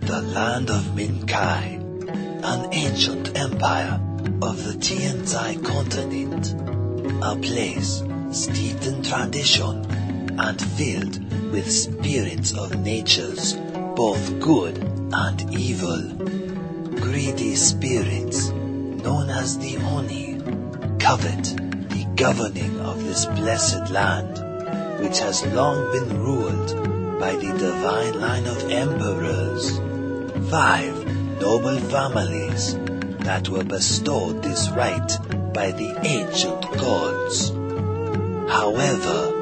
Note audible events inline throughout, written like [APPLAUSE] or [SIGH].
the land of Minkai, an ancient empire of the Tianzai continent, a place steeped in tradition and filled with spirits of natures, both good and evil. Greedy spirits, known as the Oni, covet the governing of this blessed land, which has long been ruled by the divine line of emperors five noble families that were bestowed this right by the ancient gods. However,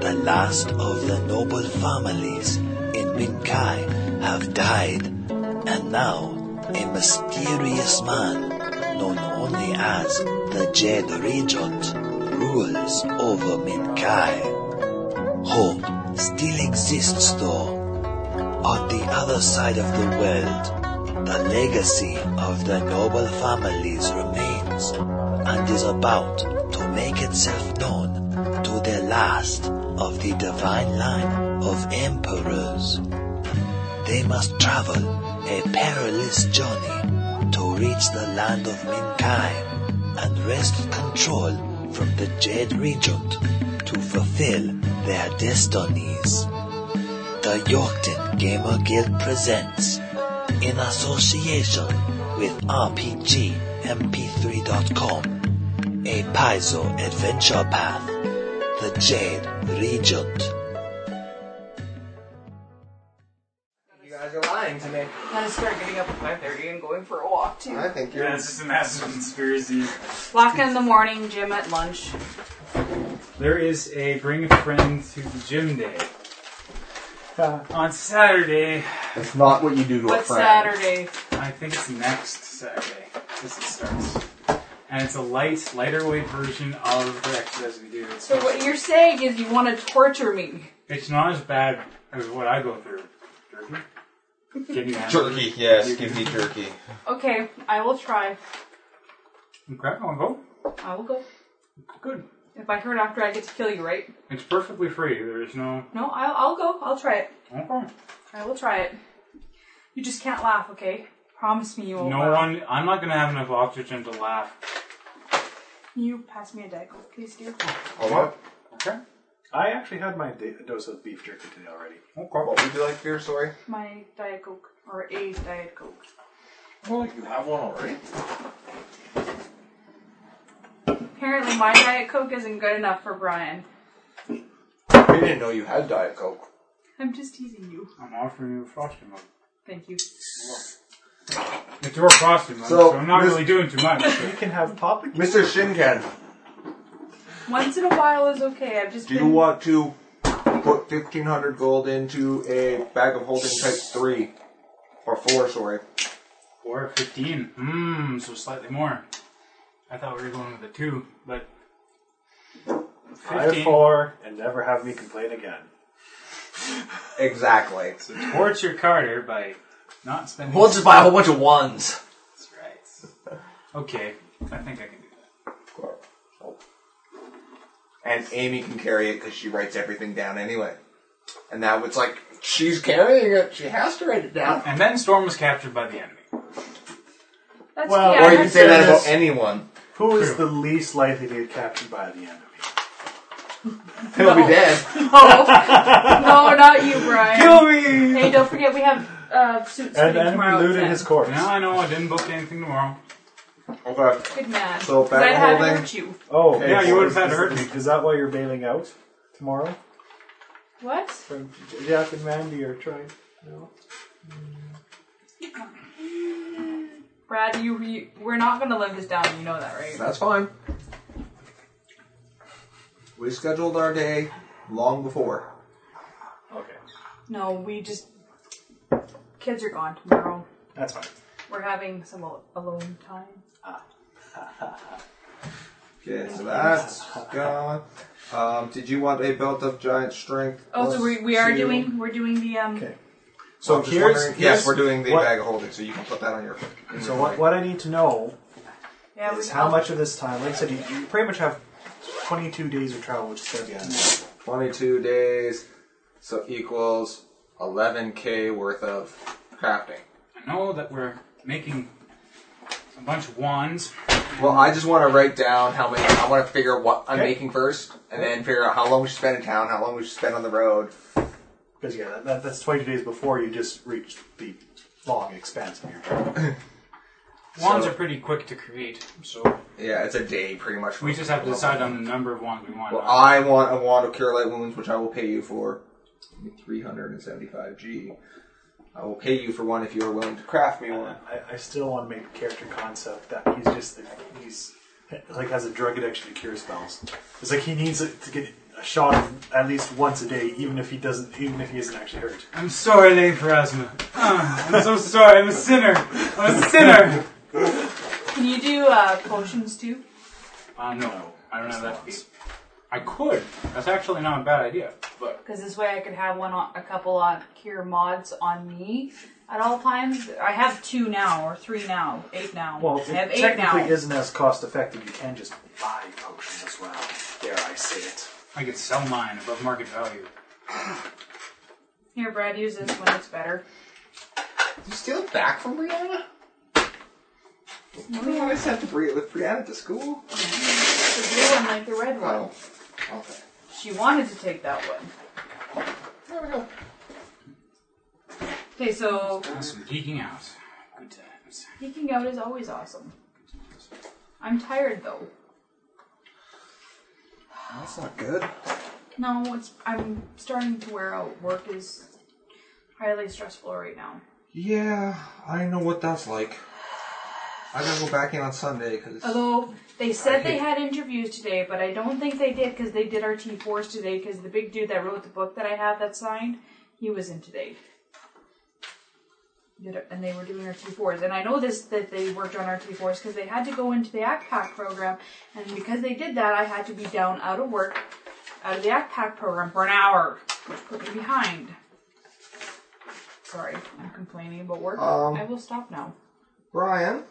the last of the noble families in Minkai have died, and now a mysterious man, known only as the Jade Regent, rules over Minkai. Hope still exists though, on the other side of the world, the legacy of the noble families remains and is about to make itself known to the last of the divine line of emperors. They must travel a perilous journey to reach the land of Minkai and wrest control from the Jade Regent to fulfill their destinies. The Yorkton Gamer Guild presents, in association with RPGMP3.com, a Paizo Adventure Path, the Jade Regent. You guys are lying to me. I'm to start getting up at 5.30 and going for a walk too. I think you're. Yeah, it's just a massive conspiracy. Walk in the morning, gym at lunch. There is a bring a friend to the gym day. Uh, on Saturday, That's not what you do to a What's friend. Saturday? I think it's next Saturday, this it starts. And it's a light, lighter weight version of the exercise we do. It's, So what you're saying is you want to torture me. it's not as bad as what I go through. Jerky? Give me that. Jerky, yes, give me jerky. Okay, I will try. Okay, I'll go. I will go. Good. If I hurt after, I get to kill you, right? It's perfectly free. There is no. No, I'll, I'll go. I'll try it. Okay. I will try it. You just can't laugh, okay? Promise me you won't No laugh. one. I'm not gonna have enough oxygen to laugh. Can you pass me a Diet Coke, please, dear? Oh, what? Okay. I actually had my da- dose of beef jerky today already. Okay. What would you like beer, sorry? My Diet Coke. Or a Diet Coke. Well, you have one already. Apparently my Diet Coke isn't good enough for Brian. We didn't know you had Diet Coke. I'm just teasing you. I'm offering you a frosty mug. Thank you. It's your frosty mug, so, So, I'm not this- really doing too much. You can have pop again. Mr. Shinken, Once in a while is okay. I've just do been... you want to put 1500 gold into a bag of holding type 3? Or 4, sorry. Or 15. Mmm, so slightly more. I thought we were going with a 2, but. I have 15. four, and never have me complain again. Exactly. Torture Carter by not spending. We'll just buy a whole bunch of ones. That's right. Okay, I think I can do that. And Amy can carry it because she writes everything down anyway. And now it's like, she's carrying it. She has to write it down. And then Storm was captured by the enemy. That's, Well, yeah, Or you that's can say that about Yes. anyone. Who is True. the least likely to get captured by the enemy? He'll be dead. [LAUGHS] No, not you, Brian. Kill me! Hey, don't forget we have uh, suits And fitting then we tomorrow. looted at his 10. corpse. Now I know I didn't book anything tomorrow. Okay. Good man. So, 'Cause back I'd have holding. hurt you. Oh, Yeah, you would've is- had to hurt is, me. Is that why you're bailing out tomorrow? What? From Jack and Mandy are trying. No. Brad, you, you we're not gonna live this down. You know that, right? That's fine. We scheduled our day long before. Okay, No, we just kids are gone tomorrow. that's fine. We're having some al- alone time. Okay, so that's gone. Um, did you want a belt of giant strength? Oh, so plus we, we are two? doing we're doing the um. Okay. So So I'm just here's- wondering- here's yes, we're doing the what- Mm-hmm. bag of holding, so you can put that on your. in So your what, thing. what I need to know Yeah, we is how much of this time, like I said, you, you pretty much have 22 days of travel, which is going to be on Twenty-two days, so equals eleven k worth of crafting. know that we're making a bunch of wands. Well, I just want to write down how many. I want to figure out what I'm Okay. making first, and then figure out how long we should spend in town, how long we should spend on the road. Because yeah, that, that, that's 22 days before you just reach the long expanse of your journey. Wands So- are pretty quick to create, so Yeah, it's a day pretty much. we just have to decide on the number of wands we want. Well, uh, I want a wand of cure light wounds, which I will pay you for 375 G. I will pay you for one if you are willing to craft me one. I, I still want to make a character concept that he's just the, he's like has a drug addiction to cure spells. It's like he needs it to get a shot of at least once a day, even if he doesn't, even if he isn't actually hurt. I'm sorry, Lady Pharasma. Ah, I'm so sorry. I'm a sinner. I'm a sinner. Can you do uh, potions too? Uh, no, I don't have that. feat. I could. That's actually not a bad idea. But Because this way I could have one, on, a couple on cure mods on me at all times. I have two now or three now, eight now. Well, I it have eight now. technically isn't as cost effective. You can just buy potions as well. Dare I say it? I could sell mine above market value. Here, Brad, use this when it's better. Did you steal it back from Brianna? Remember when I sent to Bri- with Brianna to school? The blue one, like the red one. Oh, okay. She wanted to take that one. There we go. Okay, so Awesome, geeking out. Good times. Geeking out is always awesome. I'm tired though. That's not good. No, it's I'm starting to wear out. Work is highly stressful right now. Yeah, I know what that's like. I gotta go back in on Sunday because Although they said they hate- had interviews today, but I don't think they did because they did our T4s today because the big dude that wrote the book that I have that signed, he was in today. Did it- And they were doing our T4s. And I know this that they worked on our T4s because they had to go into the Act Pack program. And because they did that, I had to be down out of work, out of the Act Pack program for an hour, which put me behind. Sorry, I'm complaining about work. Um, I will stop now. Brian,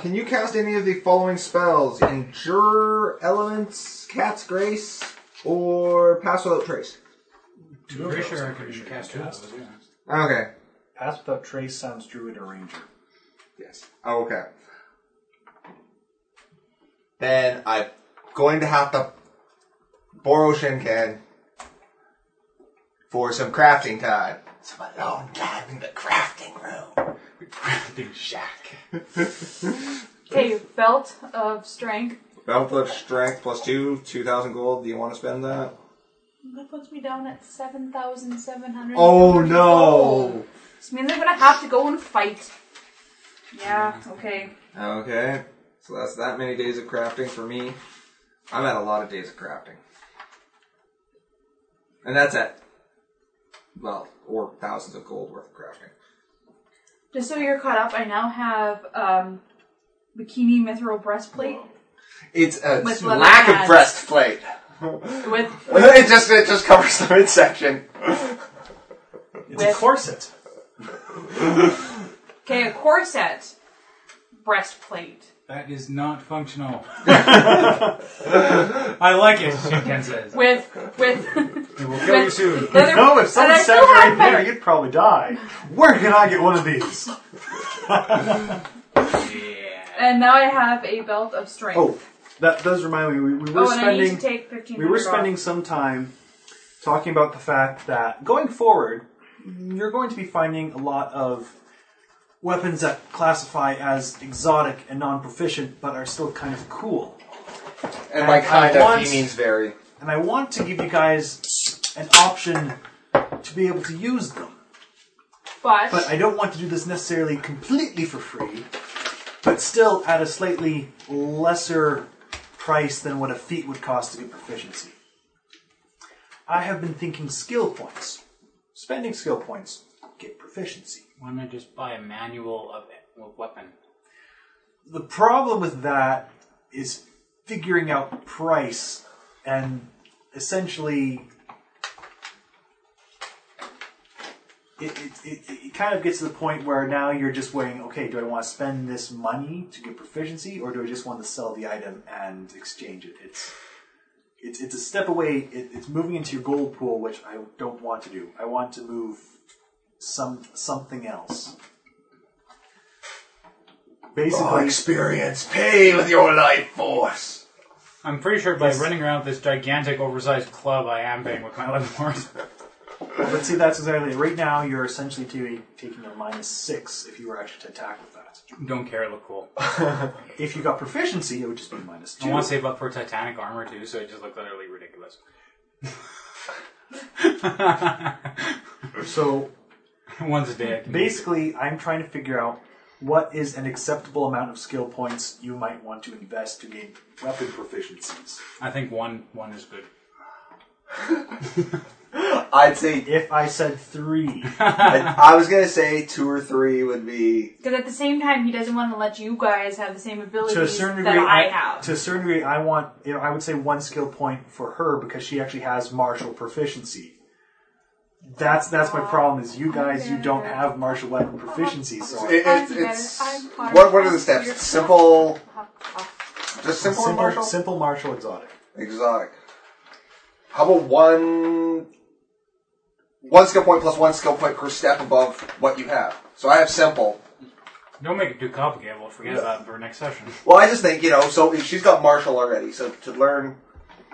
can you cast any of the following spells? Endure, Elements, Cat's Grace, or Pass Without Trace? Two of Pretty those sure I I'm pretty could sure cast two you of can those. Yeah. Okay. Pass without trace sounds druid or ranger. Yes. Oh, okay. Then I'm going to have to borrow Shinken for some crafting time. Some alone time in the crafting room. Crafting shack. Okay, belt of strength. Belt of Strength plus two, 2,000 gold. Do you want to spend that? That puts me down at 7,700. Oh no! This means I'm gonna have to go and fight. Yeah, okay. Okay. So that's that many days of crafting for me. I'm at a lot of days of crafting. And that's at, well, or thousands of gold worth of crafting. Just so you're caught up, I now have um, bikini mithril breastplate It's a With leather lack of pads. breastplate. with [LAUGHS] it just it just [LAUGHS] covers the midsection. It's a With- corset. okay a corset breastplate. That is not [LAUGHS] functional. I like it, Shinken says. With with [LAUGHS] We will kill you soon. leather, No, if and I someone sat still right have there, my- you'd probably die. Where can I get one of these? and now I have a belt of strength. Oh, that does remind me. We, we were Oh, and I need to spending take fifteen. we were spending some time talking about the fact that going forward, you're going to be finding a lot of weapons that classify as exotic and non-proficient, but are still kind of cool. And by I kind of, want- he means very. And I want to give you guys an option to be able to use them. but, but I don't want to do this necessarily completely for free, but still at a slightly lesser price than what a feat would cost to get proficiency. I have been thinking skill points. Spending skill points, get proficiency. Why not just buy a manual of a weapon? The problem with that is figuring out price and essentially it, it, it, it kind of gets to the point where now you're just weighing okay do i want to spend this money to get proficiency or do i just want to sell the item and exchange it it's it's, it's a step away it, it's moving into your gold pool which i don't want to do i want to move some something else Basically, experience, pay with your life force. I'm pretty sure by running around with this gigantic, oversized club, I am paying with my life [LAUGHS] force. Let's see, that's exactly it. Right now, you're essentially doing, taking a minus six if you were actually to attack with that. Don't care, look cool. If you got proficiency, it would just be minus two. I want to save up for Titanic armor too, so it just looked utterly ridiculous. [LAUGHS] so Once a day, I can basically, I'm trying to figure out what is an acceptable amount of skill points you might want to invest to gain weapon proficiencies. I think one one is good. I'd say If I [LAUGHS] said three, [LAUGHS] I, I was gonna say two or three would be Because at the same time, he doesn't want to let you guys have the same abilities to a certain that degree, I, I- have. to a certain degree, I want. You know, I would say one skill point for her because she actually has martial proficiency. That's that's my problem. Is you guys you don't have martial weapon proficiency, so it- I'm it's, better. it's I'm harder. what what are the You're- steps? Simple, just simple, simple, and martial, simple martial exotic. exotic. How about one one skill point plus one skill point per step above what you have? So I have simple. Don't make it too complicated. We'll forget about it for next session. Well, I just think you know. So if she's got martial already, so to learn,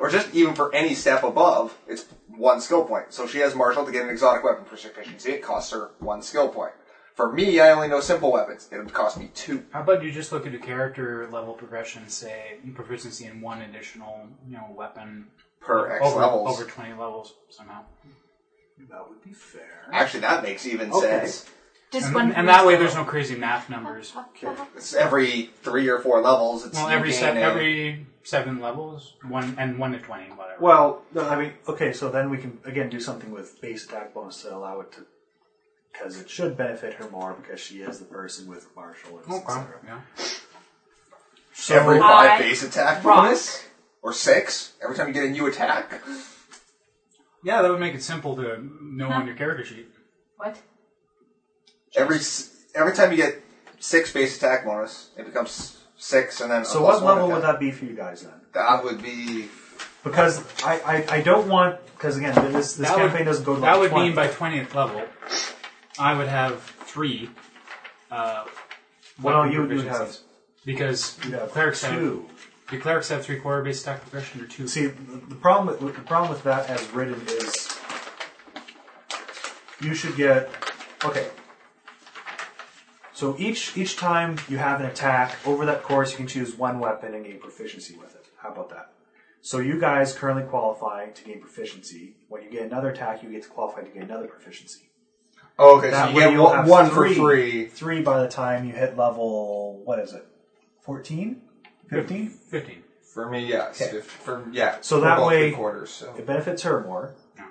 or just even for any step above, it's one skill point. So she has martial to get an exotic weapon for proficiency. It costs her one skill point. For me, I only know simple weapons. It would cost me two. How about you just look at your character level progression, say proficiency in one additional, you know, weapon Per X over, levels. over twenty levels somehow. That would be fair. Actually, that makes even Okay. sense. Just And, one and that way, there's no crazy math numbers. It's every three or four levels. It's Well, you every gain seven, a- every seven levels, one and one to twenty, whatever. Well, no, I mean, okay, so then we can again do something with base attack bonus to allow it to, because it should benefit her more because she is the person with martial, arts, Okay. etc. Yeah. every uh, five I base attack rock. bonus or six every time you get a new attack. yeah, that would make it simple to know on your character sheet. What? Every s- every time you get six base attack bonus, it becomes six, and then a So plus what one level would attack. that be for you guys then? That would be Because I, I, I don't want because again this this That would- campaign doesn't go to That level would 20. mean by 20th level, I would have three. Uh, well weapon you would have proficiencies. Because you'd have clerics have two. do clerics have three quarter base stack progression or two. See the the problem with- with the problem with that as written is you should get okay. So each each time you have an attack over that course, you can choose one weapon and gain proficiency with it. How about that? So you guys currently qualify to gain proficiency. When you get another attack, you get to qualify to gain another proficiency. oh, okay. That so way you get you'll one, have one for free. Three by the time you hit level, what is it? 14? 15? 15. For me, yes. Okay. If- for yeah. So for that both way- three quarters. So. It benefits her more. Yeah.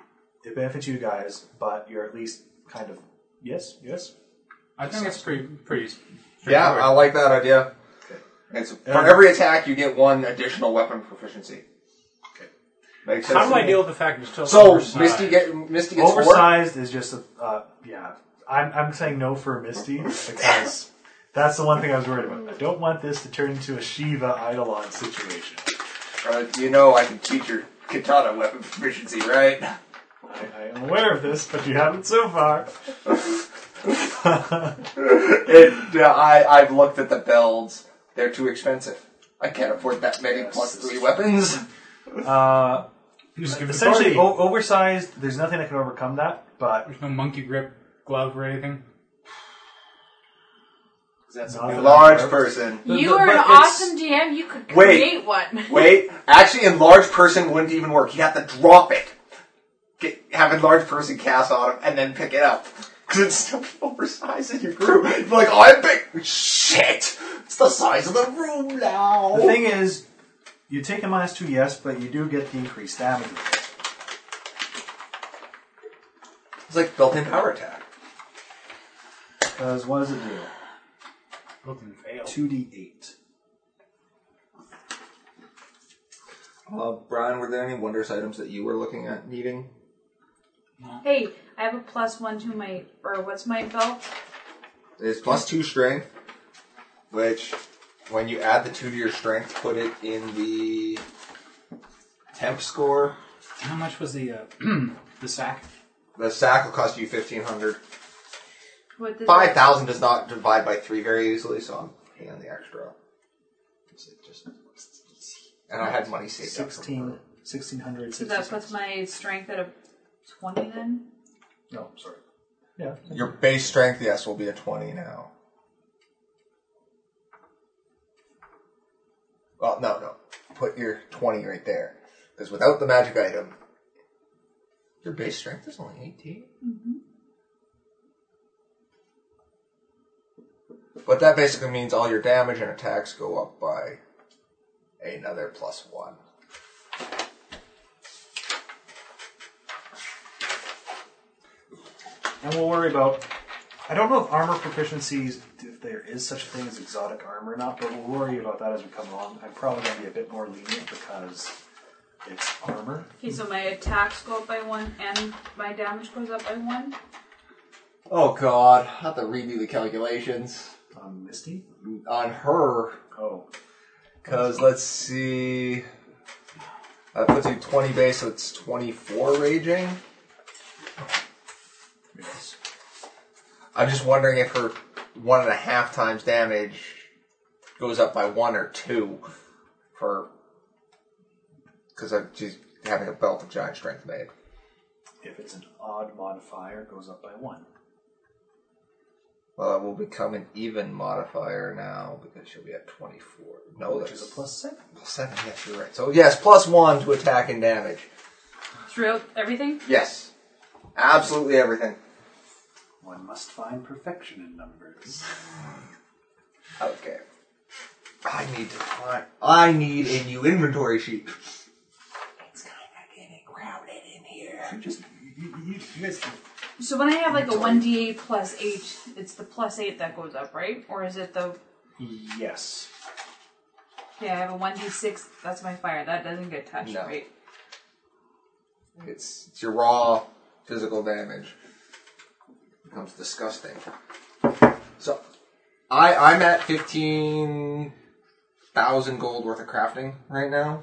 It benefits you guys, but you're at least kind of. Yes? Yes? I think that's pretty pretty. Yeah, I like that idea. It's for Um, every attack you get one additional weapon proficiency. Okay. Makes sense. How do to I me. deal with the fact it's still uh, So oversized? Misty get Misty gets four. Oversized is just a. Uh, yeah. I'm, I'm saying no for Misty because that's the one thing I was worried about. I don't want this to turn into a Shiva Eidolon situation. Uh, you know I can teach your katana weapon proficiency, right? I, I am aware of this, but you haven't so far. It, uh, I I've looked at the builds. They're too expensive. I can't afford that many plus three weapons. Uh, Just give it a essentially, party. o- oversized, there's nothing that can overcome that, but There's no monkey grip glove or anything. that's Large person. You but- are an but it's- awesome DM. You could Wait. create one. [LAUGHS] Wait, actually, enlarged person wouldn't even work. You'd have to drop it. Get, have enlarged person cast on him and then pick it up. Because it's still oversized in your group. You're like, oh, I'm big. Shit! It's the size of the room now. The thing is, you take a minus two, yes, but you do get the increased damage. it's like built in power attack. Because what does it do? Broken fail. 2d8. Uh, Brian, were there any wonders items that you were looking at needing? Hey, I have a plus one to my or what's my belt? It's plus two strength, which when you add the two to your strength, put it in the temp score. How much was the uh, [CLEARS THROAT] the sack? The sack will cost you 1500 What does Five thousand does not divide by three very easily, so I'm and the extra. Is it just? And I had money saved up. from 16, her. 1600. So that puts 66. my strength at a 20 then? No, sorry. Yeah. Your base strength, yes, will be a 20 now. Well, no, no. Put your 20 right there. Because without the magic item, your base strength is only 18. But that basically means all your damage and attacks go up by another plus one. And we'll worry about. I don't know if armor proficiencies, if there is such a thing as exotic armor or not, but we'll worry about that as we come along. I'm probably going to be a bit more lenient because it's armor. Okay, so my attacks go up by one and my damage goes up by one. Oh god, I have to redo the calculations Um, Misty? on her. Oh. Because let's see. Uh, That puts you 20 base, so it's 24 raging. Yes. I'm just wondering if her one and a half times damage goes up by one or two for. Because she's having a belt of giant strength made. If it's an odd modifier, it goes up by one. Well, it will become an even modifier now because she'll be at 24. No, Which is that's- a plus seven. plus seven. Yes, you're right. So, yes, plus one to attack and damage. Throughout everything? Yes. Absolutely everything. One must find perfection in numbers. [LAUGHS] Okay. I need to find. I need a new inventory sheet. It's kind of getting crowded in here. Just you, you, you guys can So when I have like a 1d8 plus 8, it's the plus 8 that goes up, right? Or is it the. Yes. Yeah, I have a 1d6, that's my fire. That doesn't get touched, No. right? It's, it's your raw physical damage. becomes disgusting. So, I I'm at fifteen thousand gold worth of crafting right now.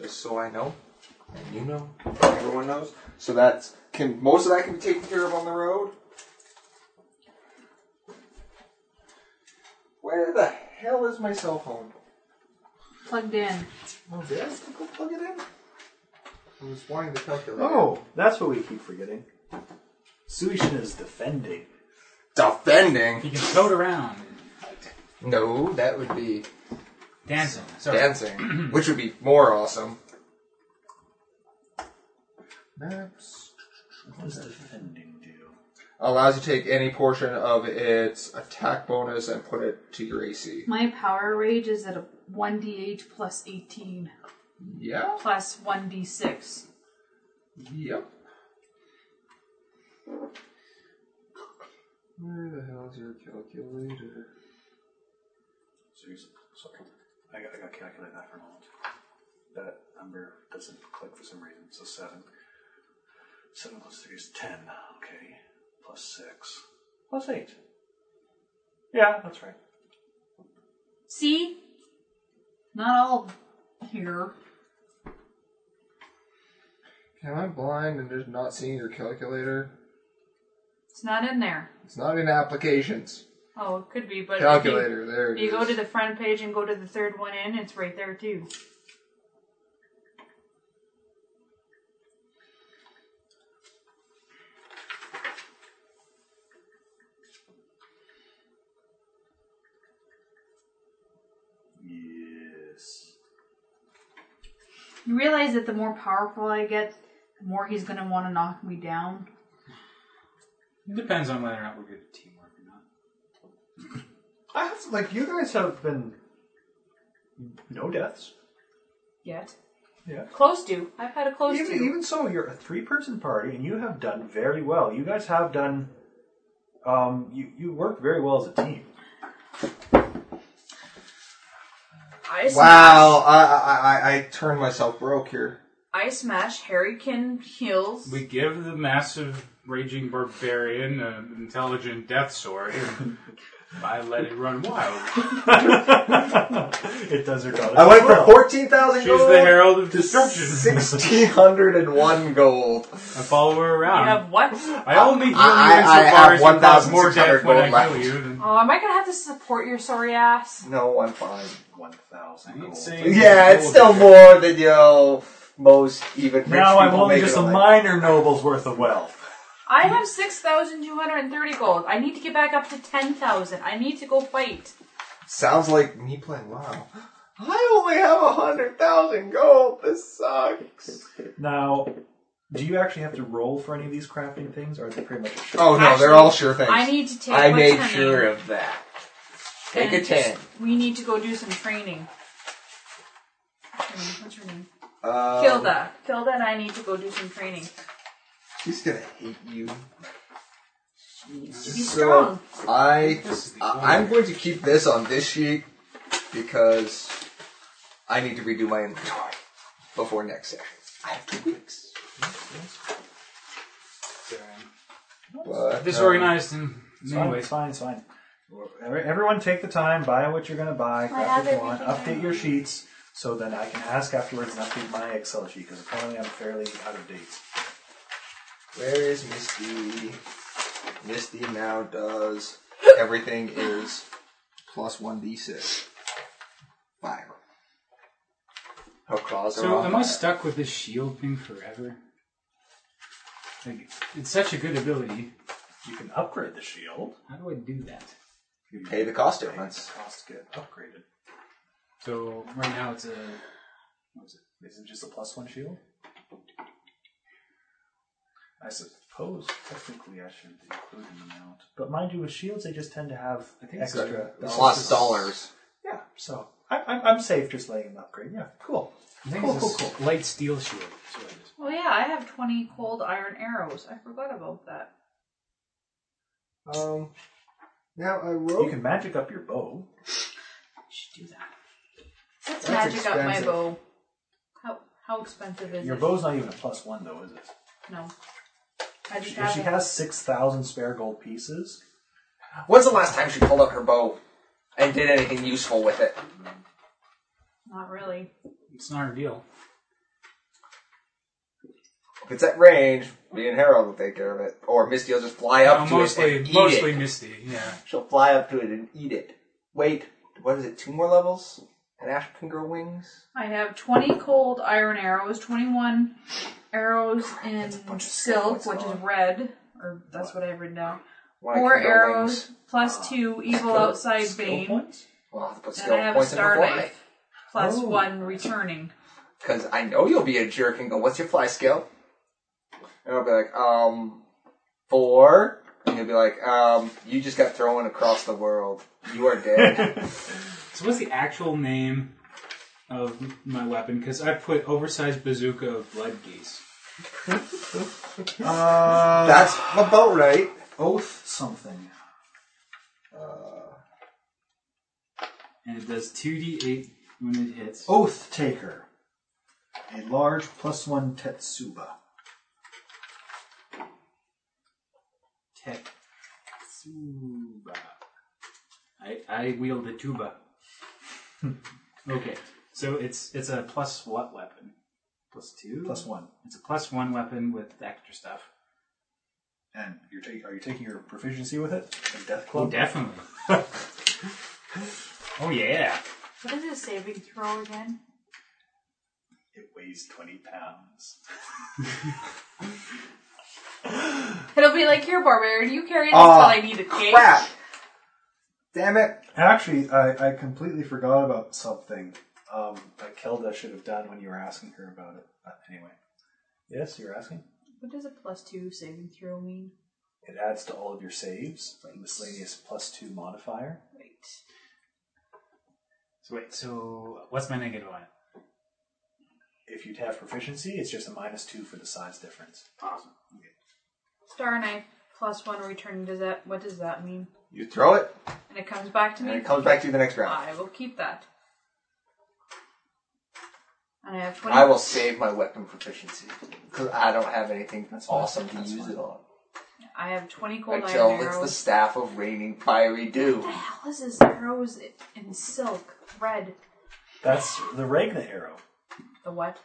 Just so I know, and you know, everyone knows. So that's can most of that can be taken care of on the road. Where the hell is my cell phone? Plugged in. Oh, did I still go plug it in? I was wanting to calculate. Oh, that's what we keep forgetting. Suishin is defending. Defending? You can float around. No, that would be Dancing. Sorry. dancing, which would be more awesome. Maps. What does defending do? Allows you to take any portion of its attack bonus and put it to your AC. My power rage is at a 1d8 plus 18 Yeah? plus 1d6. Yep. Where the hell is your calculator? Seriously, sorry. I got, I got to calculate that for a moment. That number doesn't click for some reason, so 7. 7 plus 3 is 10. Okay. Plus 6. Plus 8. Yeah, that's right. See? Not all here. Am I blind and just not seeing your calculator? It's not in there. It's not in applications. Oh, it could be, but if you- Calculator, there If it you go is. to the front page and go to the third one in, it's right there too. Yes. You realize that the more powerful I get, the more he's gonna want to knock me down. Depends on whether or not we're good at teamwork or not. I have to, like you guys have been no deaths. Yet. Yeah. Close to. I've had a close Even, to. even so, you're a three-person party, and you have done very well. You guys have done. Um, you you worked very well as a team. [LAUGHS] I Wow, I, I, I, I turned myself broke here. I smash Harrykin heels. [LAUGHS] We give the massive raging barbarian an intelligent death sword. I let it run wild. it does her daughter. I went well. from 14,000 She's gold the herald of to destruction. 1,601 gold. [LAUGHS] I follow her You around. have what? I only heal you I- I have insofar as you cause more 1,600 death when I gold kill left. you. Than... Oh, am I gonna have to support your sorry ass? No, I'm fine. 1,000 I ain't gold. saying Yeah, it's gold still here. more than, you know, most even rich Now I'm people only make just in a life. minor noble's worth of wealth. I have 6,230 gold. I need to get back up to 10,000. I need to go fight. Sounds like me playing WoW. I only have 100,000 gold. This sucks. Now, do you actually have to roll for any of these crafting things, or are they pretty much? Sure? Oh, no, they're Actually, all sure things. I need to take I my made 10 sure of that. Take and a 10. just- We need to go do some training. Hmm, What's her name? Um, Kilda. Kilda and I need to go do some training. She's gonna hate you. She needs to be So strong. I, This is the I I'm going to keep this on this sheet because I need to redo my inventory before next session. I have two weeks. But, Disorganized in It's many fine, ways. it's fine, it's fine. Every- Everyone take the time, buy what you're going to buy, craft have what you want, everything update your sheets, so then I can ask afterwards and update my Excel sheet, because apparently I'm fairly out of date. Um, where is Misty? Misty now does everything is plus one d six. Fire. Her claws are So on am I fire. stuck with this shield thing forever? Like, it's such a good ability. You can upgrade the shield. How do I do that? Pay the cost difference. It's cost to get upgraded. So right now it's a What is it? Is it just a plus one shield? I suppose technically I should include an amount. But mind you, with shields they just tend to have it's extra like Plus dollars. Yeah, so I, I'm, I'm safe just letting them upgrade. Yeah, cool. I think Cool, it's a cool, s- light steel shield. So it is. Well, Oh, yeah, I have 20 cold iron arrows. I forgot about that. Um. Now I wrote. You can magic up your bow. I should do that. Let's That's magic up my expensive. bow. How, how expensive is Your it? bow's not even a plus one though, is it? No. I just If she have it. has six thousand spare gold pieces, When's the last time she pulled out her bow and did anything useful with it? Not really. It's not her deal. If it's at range, me and Harold will take care of it. Or Misty will just fly up No, to it mostly, and eat mostly it. Misty. Yeah. She'll fly up to it and eat it. Wait, what is it? Two more levels? And Ash can grow wings? I have 20 cold iron arrows, 21 arrows in bunch of silk, silk. What's which going is on? red, or that's what I've written down. One Four can grow arrows wings. plus two evil skill- outside skill bane, points? We'll have to put and skill I have a points in star fly. knife plus Oh. one returning. Because I know you'll be a jerk and go, what's your fly skill? And I'll be like, um, four. And you'll be like, um, you just got thrown across the world. You are dead. So what's the actual name of my weapon? Because I put oversized bazooka of blood geese. Uh, That's about right. oath something. and it does 2d8 when it hits. Oh. Oath taker. A large plus one Tetsuba. Tetsuba. I, I wield a [LAUGHS] tuba. okay, so it's it's a plus what weapon? Plus two. Plus one. It's a plus one weapon with extra stuff. And you're taking are you taking your proficiency with it? Like death Oh, club? definitely. [LAUGHS] oh yeah. What is this saving throw again? It weighs twenty pounds. It'll be like, here, barbarian, you carry this Aw, till I need a cake. Ah, Crap! Damn it! Actually, I, I completely forgot about something um, that Kelda should have done when you were asking her about it. But anyway. Yes, you're asking? What does a plus two saving throw mean? It adds to all of your saves, like miscellaneous plus two modifier. Wait. So wait, so what's my negative on it? If you'd have proficiency, it's just a minus two for the size difference. Awesome. Star knife plus one returning. Does that? What does that mean? You throw it, And it comes back to and me. it comes back to you the next round. I will keep that. And I have 20. I will save my weapon proficiency because I don't have anything awesome to use it on. I have 20 cold Until iron it's arrows. the staff of raining fiery dew. [LAUGHS] What the hell is this arrows in silk? Red. That's the Ragna arrow. The what?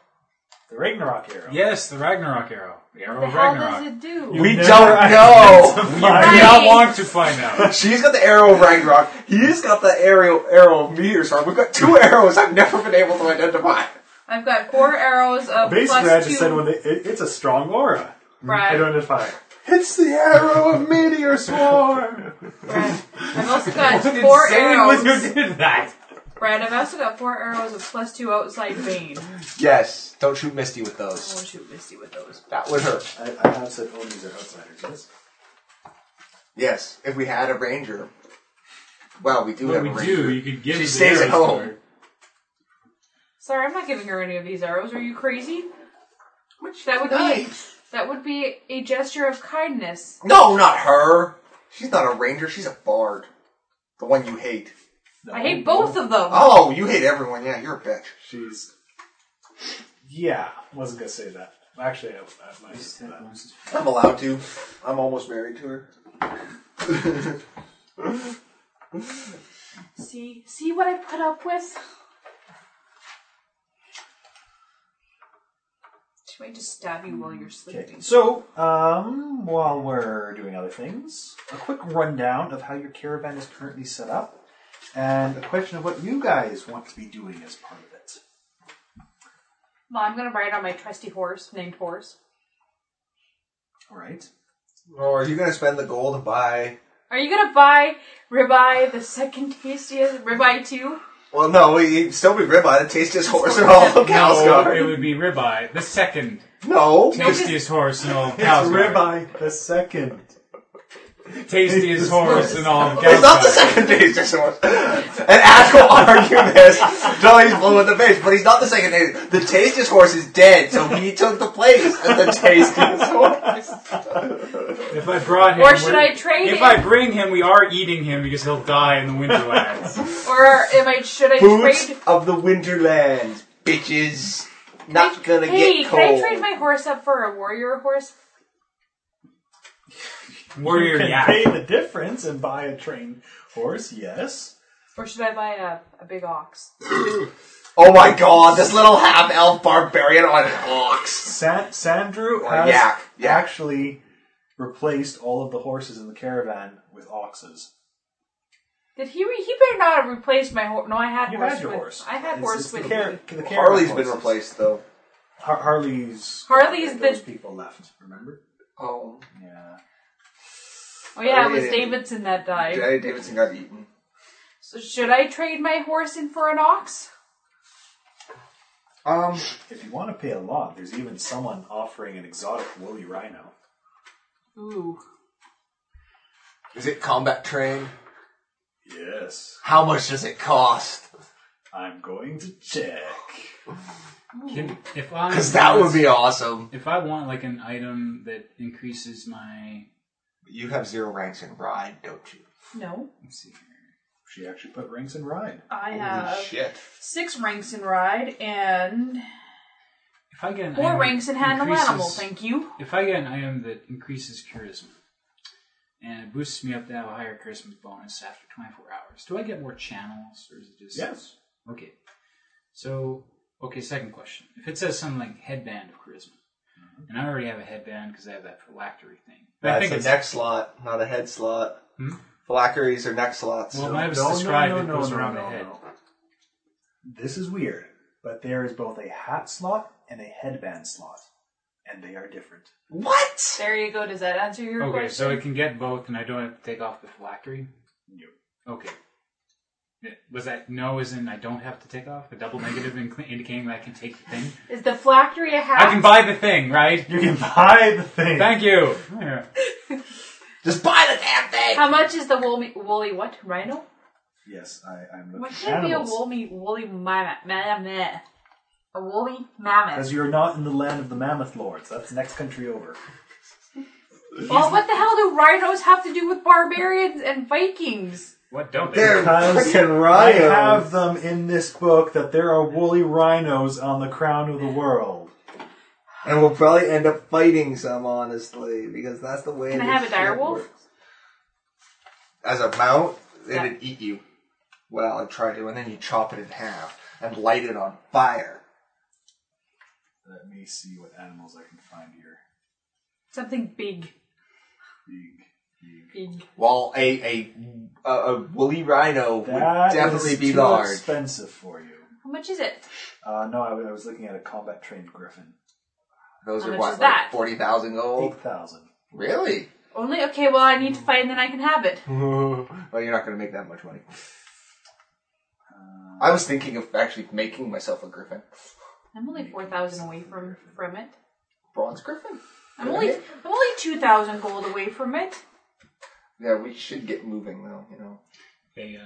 The Ragnarok arrow. Yes, the Ragnarok arrow. The Oh, arrow The of hell Ragnarok. does it do? We never- don't [LAUGHS] know. [LAUGHS] I do Right. not want to find out. She's got the arrow of Ragnarok. He's got the arrow arrow of meteor storm. We've got two [LAUGHS] arrows I've never been able to identify. I've got four arrows of Basically, I plus two. just said when they, it, it's a strong aura. Brad, Identify. It's the arrow of meteor storm. Brad. [LAUGHS] I've also got What did four anyone arrows. who did that? Brad, I've also got four arrows of plus two outside vein. Yes, don't shoot Misty with I won't those. shoot Misty with those. That would hurt. I, I have said Onis are outsiders. Yes. Yes, if we had a ranger. Well, we do What have we a ranger. do, you could give She the stays at arrows to home. her. Sorry, I'm not giving her any of these arrows. Are you crazy? Which That would be nice. that would be a gesture of kindness. No, not her. She's not a ranger. She's a bard. The one you hate. I hate both of them. Oh, you hate everyone. Yeah, you're a bitch. She's. Yeah, wasn't gonna say that. Actually, I, I might say that. I'm allowed to. I'm almost married to her. See, see what I put up with. Should I just stab you while you're Okay, sleeping? so um, while we're doing other things, a quick rundown of how your caravan is currently set up, and a question of what you guys want to be doing as part of it. Well, I'm gonna ride on my trusty horse named Horse. All right. Or are you gonna spend the gold and buy? Are you gonna buy ribeye the second tastiest ribeye too? Well, no, he'd still be ribeye. The tastiest horse in all [LAUGHS] of No, it Calsgar. would be Ribeye, the second [LAUGHS] No, tastiest horse in all of Calgary. ribeye the second. Tastiest horse in all of Calgary. it's not the second tastiest horse. And Ash will argue this till he's blue in the face. But he's not the second tastiest. The tastiest horse is dead, so he took the place of [LAUGHS] the tastiest horse. If I brought him, Or should we're- I trade If him? I bring him, we are eating him because he'll die in the Winterlands. Or am I should I Boots trade? of the Winterlands, bitches. Not gonna Hey, get can cold. I trade my horse up for a warrior horse? Warrior Can Yak. pay the difference and buy a trained horse. Yes. Or should I buy a, a big ox? Oh my god, this little half elf barbarian on an ox. San- Sandrew Or has yak, yak. actually replaced all of the horses in the caravan with oxes. Did he? Re- he better not have replaced my horse. No, I had You horse. had your with- horse. I had It's- horse it's the with car- me. the caravan Harley's been horses. replaced though. Har- Harley's. Harley's those the- people left. Remember? Oh. Yeah. Oh yeah, it Oh, was yeah. Davidson that died. Jay Davidson got eaten. So should I trade my horse in for an ox? Um, If you want to pay a lot, there's even someone offering an exotic woolly rhino. Ooh. is it combat trained? Yes. How much does it cost? I'm going to check. Can- If I Because that would be awesome. If I want like an item that increases my, You have zero ranks in ride, don't you? No, let's see here. She actually put ranks in ride. I Holy have shit. six ranks in ride and If I get an four item ranks in that handle increases- animal. Thank you. If I get an item that increases charisma and it boosts me up to have a higher charisma bonus after 24 hours, do I get more channels or is it just Yes. Okay. So, okay, second question. If it says something like headband of charisma, Mm-hmm. and I already have a headband because I have that phylactery thing. But I That's think a it's neck slot, not a head slot. Hmm? Phylacteries are neck slots. well, mine was No, no, described no, it no, goes no, around no, the head. no. This is weird, but there is both a hat slot and a headband slot, and they are different. what? There you go. Does that answer your Okay, so I question? can get both, and I don't have to take off the phylactery. Okay. Yeah, Was that no? As in, I don't have to take off the double negative, incl- indicating that I can take the thing. Is the flactory a hat? I can buy the thing, right? You can buy the thing. Thank you. Yeah. Just buy the damn thing! How much is the woolly, woolly what rhino? Yes, I, I'm What looking at should be a animals. woolly woolly mammoth? mammoth? A woolly Because mammoth. you're not in the land of the mammoth lords. That's the next country over. Well, Oh, what the hell do rhinos have to do with barbarians and Vikings? What don't they? They're Because freaking I rhinos. have them in this book that there are woolly rhinos on the crown of the world. And we'll probably end up fighting some, honestly, because that's the way. Can I this have a shit dire wolf? works. As a mount, Yeah. it'd eat you. Well, I'd try to, and then you chop it in half and light it on fire. Let me see what animals I can find here. Something big. Big, big. Big. While a a, a, a woolly rhino That would definitely is be too large. expensive for you. How much is it? Uh, no, I, I was looking at a combat trained griffin. Those How are much what, like is that? forty thousand gold? Eight thousand. [LAUGHS] Really? Only okay. Well, I need to fight, and then I can have it. well, you're not going to make that much money. I was thinking of actually making myself a griffin, I'm only four thousand away from from it. bronze griffin. I'm only I'm only two thousand gold away from it. Yeah, we should get moving though. You know. They, uh,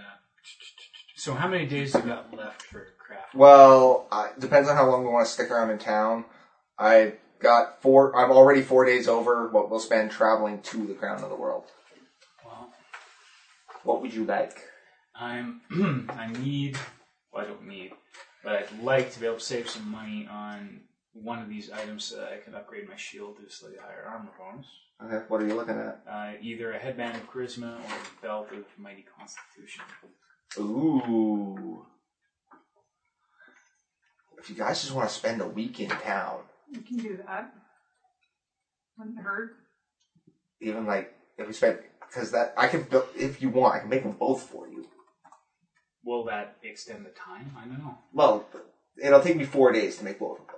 so how many days you got left for craft? Well, I, depends on how long we want to stick around in town. I got four. I'm already four days over what we'll spend traveling to the crown of the world. Well, What would you like? I'm [CLEARS THROAT] I need well I don't need, but I'd like to be able to save some money on one of these items so that I could upgrade my shield to a slightly higher armor bonus. Okay, what are you looking at? Uh, either a headband of charisma or a belt of mighty constitution. Ooh. If you guys just want to spend a week in town, You can do that. Wouldn't hurt. even like if we spent, because that I can build if you want, I can make them both for you. Will that extend the time? I don't know. Well, it'll take me four days to make both of them.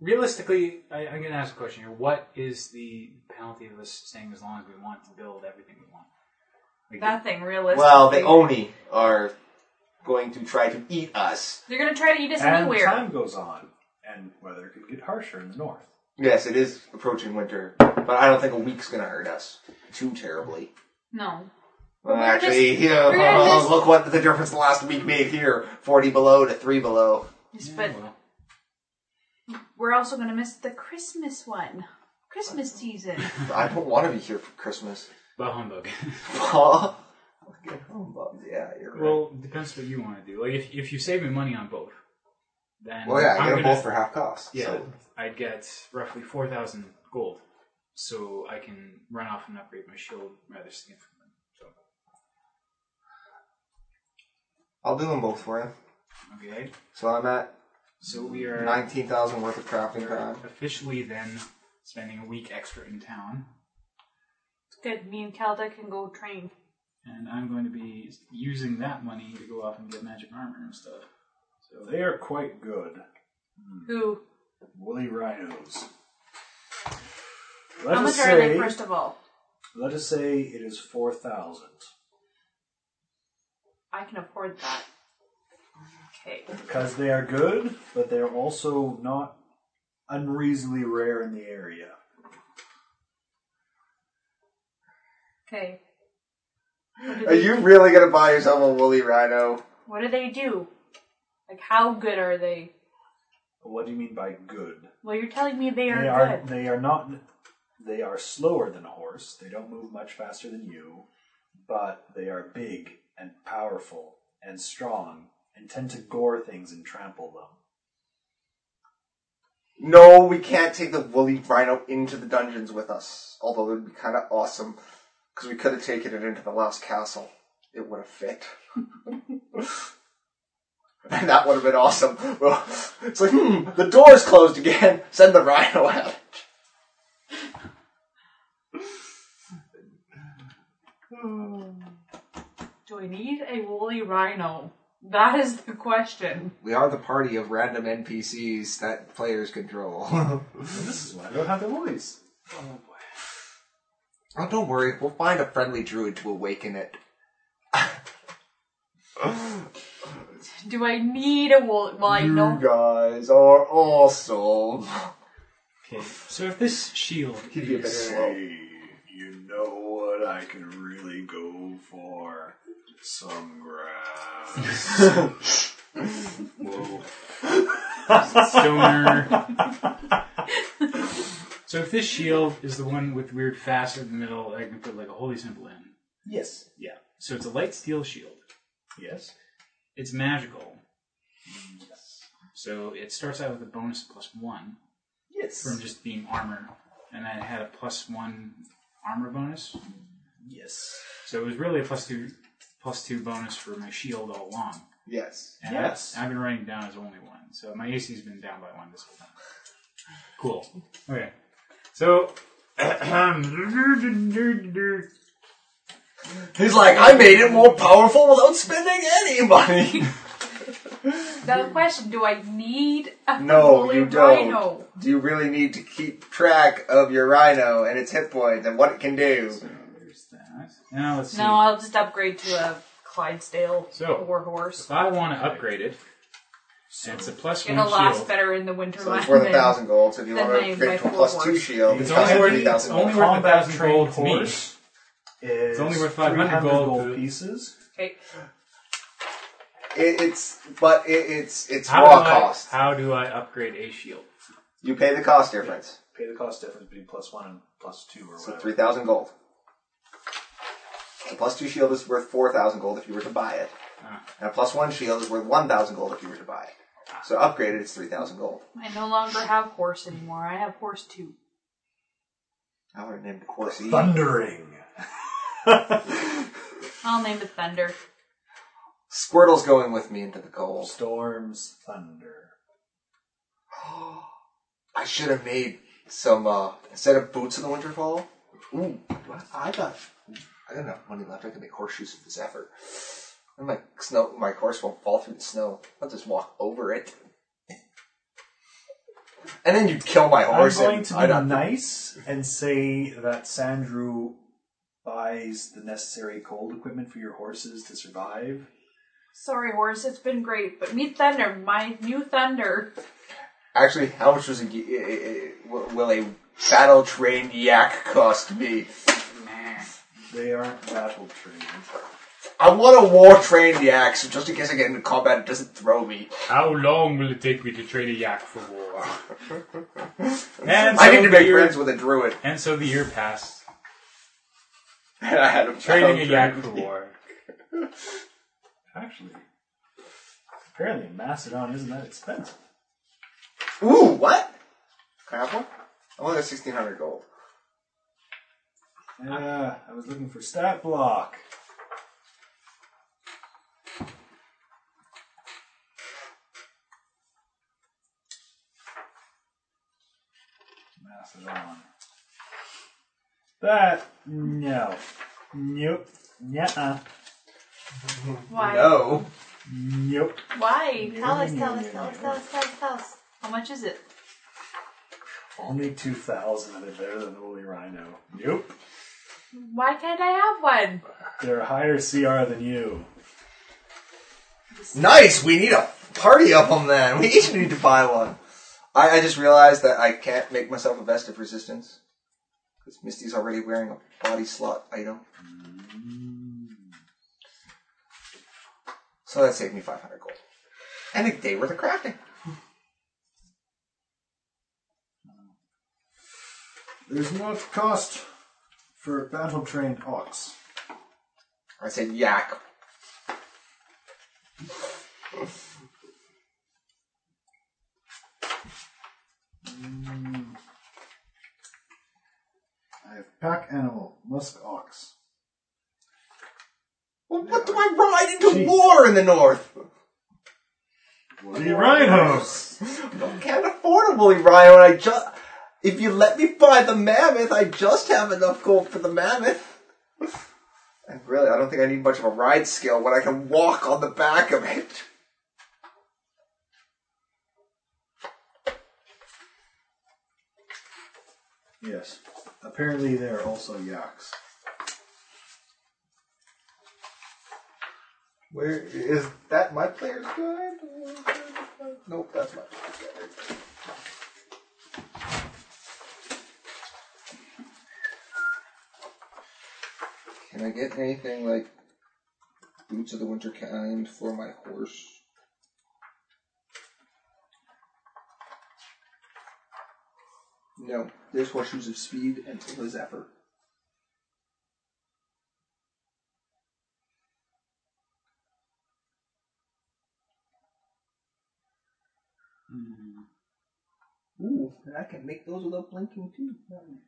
Realistically, I, I'm going to ask a question here. What is the penalty of us staying as long as we want to build everything we want? Like, Nothing realistic. Well, the Oni are going to try to eat us. They're gonna try to eat us And anywhere. time goes on, and weather could get harsher in the north. Yes, it is approaching winter, but I don't think a week's going to hurt us too terribly. No. Well, We're actually, [LAUGHS] just- yeah, we're just- look what the difference the last week made here: forty below to three below. Yes, yeah, but well, we're also gonna miss the Christmas one. Christmas season. I don't want to be here for Christmas. [LAUGHS] bah humbug. Aw. Fucking humbug. Yeah, you're right. Well, well, depends what you want to do. Like, if, if you save me money on both, then yeah, I I'm get them gonna- both for half cost. Yeah, so. I'd get roughly 4,000 gold, so I can run off and upgrade my shield rather significantly. So, I'll do them both for you. okay, So I'm at so we are nineteen thousand worth of crafting time. officially then spending a week extra in town, Good. Me and Calda can go train. and I'm going to be using that money to go off and get magic armor and stuff. So They are quite good. Who? Woolly rhinos. How Let much us are they say, first of all? let us say it is 4,000. I can afford that. Okay. Because they are good, but they are also not unreasonably rare in the area. Okay. Are you really gonna buy yourself a woolly rhino? What do they do? Like, how good are they? What do you mean by good? Well, you're telling me they are they good. they are not they are slower than a horse they don't move much faster than you but they are big and powerful and strong and tend to gore things and trample them No, we can't take the woolly rhino into the dungeons with us. Although it would be kind of awesome because we could have taken it into the last castle. It would have fit. [LAUGHS] and that would have been awesome. Well, it's like, hmm, the door's closed again. [LAUGHS] Send the rhino out. Do I need a woolly rhino? That is the question. We are the party of random NPCs that players control. [LAUGHS] this is why i don't have the voice Oh, don't worry. We'll find a friendly druid to awaken it. Do I need a woolly? Well, I know. guys are awesome. [LAUGHS] okay, so if this shield He'd be a is- better roll. you know what i can really go for some grass [LAUGHS] stoner. so if this shield is the one with weird facet in the middle, I can put like a holy symbol in. yes Yeah. So it's a light steel shield. yes It's magical. So it starts out with a bonus of plus one Yes. from just being armor, and I had a plus one armor bonus. yes. So it was really a plus two plus two bonus for my shield all along. Yes. And Yes. I, have been running down as only one. So my AC's been down by one this whole time. Cool. Okay. So [CLEARS THROAT] He's like, I made it more powerful without spending any [LAUGHS] money. Now the question: Do I need a No, holy you don't. rhino? Do you really need to keep track of your rhino and its hit points and what it can do? there's that. Now let's see. No, I'll just upgrade to a Clydesdale So- war horse. If I want to upgrade it, and it's a plus one It'll last shield. better in the winter. So it's than- worth a thousand gold. So if you Then want to my- upgrade my to a full plus horse. two shield, it's It's only only worth- three thousand it's gold. only worth Combat 1,000 trained gold to me. horse Is only worth 500 300 gold to- pieces. Okay. It, it's but it, it's it's How raw do I, cost. How do I upgrade a shield? You pay the cost difference. Pay the cost difference between plus one and plus two or So whatever. three thousand gold. The plus two shield is worth four thousand gold if you were to buy it, Ah. and a plus one shield is worth one thousand gold if you were to buy it. So upgraded, it's three thousand gold. I no longer have horse anymore. I have horse two. I would have named it Horsey. Thundering. I'll name it Thunder. Squirtle's going with me into the cold. Storms, thunder. I should have made some uh, instead of boots in the Winterfall. Ooh, I got I got enough money left. I can make horseshoes with this effort. And my snow, my horse won't fall through the snow. I'll just walk over it. And then you'd kill my I'm horse. going and to I'd be have nice and say that Sandrew buys the necessary cold equipment for your horses to survive. Sorry, horse. It's been great, but meet Thunder, my new Thunder. Actually, how much does a, y- i- i- i- will a battle trained yak cost me? They aren't battle trained. I want a war trained yak, so just in case I get into combat, it doesn't throw me. How long will it take me to trade a yak for [LAUGHS] war? and so I need to the make year, friends with a druid, And so the year passed. and I had a Trading battle-trained a yak for war. Actually, apparently in Macedon isn't that expensive. Ooh, what? Crapple? I only got sixteen hundred gold. Yeah, I was looking for stat block. Macedon. That no. Nope. Nuh-uh. Why? No. Nope. Why? Tell us. Tell us. Tell us. Tell us. Tell us. Tell us. How much is it? Only two thousand. They're better than Holy Rhino. Nope. Why can't I have one? They're higher CR than you. Nice. We need a party up them then. We each need to buy one. I, I just realized that I can't make myself a vest of resistance because Misty's already wearing a body slot item. So that saved me five hundred gold and a day worth of crafting. There's no cost for battle trained ox. I said yak. I have pack animal, musk ox. Well, what do I ride into Jeez. war in the north? Woolly rhinos! I can't afford a woolly rhino, and I just. If you let me buy the mammoth, I just have enough gold for the mammoth. And really, I don't think I need much of a ride skill when I can walk on the back of it. Yes. Apparently they are also yaks. Where is that my player's guide? Nope, that's my player's guide. Can I get anything like boots of the winter kind for my horse? No, there's horseshoes of speed and Tilda Zephyr. Ooh, and I can make those without blinking too. Um,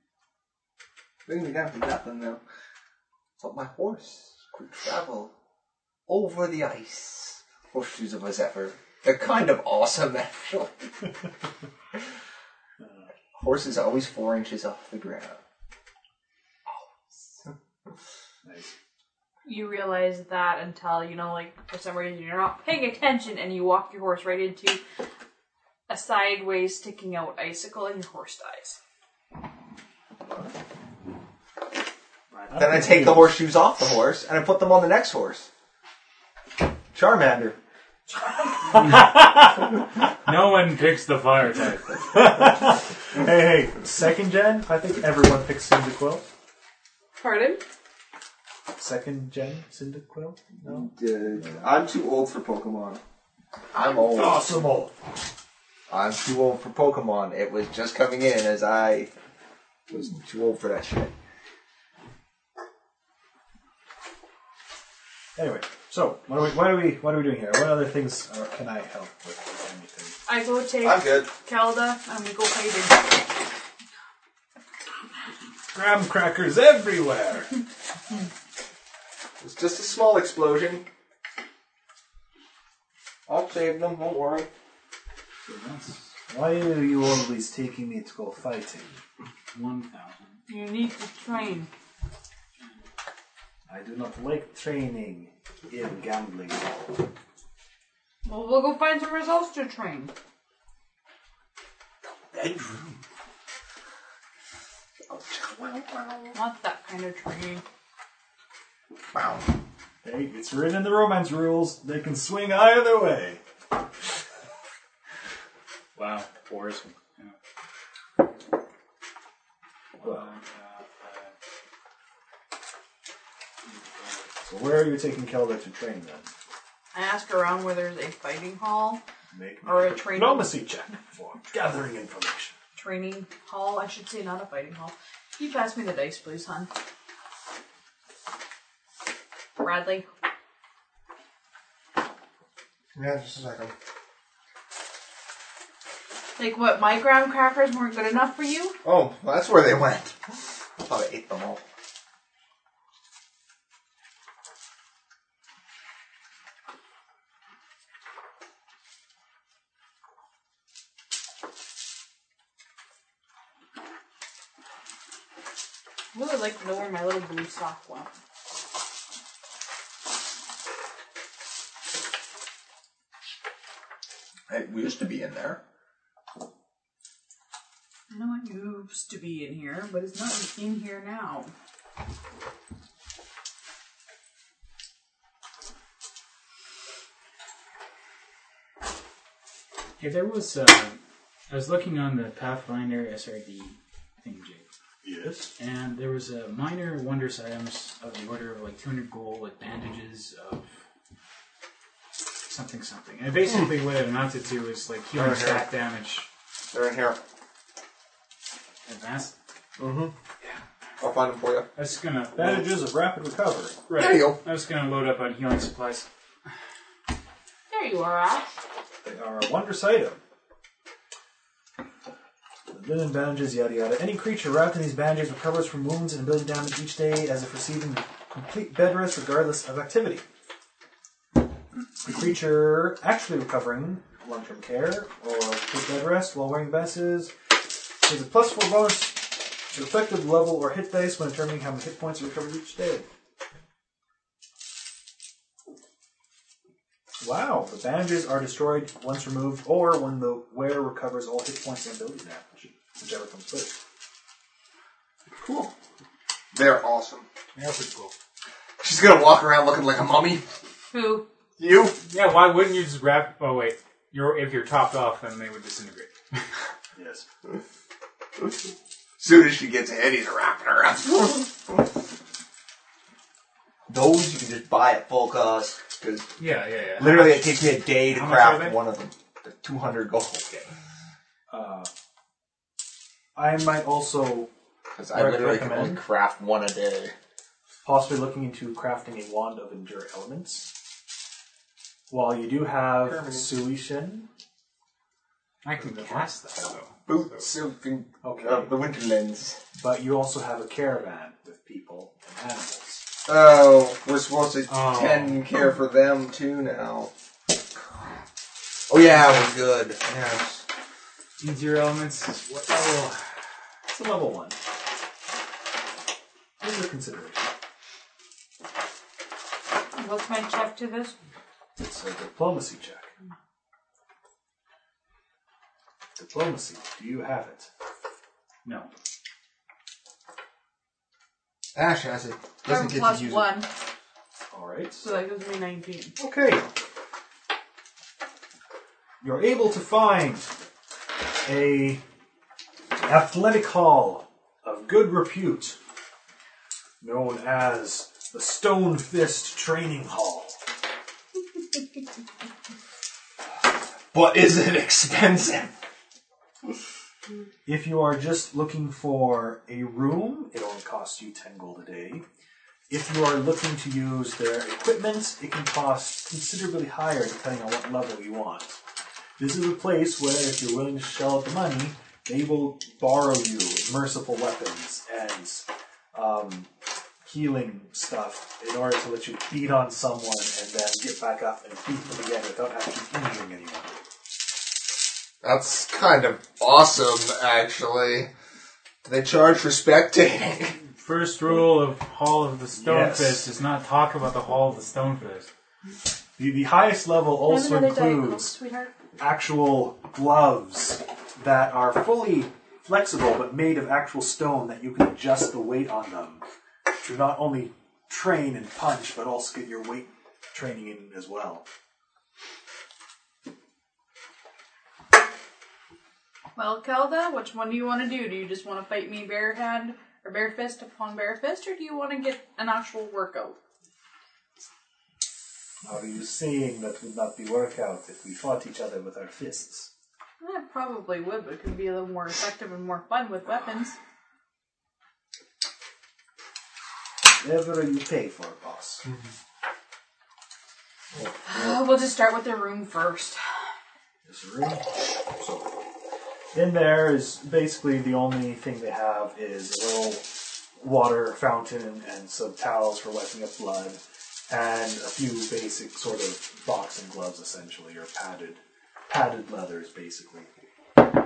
Bring me down to nothing now. But my horse could travel over the ice. Horseshoes of a zephyr. They're kind of awesome, [LAUGHS] actually. horse is always four inches off the ground. Nice. You realize that until, you know, like for some reason you're not paying attention and you walk your horse right into a sideways sticking out icicle and your horse dies. Then I take the horseshoes off the horse and I put them on the next horse. Charmander. No one picks the fire type. [LAUGHS] Hey, hey, second gen? I think everyone picks Cyndaquil. Pardon? Second gen Cyndaquil? No? Dude, I'm too old for Pokemon. I'm old. Oh, Possible. I'm too old for Pokemon. It was just coming in as I was too old for that shit. Anyway, so what are we what are we what are we doing here? What other things are, can I help with or anything? I go take I'm good. Calda and we go fighting. Graham crackers everywhere. It's just a small explosion. I'll save them, don't worry. Why are you always taking me to go fighting? One thousand. You need to train. I do not like training in gambling. Well, we'll go find some results to train. Not that kind of training. Hey, it's written in the romance rules. They can swing either way. Wow, fours. Yeah. One, So where are you taking Kelda to train then? I ask around where there's a fighting hall Make me or a training diplomacy check for gathering information. training hall. I should say not a fighting hall. Can you pass me the dice, please, hon? Bradley. Yeah, just a second. Like what, my graham crackers weren't good enough for you? Oh, well, that's where they went. I thought I ate them all. I really like to know where my little blue sock went. It used to be in there. I know it used to be in here, but it's not in here now. Hey, there was. Uh, I was looking on the Pathfinder SRD thing, Jake. Yes. and there was a minor wondrous items of the order of like 200 gold, like bandages of something something. And basically, what it amounted to is like healing Right here. stack damage. They're in here. Advanced. I'll find them for you. I was gonna. Bandages of rapid recovery. right. There you go. I was gonna load up on healing supplies. There you are, Ash. They are a wondrous item. The linen bandages, yada yada. Any creature wrapped in these bandages recovers from wounds and ability damage each day as if receiving complete bed rest regardless of activity. The creature actually recovering long term care or complete bed rest while wearing bandages is a plus four bonus to effective level or hit dice when determining how many hit points are recovered each day. Wow, the bandages are destroyed once removed or when the wearer recovers all hit points and ability damage, whichever comes first. Cool. They're awesome. Yeah, pretty cool. She's gonna walk around looking like a mummy. Who? You? Yeah, why wouldn't you just wrap? Oh wait, you're if you're topped off, then they would disintegrate. Yes. Soon as she gets ahead, he's wrapping her up. Those you can just buy at full cost. 'cause Yeah, yeah, yeah. literally, it takes me a day to How much are craft they? one of them. They're 200 gold. Uh, I might also Because I literally can Recommend? only craft one a day. possibly looking into crafting a wand of endure elements. While you do have Suishin, I can cast that though. Boots of the, Okay. of the Winterlands. But you also have a caravan with people and animals. Oh, we're supposed to Oh. tend and care for them too now. Oh yeah, we're good. Yes. Easier elements is what level? It's a level one. This is a consideration. What's my check to this? It's a diplomacy check. Diplomacy. Do you have it? No. Ash has it. Seven Doesn't get plus to use one, All right. so that gives me 19. Okay. You're able to find a athletic hall of good repute known as the Stone Fist Training Hall. But is it expensive? If you are just looking for a room, it only costs you 10 gold a day. If you are looking to use their equipment, it can cost considerably higher depending on what level you want. This is a place where, if you're willing to shell out the money, they will borrow you merciful weapons and um, healing stuff in order to let you beat on someone and then get back up and beat them again without actually injuring anyone. That's kind of awesome, actually. They charge for spectating. First rule of Hall of the Stone Yes. Fist is not talk about the Hall of the Stone Fist. The, the highest level also includes sweetheart. actual gloves that are fully flexible but made of actual stone that you can adjust the weight on them to not only train and punch but also get your weight training in as well. Well, Kelda, which one do you want to do? Do you just want to fight me bare hand or bare fist upon bare fist, or do you want to get an actual workout? Are you saying that would not be workout if we fought each other with our fists? I probably would, but it could be a little more effective and more fun with weapons. Whatever you pay for, boss. Uh, we'll just start with the room first. This room. So, in there is basically the only thing they have is a little water fountain and some towels for wiping up blood, and a few basic sort of boxing gloves, essentially, or padded padded leathers, basically. The,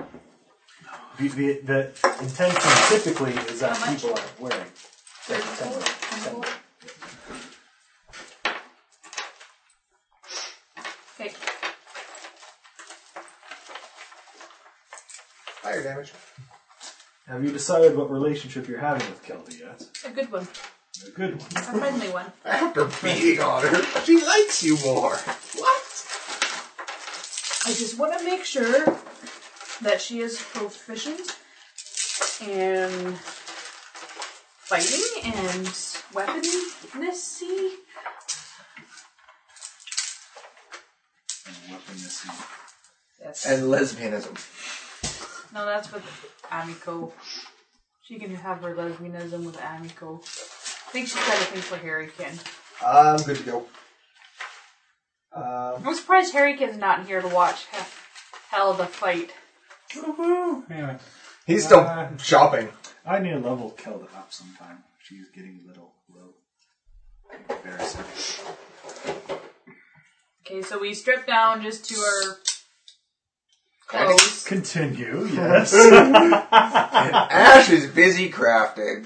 the, the intention typically is that How much? people aren't wearing. Ten- ten- ten- Okay. Fire damage. Have you decided what relationship you're having with Kelda yet? A good one. A good one. A friendly one. After beating on her, she likes you more. What? I just want to make sure that she is proficient in fighting and weaponnessy. And weapon this Yes. And lesbianism. no, that's with Amico. She can have her lesbianism with Amico. I think she's got a thing for Harry Kin. I'm good to go. I'm surprised Harry Kin's not here to watch he- Hell the fight. Anyway, He's still [LAUGHS] Uh, shopping. I need to level Kelda up sometime. She's getting a little low. Embarrassing. Okay, so we strip down just to our clothes. [LAUGHS] Continue, yes. Ash is busy crafting.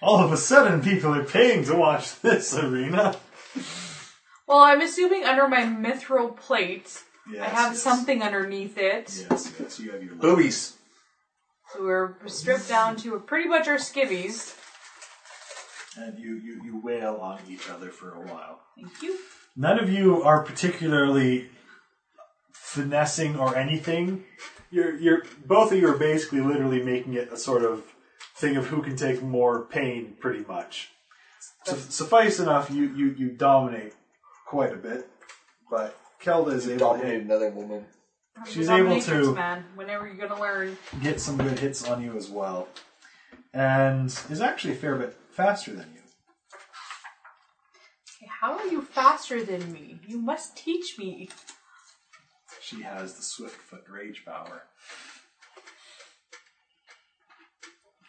All of a sudden, people are paying to watch this arena. Well, I'm assuming under my mithril plate, Yes, I have yes. something underneath it. Yes, yes, you have your level. Boobies. So we're stripped down to pretty much our skivvies. And you, you, you wail on each other for a while. Thank you. None of you are particularly finessing or anything. You're, you're, both of you are basically literally making it a sort of thing of who can take more pain, pretty much. Su- suffice enough, you, you, you dominate quite a bit, but Kelda is able Dominated to another woman. I'm She's the able dominatrix, to- Man, whenever you're gonna learn. get some good hits on you as well, and is actually a fair bit faster than you. Okay, how are you faster than me? You must teach me. She has the swift foot rage power.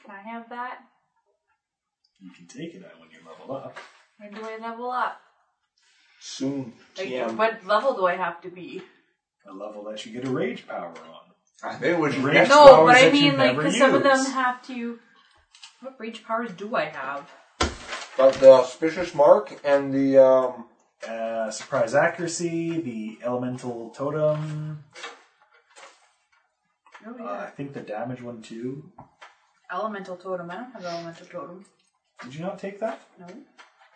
Can I have that? You can take it out when you level up. When do I level up? Soon. Like, TM. What level do I have to be? A level that you get a rage power on. They would Rage no, powers but I that you mean, like, never because some of them use. have to. What rage powers do I have? But the auspicious mark and the um, Uh, surprise accuracy, the elemental totem. Oh, yeah. Uh, I think the damage one too. elemental totem. I don't have elemental totem. Did you not take that? No.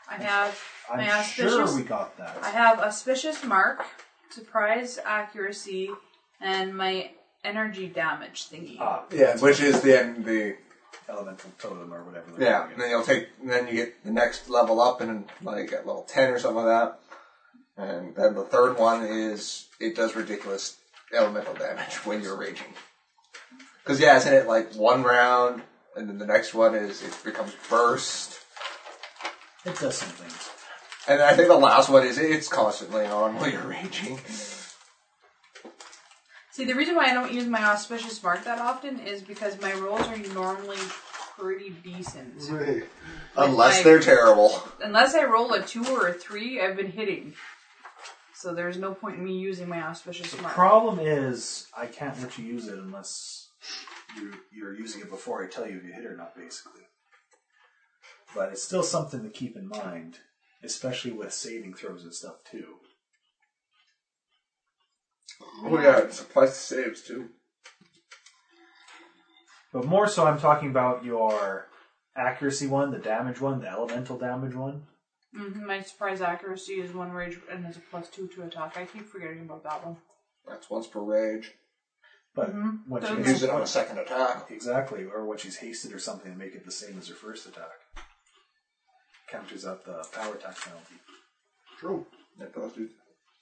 I have. I'm My auspicious- sure we got that. I have auspicious mark, surprise accuracy, and my energy damage thingy. ah, Yeah, which is then the elemental totem or whatever. they're yeah. calling And it. then you'll take, and then you get the next level up, and like at level ten or something like that. And then the third one is it does ridiculous elemental damage when you're raging. Because yeah, isn't it like one round, and then the next one is it becomes burst, It does some things. and I think the last one is it's constantly on while you're raging. See, the reason why I don't use my auspicious mark that often is because my rolls are normally pretty decent. Unless they're terrible. Unless I roll a two or a three, I've been hitting. So there's no point in me using my auspicious The mark. problem is, I can't let you use it unless you, you're using it before I tell you if you hit or not, basically. But it's still something to keep in mind, especially with saving throws and stuff too. Oh yeah, it applies to saves too. But more so, I'm talking about your accuracy one, the damage one, the elemental damage one. hmm my surprise accuracy is one rage and is a plus two to attack. I keep forgetting about that one. That's once per rage. But Mhm. once Those you are- get Use it on a second attack. exactly, or when she's hasted or something, make it the same as her first attack. Counters out the power attack penalty. True. It does do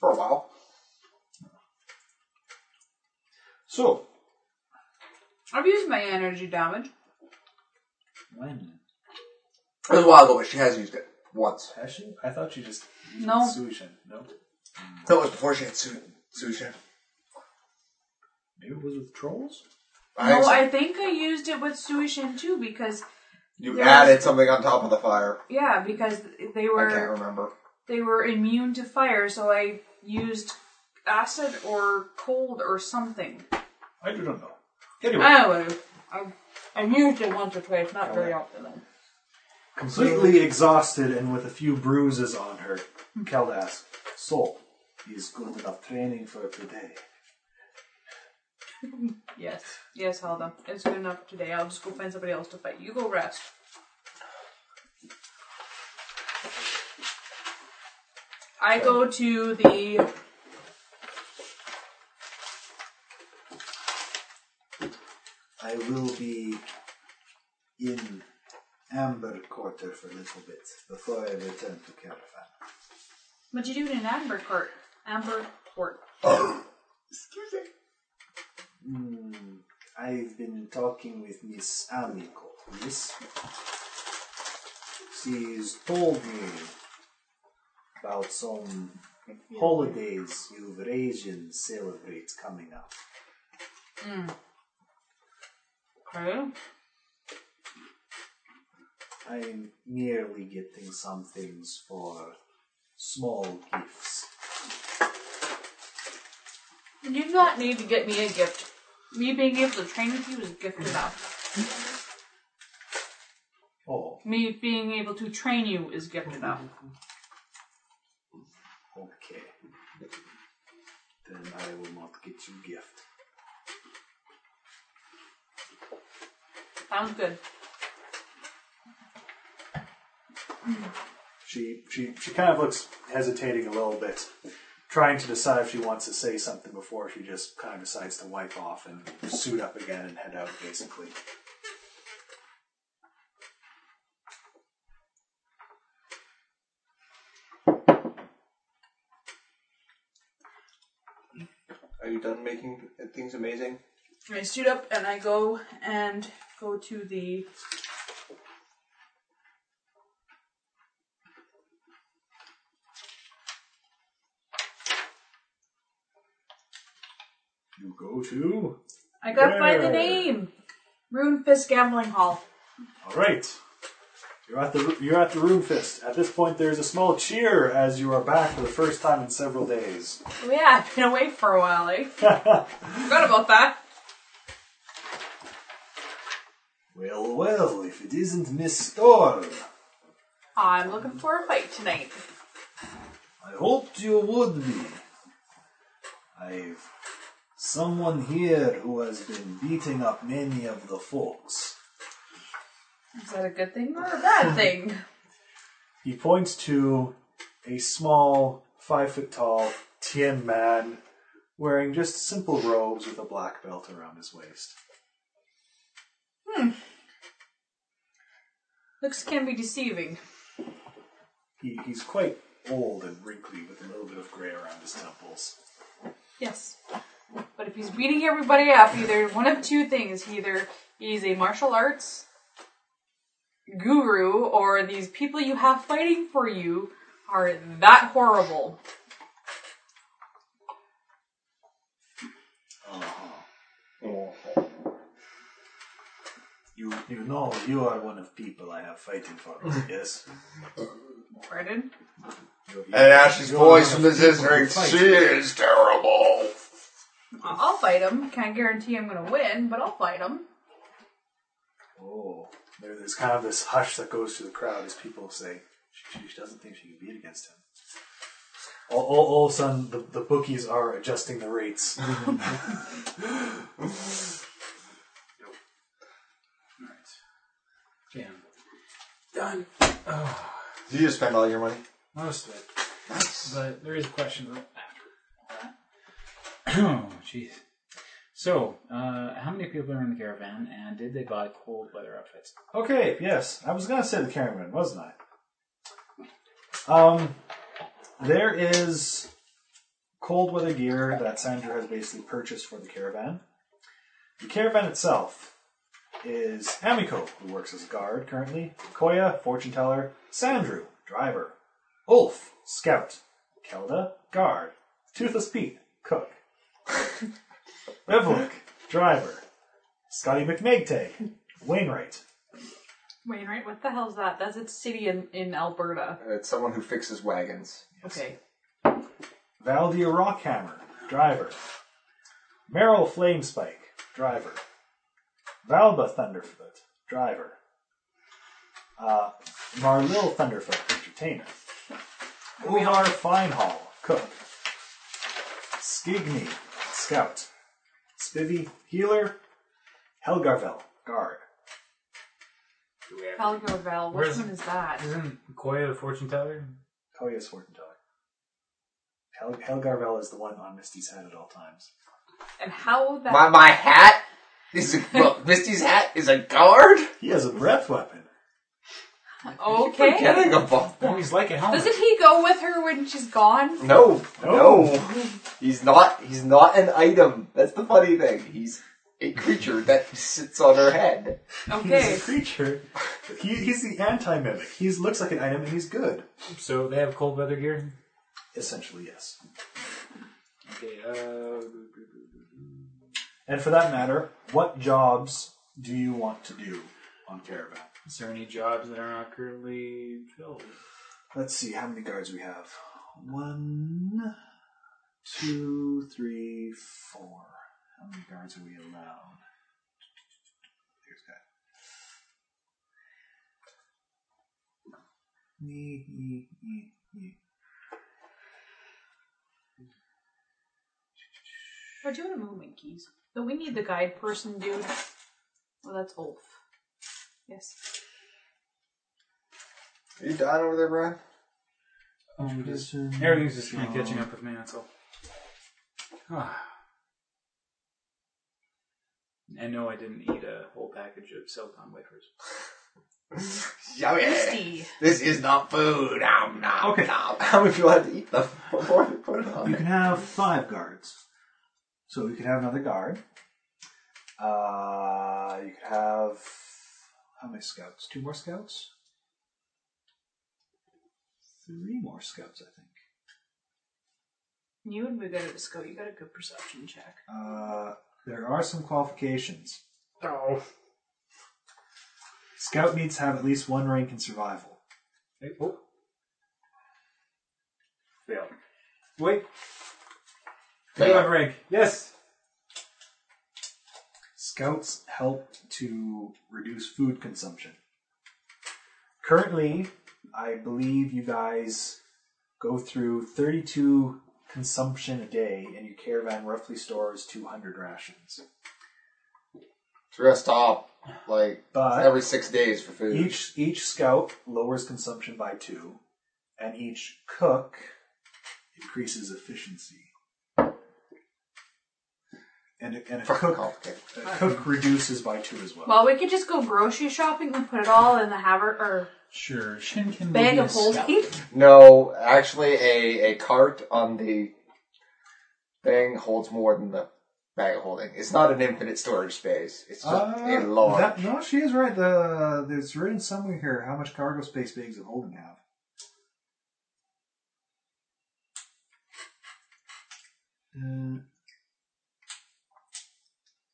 for a while. So I've used my energy damage. when It was a while ago, but she has used it once. has she? I thought she just used No. Suishin. No, No, it was before she had Su- Sushin. maybe it was with trolls. I no, think so. I think I used it with Suishin too because you there added something on top of the fire. yeah, because they I can't were remember. they were immune to fire, so I used acid or cold or something. I do not know. Anyway, Anyway, Oh, I I used it once or twice, not very often. though. Completely exhausted and with a few bruises on her, Keldas. So, is good enough training for today. Yes, yes, Helda. It's good enough today. I'll just go find somebody else to fight. You go rest. I go to the. I will be in Amber Quarter for a little bit before I return to Caravan. What'd you do in Amber Court? Amber Court. Hmm, I've been talking with Miss Amico. Yes? She's told me about some holidays Eurasians celebrate coming up. Okay. I'm merely getting some things for small gifts. You do not need to get me a gift. Me being able to train with you is gift enough. Oh, Me being able to train you is gift enough. okay. Then I will not get you gift. Sounds good. She she she kind of looks hesitating a little bit, trying to decide if she wants to say something before she just kind of decides to wipe off and suit up again and head out basically. Are you done making things amazing? I suit up and I go and go to the. You go to. I gotta find the Where? name. Rune Fist Gambling Hall. All right. You're at the you're at the room fist. At this point, there is a small cheer as you are back for the first time in [LAUGHS] several days. Oh, yeah, I've been away for a while, eh? Forgot about that. Well, well, if it isn't Miss Storm, I'm looking for a fight tonight. I hoped you would be. I've someone here who has been beating up many of the folks. Is that a good thing or a bad thing? He points to a small, five foot tall Tien man wearing just simple robes with a black belt around his waist. Looks can be deceiving. He, he's quite old and wrinkly with a little bit of gray around his temples. Yes. But if he's beating everybody up, either one of two things. He Either he's a martial arts guru, or these people you have fighting for you are that horrible. You you know you are one of people I have fighting for, yes? Pardon? And Ash's voice from the district. She is terrible. I- I'll fight him. Can't guarantee I'm gonna win, but I'll fight him. Oh, there, there's kind of this hush that goes through the crowd as people say, she, she doesn't think she can beat against him. All, all, all of a sudden, the, the bookies are adjusting the rates. Damn. Did you just spend all your money? Most of it. But there is a question right after all that. oh, [CLEARS THROAT] jeez. So, uh, how many people are in the caravan, and did they buy cold weather outfits? okay, yes, I was going to say the cameraman, wasn't I? Um, there is cold weather gear that Sandra has basically purchased for the caravan. The caravan itself is Amico, who works as a guard currently, Koya, fortune teller, Sandru, driver, Ulf, scout, Kelda, guard, Toothless Pete, cook, Bevelick, driver, Scotty McNagtay, Wainwright, Wainwright, what the hell's that? That's a city in, in Alberta. Uh, It's someone who fixes wagons. Okay. Valdia Rockhammer, driver, Merrill Flamespike, driver, Valba Thunderfoot, driver, uh, Marlil Thunderfoot, entertainer, Uvar Finehall, cook, Skigny, scout, Spivvy, healer, Helgarvel, guard. Do we have- Palgovel, which Where's- one is that? Isn't Koya the fortune teller? Koya's fortune teller. Hel- Helgarvel is the one on Misty's head at all times. And how that My my hat is a, well, Misty's hat is a guard. He has a breath weapon. Okay. Getting a ball. Oh, he's like a helmet. Doesn't he go with her when she's gone? No, Oh. no, he's not. He's not an item. That's the funny thing. He's a creature that sits on her head. Okay. He's a creature. He, he's the anti-mimic. He looks like an item and he's good. So they have cold weather gear? Essentially, yes. Okay, uh. And for that matter, what jobs do you want to do on Caravan? Is there any jobs that are not currently filled? Let's see, how many guards we have? One, two, three, four. How many guards are we allowed? There's that. Nee, nee, nee, nee. We're doing a movement, keys. But we need the guide person, dude. Well, that's Ulf. Yes. Are you dying over there, Brian? Um, just, everything's just kind of catching up with me, that's all. Ah. and no, I didn't eat a whole package of silicon wafers. Yummy. Misty. This is not food. Nom, nom, okay. nom. [LAUGHS] How many people had to eat them before they put it on? You can have five guards. So you can have another guard. Uh, you could have how many scouts? Two more scouts? Three more scouts, I think. You would be good at a scope. You got a good perception check. Uh, there are some qualifications. Oh. Scout needs to have at least one rank in survival. oh. Fail. Wait. Fail. Fail. on rank. Yes. Scouts help to reduce food consumption. Currently, I believe you guys go through 32 consumption a day, and your caravan roughly stores 200 rations. Dressed up like But- every six days for food. Each each scout lowers consumption by two, and each cook increases efficiency. And a, and [LAUGHS] a Fucking cook complicated. a cook reduces by two as well. Well, we could just go grocery shopping and put it all in the haver or Sure. Shinken bag of [LAUGHS] holding. No, actually, a, a cart on the thing holds more than the bag of holding. It's not an infinite storage space. It's just Uh, a large. that- no, she is right. The there's written somewhere here how much cargo space bags of holding have. Mm.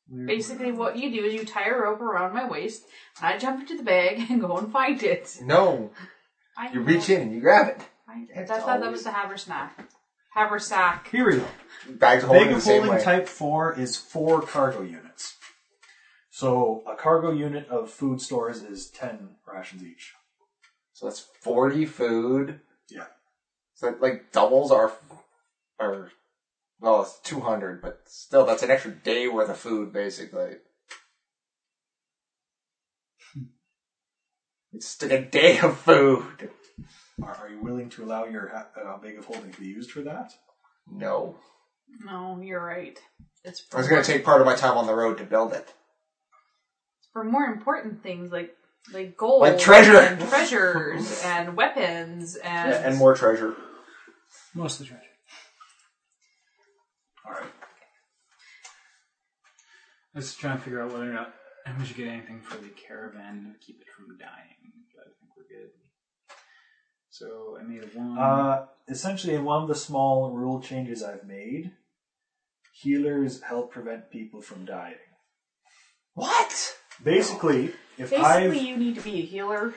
Where- Basically, what you do is you tie a rope around my waist, and I jump into the bag and go and find it. No, I you know. reach in and you grab it. I, I It's thought that was always- the haversack. Haversack. Here we go. Bags of holding Bag the of same holding way. type four is four cargo units. So a cargo unit of food stores is ten rations each. so that's forty food. Yeah. So that like doubles our our. Well, it's two hundred, but still, that's an extra day worth of food, [LAUGHS] basically. It's still a day of food. Are, are you willing to allow your ha- uh, bag of holding to be used for that? No. No, you're right. It's I for, was going to take part of my time on the road to build it. for more important things like like gold, Like treasure. and treasures, and weapons, and and more treasure. Most of the treasure. All right. I was trying to figure out whether or not we should get anything for the caravan to keep it from dying, but I think we're good. So I made one. Uh, essentially, in one of the small rule changes I've made, healers help prevent people from dying. What? Basically, if basically I've you need to be a healer.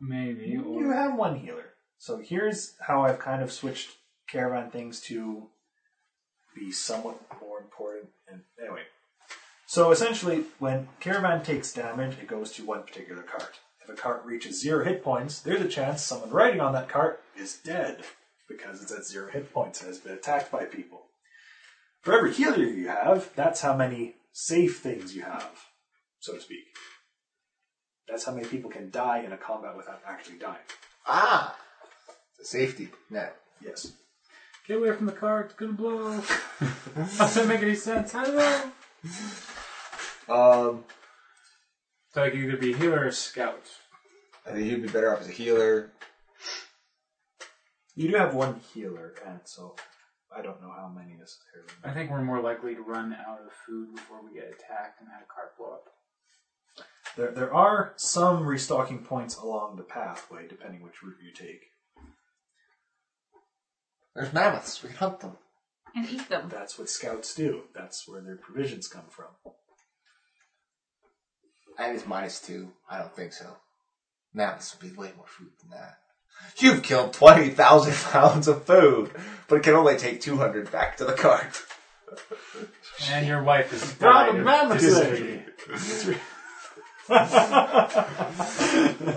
maybe. Or, you have one healer, so here's how I've kind of switched caravan things to be somewhat more important. And anyway, so essentially, when caravan takes damage, it goes to one particular cart. If a cart reaches zero hit points, there's a chance someone riding on that cart is dead because it's at zero hit points and has been attacked by people. For every healer you have, that's how many safe things you have, so to speak. That's how many people can die in a combat without actually dying. Ah, the safety net. Yes. Get away from the car, it's gonna blow. [LAUGHS] Doesn't make any sense. I don't know. Um, So I can either be a healer or a scout. I think you'd be better off as a healer. You do have one healer, and so I don't know how many necessarily. I think we're more likely to run out of food before we get attacked and have a cart blow up. There, there are some restocking points along the pathway, depending which route you take. There's mammoths. We can hunt them. and eat them. That's what scouts do. That's where their provisions come from. And it's minus two. I don't think so. Mammoths would be way more food than that. You've killed 20,000 [LAUGHS] pounds of food, but it can only take 200 back to the cart. And your wife is Not a died of mammoth dysentery.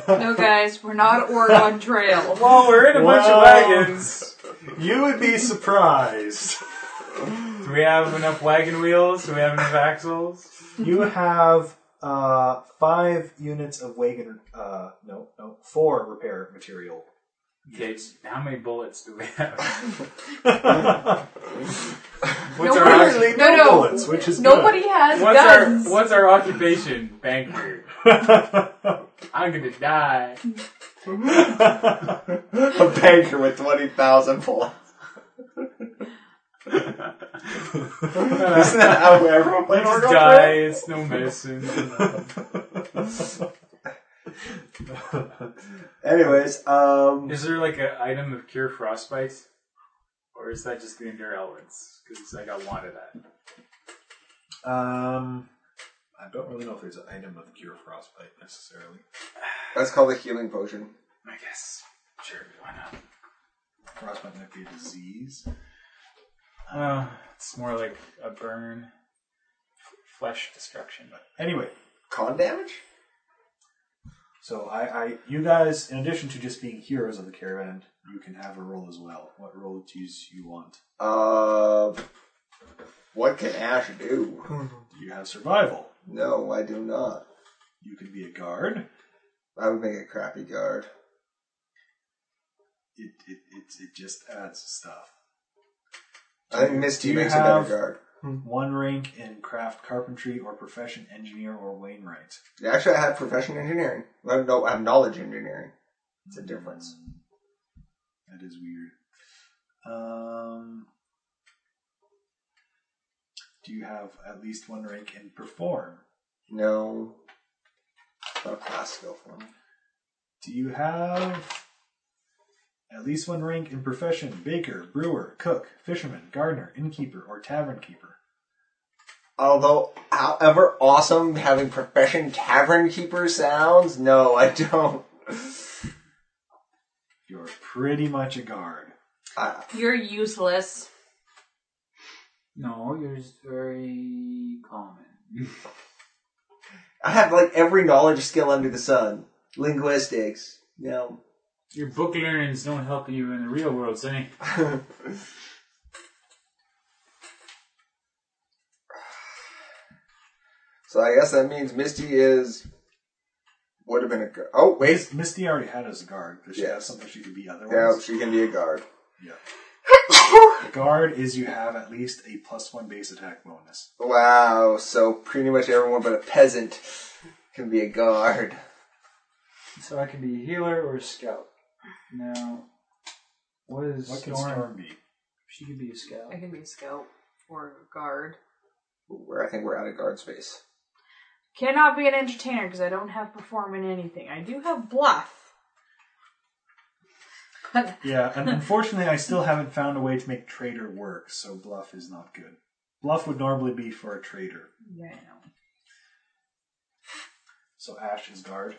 No, guys, we're not Oregon Trail. Well, we're in a bunch of Well- wagons. You would be surprised. Do we have enough wagon wheels? Do we have enough axles? you have uh, five units of wagon. Uh, no, no, four repair material. Okay, how many bullets do we [LAUGHS] have? No, What's we're- our Apparently No, no. bullets, which is Nobody has what's guns. our what's our occupation, banker? good. [LAUGHS] I'm gonna die. A banker with 20,000 pulls. [LAUGHS] Isn't that how everyone You plays just Oregon die. Trail? It's no medicine. Anyways, um, um, Is there like an item of cure frostbite? Or Or is that just the endurance? Because I got one of that. [LAUGHS] Um, I don't really know if there's an item of cure frostbite necessarily. That's called a healing potion. I guess. Sure, why not? Frostbite might be a disease. Uh, it's more like a burn, flesh destruction. Anyway, Con damage? so I, I, you guys, in addition to just being heroes of the caravan, you can have a role as well. What role do you want? Uh, what can Ash do? Do you have survival? No, I do not. You could be a guard. I would make a crappy guard. It it it, it just adds stuff. I think Misty do you makes a have- better guard. One rank in craft carpentry or profession engineer or Wainwright. Actually, I have profession engineering. No, no, I have knowledge engineering. It's a difference. That is weird. Um, do you have at least one rank in perform? No. Not a classical form. Do you have at least one rank in profession baker, brewer, cook, fisherman, gardener, innkeeper, or tavern keeper? Although, however awesome having profession tavern keeper sounds, no, I don't. You're pretty much a guard. I, You're useless. No, yours is very common. [LAUGHS] I have like every knowledge skill under the sun. Linguistics. No. Your book learnings don't help you in the real world, Sonny. So I guess that means Misty is. Would have been a. gu- Oh, wait. Mis- Misty already had as a guard, but she Yeah. has something she could be Yeah, otherwise. she can be a guard. The guard is you have at least a plus one base attack bonus. Wow, so pretty much everyone but a peasant can be a guard. So I can be a healer or a scout. Now, what is What can Storm? Storm be? She could be a scout. I can be a scout or a guard. Where I think we're out of guard space. Cannot be an entertainer because I don't have perform in anything. I do have bluff. [LAUGHS] Yeah, and unfortunately, I still haven't found a way to make trader work, so bluff is not good. Bluff would normally be for a trader. Yeah, I know. So Ash is guard.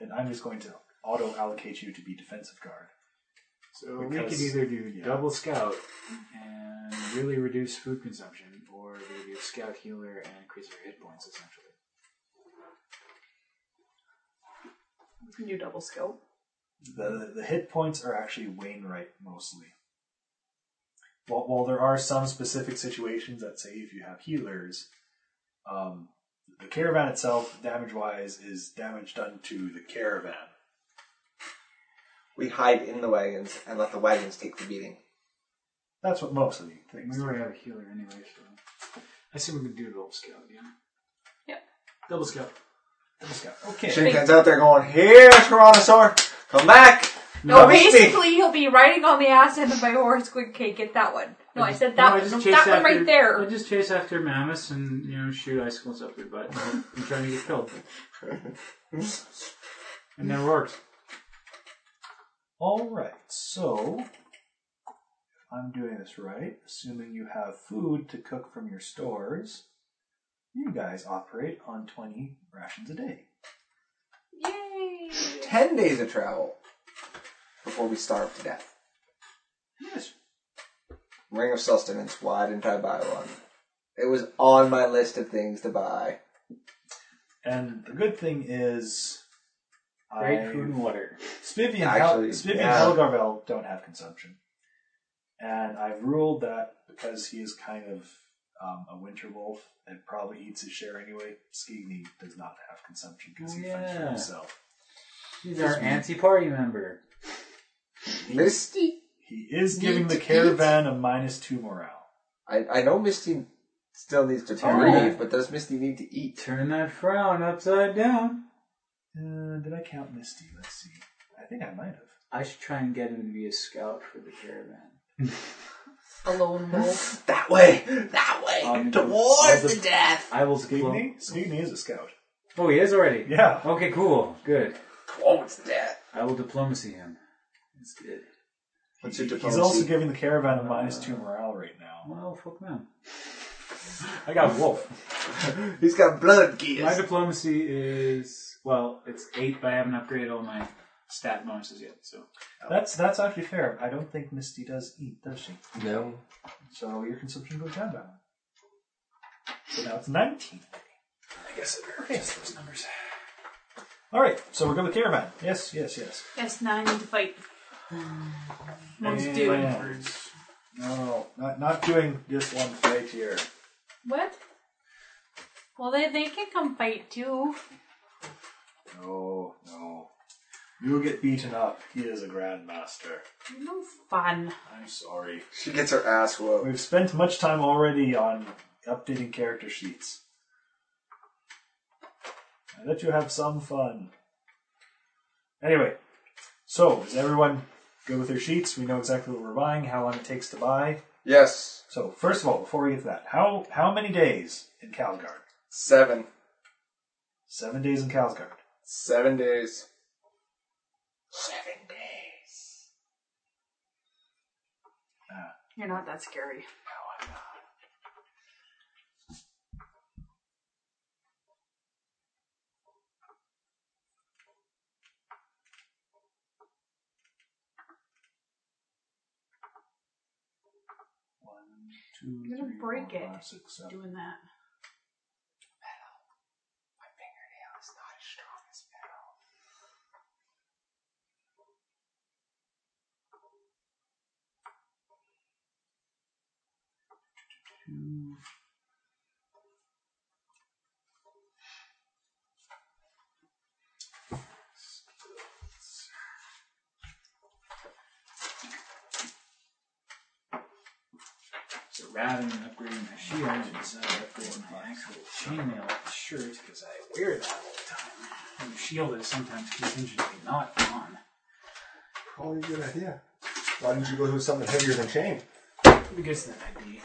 And I'm just going to auto allocate you to be defensive guard. So we Because- could either do yeah. double scout and really reduce food consumption, or we could do scout healer and increase our hit points essentially. We can do double scope. The, the hit points are actually Wainwright mostly. While, while there are some specific situations that say if you have healers, um, the caravan itself, damage wise, is damage done to the caravan. We hide in the wagons and let the wagons take the beating. That's what most of you think. We already have a healer anyway, so I see we could do double scout. Yeah. Yep. Double scout. Okay. Shinkan's out there going, Here, Tyrannosaur, come back! No, Not me." basically he'll be riding on the ass end of my horse. Quick, okay, get that one. No, I said that No, one. just No, chase that one after- right I there. just chase after mammoths and you know shoot icicles up their butt. I'm trying to get killed. and that works. All right, so if I'm doing this right, assuming you have food to cook from your stores, you guys operate on 20 rations a day. Yay! Ten days of travel before we starve to death. Yes. Ring of Sustenance, why didn't I buy one? It was on my list of things to buy. And the good thing is, Great I've- food and water. Spivvy and, Actually, Hel- Spivvy yeah. and Helgarvel don't have consumption. And I've ruled that because he is kind of um, a winter wolf and probably eats his share anyway, Skigney does not have consumption because he fends Oh, for Yeah. himself. He's our anti-party member. Misty? He is giving Neat the to eat. caravan a minus two morale. I, I know Misty still needs to Oh. breathe, but does Misty need to eat? Turn that frown upside down. Uh, did I count Misty? Let's see. I think I might have. I should try and get him to be a scout for the caravan. A lone wolf. That way! That way! Um, towards I'll the just- death! I will Skigney? Skigney is a scout. Oh, he is already. Yeah. Okay, cool. Good. Towards the death! I will diplomacy him. That's good. What's your He's diplomacy? also giving the caravan a minus two Uh, morale right now. Well, fuck man. I got wolf. [LAUGHS] He's got blood My gears. diplomacy is well, it's eight, but I haven't upgraded all my stat bonuses yet. So That's that's actually fair. I don't think Misty does eat, does she? No. So your consumption goes down by one. So now it's 19. I guess it verifies those numbers. All right, so we're going with caravan. Yes, yes, yes. Yes, nine to fight. Most And- do. No, not not doing this one fight here. What? Well, they, they can come fight too. No, no. You'll get beaten up. He is a grandmaster. No fun. I'm sorry. She gets her ass whooped. We've spent much time already on updating character sheets. I let you have some fun. Anyway, so is everyone good with their sheets? We know exactly what we're buying, how long it takes to buy. Yes. So first of all, before we get to that, how how many days in Calgard? Seven. Seven days in Calgard. Seven days. You're not that scary. One, two, You're gonna three, break four, it. five, six, seven. Doing that. So rather than upgrading my shield, I decided to upgrade my actual chainmail shirt because I wear that all the time. And the shield is sometimes contingently not on. Probably a good idea. Why didn't you go with something heavier than chain? Because then I'd be.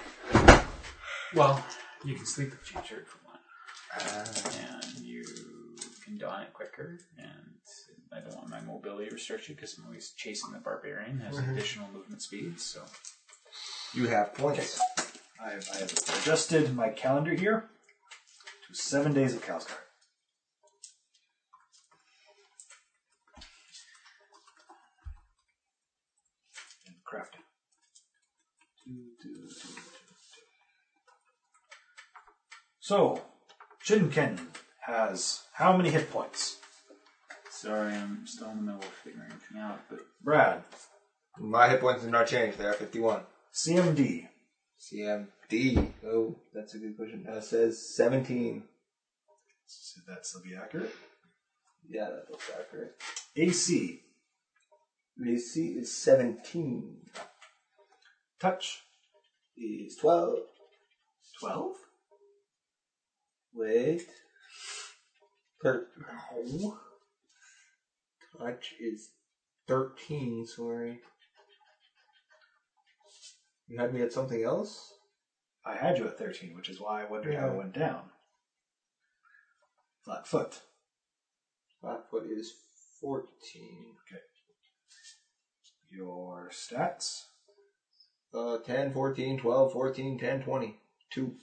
Well, you can sleep with a chain shirt for one. And you can don it quicker. And I don't want my mobility restricted because I'm always chasing the barbarian, has additional movement speed, so. You have points. I've, I've adjusted my calendar here to seven days of Calscar. And crafting. So, Shinken has how many hit points? Sorry, I'm still in the middle of figuring everything out, but Brad, My hit points did not change. They are 51. CMD, CMD. Oh, that's a good question. Uh, says 17. so that's will be accurate. Yeah, that looks accurate. AC, Lucy is 17. touch, Is 12. 12? Wait. Thir- no. Touch is 13, sorry. You had me at something else? I had you at 13, which is why I wondered how Oh, it went down. Flat foot. Flatfoot is 14. Your stats. Uh, 10, 14, 12, 14, 10, 20. 2.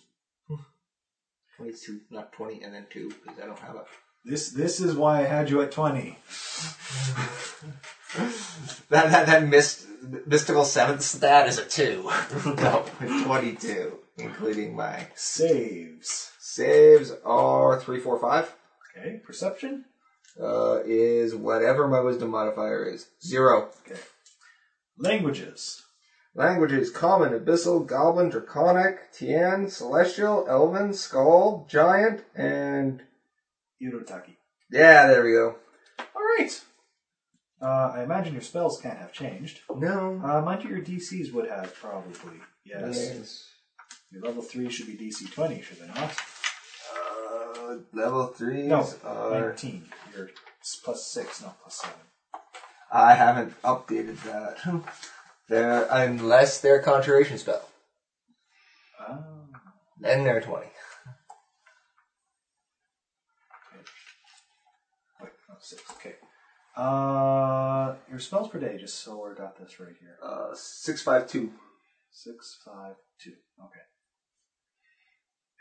[LAUGHS] 22, not 20, and then 2, because I don't have a. This this is why I had you at 20. That that, that myst- mystical seventh stat is a two. [LAUGHS] no, 22, including my. Saves. Saves are 3, 4, 5. Okay, perception. Uh, is whatever my wisdom modifier is. Zero. Languages. Languages common, abyssal, goblin, draconic, Tien, celestial, elven, skull, giant, and Irotaki. yeah, there we go. Alright. Uh, I imagine your spells can't have changed. No. Uh, mind you, your DCs would have probably. Yes. Your level 3 should be DC 20, should they not? Uh, level threes No, are. 19. Your s- plus 6, not plus 7. I haven't updated that. they're, unless they're a conjuration spell, Ah. then they're twenty. Wait, not six. Okay. Uh, your spells per day, just so I got this right here. Uh, 652. Six, five, two. Okay.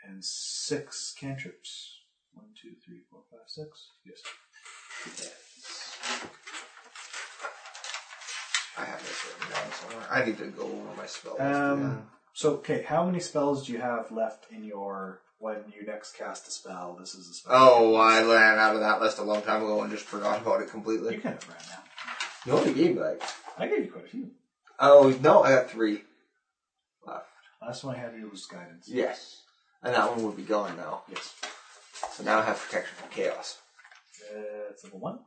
And six cantrips. One, two, three, four, five, six. Yes. I have this written down somewhere. I need to go over my spell list. Um, so, okay, how many spells do you have left in your when you next cast a spell? This is a spell. oh, I ran out of that list a long time ago and just forgot about it You completely. kind of ran out. You only gave me like. I gave you quite a few. Oh, no, I got three left. Last one I had you was guidance. Yes. And that one would be gone now. Yes. So now I have protection from chaos. Uh, it's level one.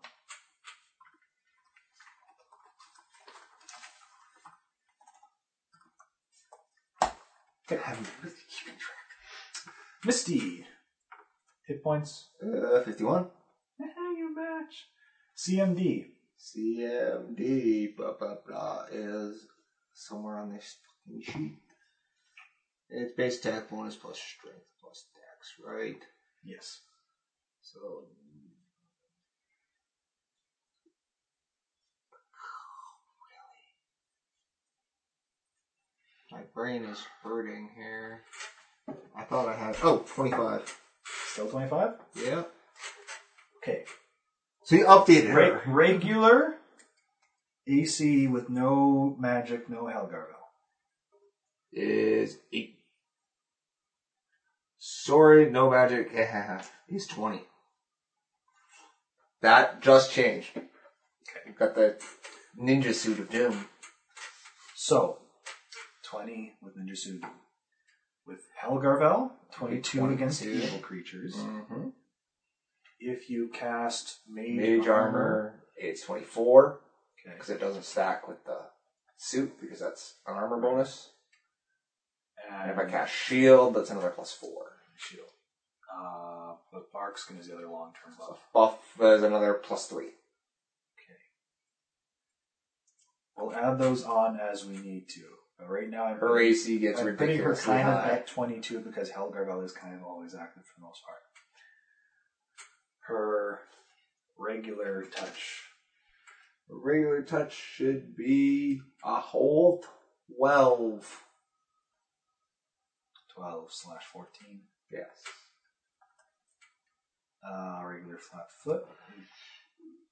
I'm really keeping track. Misty. Hit points. Uh, 51. you match. CMD. CMD, blah, blah, blah, is somewhere on this fucking sheet. It's base attack bonus plus strength plus dex, right? Yes. So. My brain is hurting here. I thought I had. Oh, 25. Still 25? Yeah. Okay. So you updated Re- her. regular AC with no magic, no hell gargoyle. Is 8. Sorry, no magic. [LAUGHS] He's 20. That just changed. You've got the ninja suit of doom. So, 20 with Ninja Suit. With Helgarvel, 22, 22. against evil creatures. Mm-hmm. If you cast Mage, Mage armor, it's 24. because Okay. it doesn't stack with the suit because that's an armor bonus. And if I cast shield, that's another plus four. Shield. Uh, but Barkskin is the other long term So buff. buff is another plus three. We'll add those on as we need to. But right now, I'm Her AC gets I'm putting her ridiculously kind of high. at 22 because Helgarvel is kind of always active for the most part. Her regular touch. Regular touch should be a whole twelve. 12 slash 14. Yes. Uh, regular flat foot.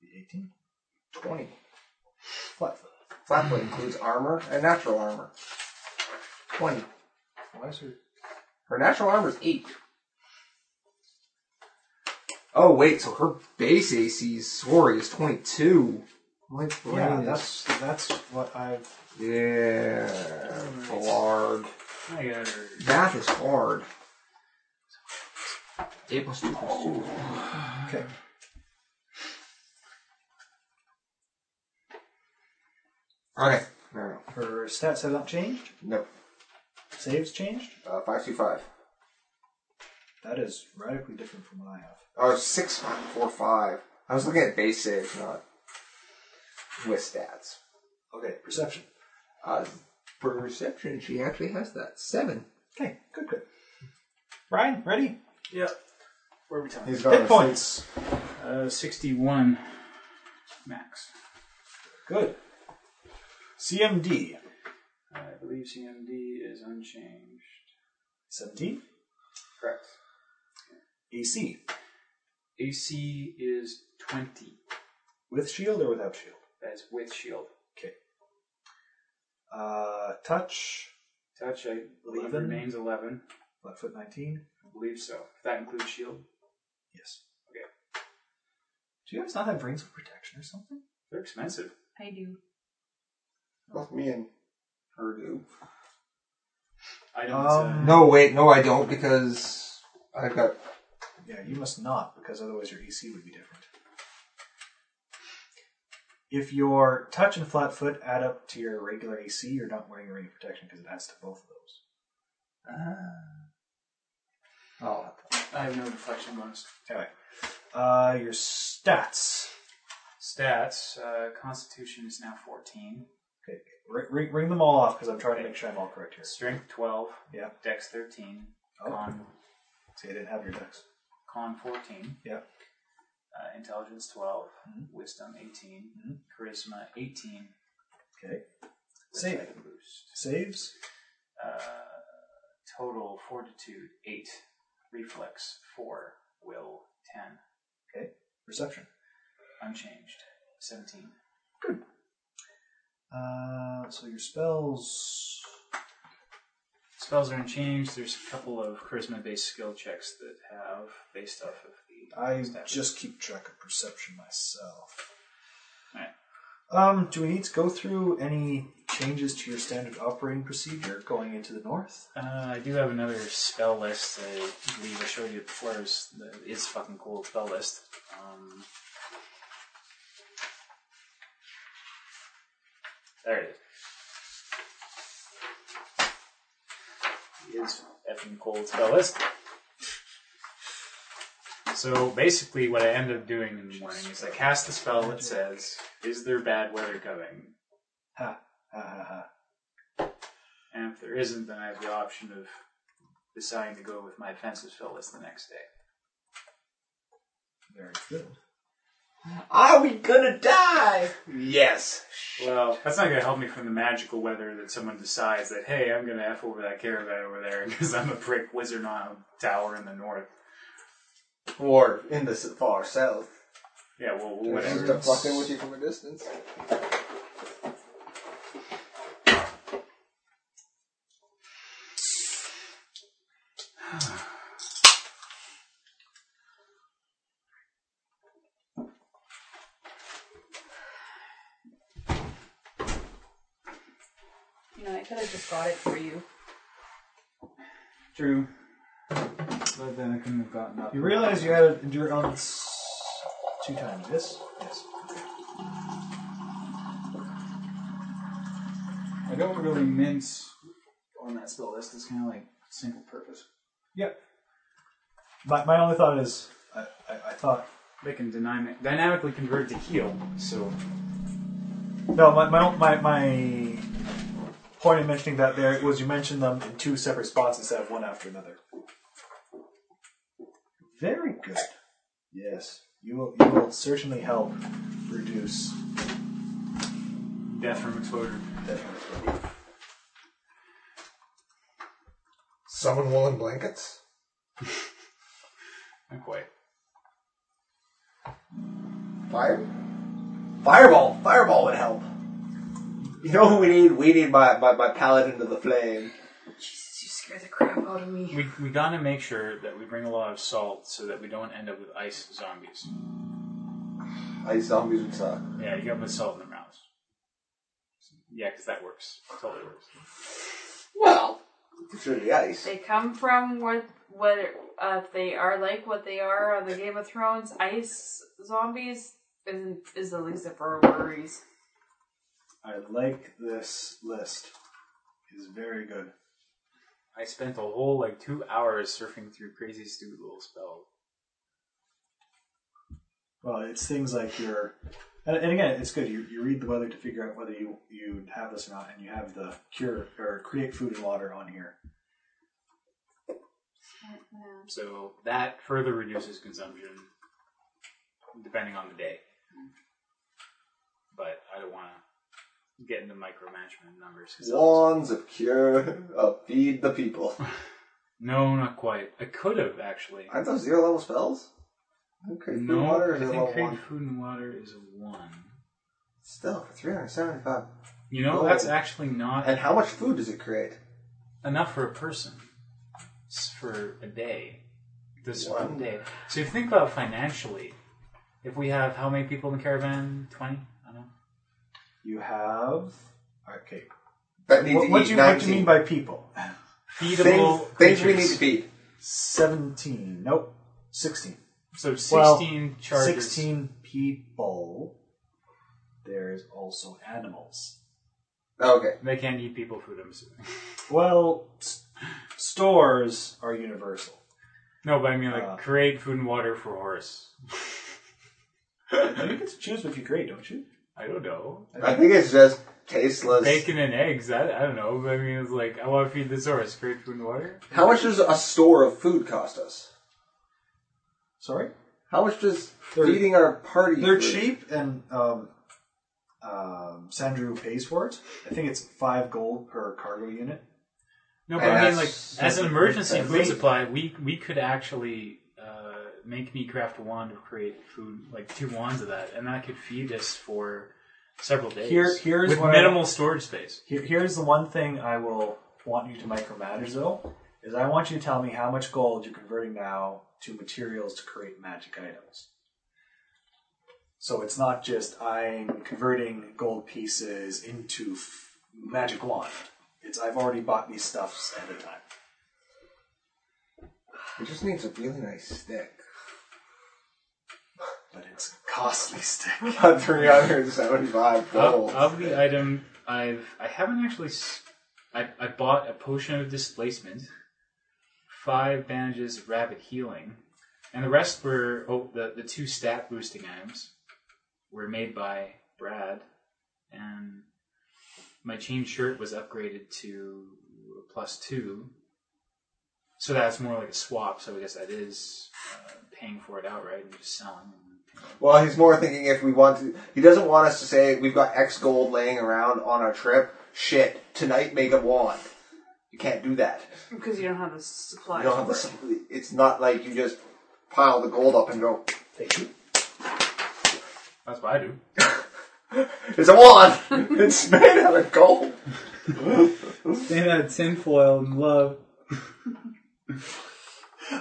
be 18. Twenty. Flat foot. Flatfoot includes armor and natural armor. Twenty. Why is her Her natural armor is eight. Oh wait, so her base AC, sorry, is twenty-two. My brain Yeah, is that's that's what I've. Yeah, hard. I got her. Math is hard. Eight plus two plus two. Okay. Okay. No, Her stats have not changed. no. Saves changed. Uh, five two five. That is radically different from what I have. Oh, six four five. I was looking at base saves, not with stats. Okay, perception. Uh, perception. She actually has that seven. Okay, good, good. Ryan, ready? Yep. Where are we time? He's Hit points. Uh, 61 max. Good. CMD. I believe CMD is unchanged. 17. Correct. AC. AC is 20. With shield or without shield? That's with shield. Okay. Uh, touch. Touch, I believe, 11? remains 11. Left foot 19. I believe so. That includes shield. Yes. Okay. Do you guys not have rings of protection or something? They're expensive. I do. Both me and her do. I don't. Um, No, wait, no, I don't because I've got Yeah, you must not, because otherwise your EC would be different. If your touch and flat foot add up to your regular AC, you're not wearing a ring of protection because it adds to both of those. oh uh, I have no deflection bonus. Anyway, uh, your stats. Stats. Uh, Constitution is now 14. Okay, ring, ring, ring them all off because I'm trying to make sure I'm all correct here. Strength 12. Yeah. Dex 13. Oh. Con, See, I didn't have your dex. con 14. Yeah. uh, intelligence 12, Mm-hmm. wisdom 18, charisma 18. Okay. which Save. I can boost. Saves. Uh, total fortitude 8, reflex 4, will 10, Okay. Perception. unchanged 17. Uh, so your spells. Spells are unchanged. There's a couple of charisma based skill checks that have based off of the. I stat. just keep track of perception myself. Alright. Um, do we need to go through any changes to your standard operating procedure going into the north? Uh, I do have another spell list. I believe I showed you it before. It was the is fucking cool spell list. Um, there it is. Is effing cold spell list. So basically, what I end up doing in the morning is I cast a spell that says, "Is there bad weather coming?" Ha ha ha. And if there isn't, then I have the option of deciding to go with my offensive spell list the next day. Very good. Are we gonna die? Yes. Well, that's not going to help me from the magical weather that someone decides that, hey, I'm going to F over that caravan over there [LAUGHS] because I'm a prick wizard on a tower in the north. Or in the s- far south. Yeah, well, Just whatever. to fuck in with you from a distance. You know, I could have just got it for you. True. But then I couldn't have gotten up. You realize you had to endure elements two times, yes? Yes. I don't really mince on that spell list. It's kind of like single purpose. Yep. My, my only thought is, I, I, I thought They can dynamic, dynamically convert to heal, so No, my, my, my, my point in mentioning that there was you mentioned them in two separate spots instead of one after another. Very good. Yes, you will, you will certainly help reduce death from exposure. that. Summon woolen blankets. Not quite. Fire. Fireball. Fireball would help. You know who we need? We need my, my, my paladin to the flame. Jesus, you scared the crap out of me. We, we gotta make sure that we bring a lot of salt so that we don't end up with ice zombies. Ice zombies would suck. Yeah, you gotta put salt in their mouths. Yeah, because that works. Totally works. Well, through the ice. They come from what, whether uh, if they are like what they are on the Game of Thrones ice zombies isn't is the least of our worries. I like this list. It's very good. I spent a whole like two hours surfing through crazy stupid little spells. Well, it's things like your, and, and again, it's good. You, you read the weather to figure out whether you you have this or not, and you have the cure or create food and water on here. So that further reduces consumption depending on the day. But I don't want to get into micromanagement numbers. 'cause that was- Wands of cure, of feed the people. No, not quite. I could have actually. Aren't those zero level spells? Okay, No, food water I is a think level create one. food and water is a one. Still, for 375. You know, Oh. that's actually not And how much food does it create? enough for a person. It's for a day. This one One. day. So if you think about it financially, if we have how many people in the caravan? 20? I don't know. You have okay. That needs What, to what eat do you, 19. what do you mean by people? Feedable things, things we creatures. need to feed? Seventeen. Nope. Sixteen. So 16 Well, charges. Sixteen people. There's also animals. Okay. They can't eat people food, I'm assuming. [LAUGHS] Well, s- stores are universal. No, but I mean, like, Uh. create food and water for horse. You get to choose what you create, don't you? I don't know. I think it's just tasteless. Bacon and eggs, I, I don't know. But I mean, it's like, I want to feed this horse. Create food and water? How much does a store of food cost us? Sorry. How much does They're- leading our party? They're group- cheap, and um, um, Sandru pays for it. I think it's five gold per cargo unit. No, but I mean, like, That's- as an emergency that's- food supply, we we could actually uh, make me craft a wand to create food, like two wands of that, and I could feed us for several days. Here- here's with what I- minimal storage space. Here, here's the one thing I will want you to micromanage though, is I want you to tell me how much gold you're converting now to materials to create magic items. So it's not just I'm converting gold pieces into f- magic wand. It's I've already bought these stuffs ahead of time. It just needs a really nice stick. [LAUGHS] But it's a costly stick. [LAUGHS] About three hundred seventy-five Uh, Of, gold. of the item, I've I haven't actually. s- I, I bought a potion of displacement, five bandages of rapid healing, and the rest were oh the the two stat boosting items were made by Brad, and my chain shirt was upgraded to a plus two. So that's more like a swap. So I guess that is uh, paying for it outright and just selling. Well, he's more thinking if we want to. He doesn't want us to say we've got X gold laying around on our trip. Shit, tonight make a wand. You can't do that. Because you don't have the supplies. You don't have the. It's not like you just pile the gold up and go. That's what I do. It's a wand. [LAUGHS] it's made out of gold. Made out of tinfoil and love.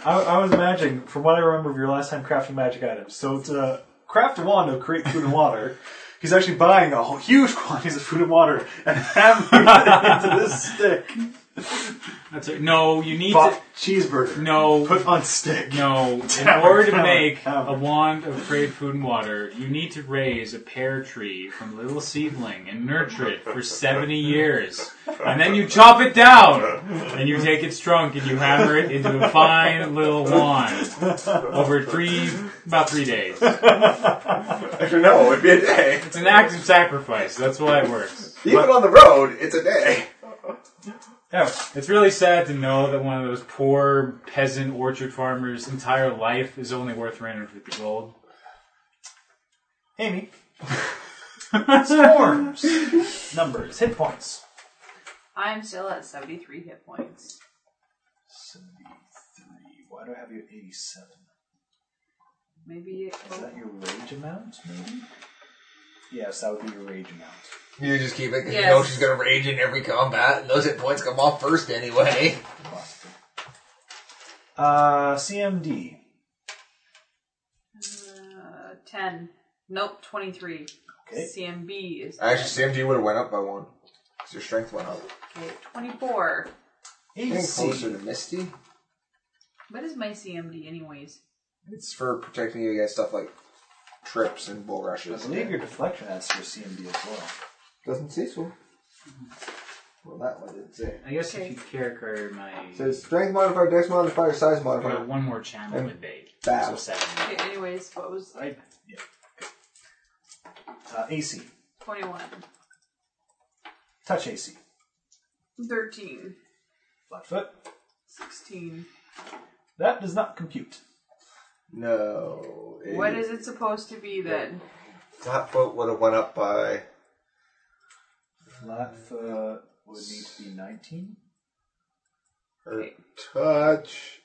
I, I was imagining, from what I remember of your last time crafting magic items, so to craft a wand to create food and water, [LAUGHS] he's actually buying a whole, huge quantities of food and water and hammering it into this [LAUGHS] stick. That's it. No, you need Bought to. cheeseburger, No, put on stick. No, in Tavern, order to tavern, make a tavern. wand of create food and water, you need to raise a pear tree from little seedling and nurture it for 70 years. And then you chop it down, and you take its trunk and you hammer it into a fine little wand over three, about three days. It's I don't know. It'd be a day. an act of sacrifice, that's why it works. Even on the road, it's a day. It's really sad to know that one of those poor peasant orchard farmers' entire life is only worth 350 gold. [LAUGHS] Amy. Storms. Numbers. Hit points. I'm still at 73 hit points. 73. Why do I have you at 87? Maybe it. Is that your rage amount, maybe? Yes, that would be your rage amount. You just keep it. 'cause Yes. You know she's gonna rage in every combat, and those hit points come off first anyway. Uh, CMD. Uh, 10. Nope, 23. Okay. CMB is. Actually, CMG would have went up by one. 'cause your strength went up. Okay, 24. Getting closer AC. to Misty. What is my CMD, anyways? It's for protecting you against stuff like trips and bull I rushes. believe your deflection adds to your CMD as well. Doesn't say so. Well, that one didn't say. I guess Okay. if you character my. It says strength modifier, dex modifier, size I got modifier. one more channel a day. Bow. So seven. Okay, anyways, what was I, yeah. Uh, AC. 21? Touch AC. 13. Flat foot. 16. That does not compute. No. it- What is it supposed to be then? Top foot would have went up by. Flat foot would need to be 19. Her touch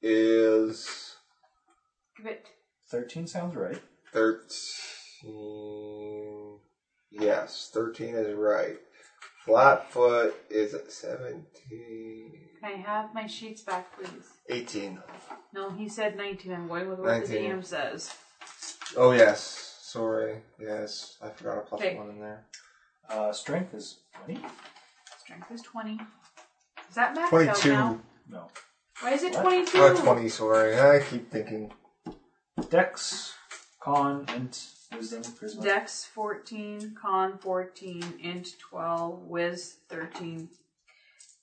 is Give it. 13 sounds right. 13. Yes, 13 is right. Flatfoot is at 17. Can I have my sheets back, please? 18. No, he said 19. I'm going with what the 19. DM says. Oh, yes. Sorry. Yes, I forgot a plus Okay. one in there. Uh, strength is 20? Strength is 20. Is that maxed out 22. now? No. Why is it What? 22? Uh, 20, sorry. I keep thinking. Dex, con, int, wisdom, charisma. Dex 14, con 14, int 12, wiz 13,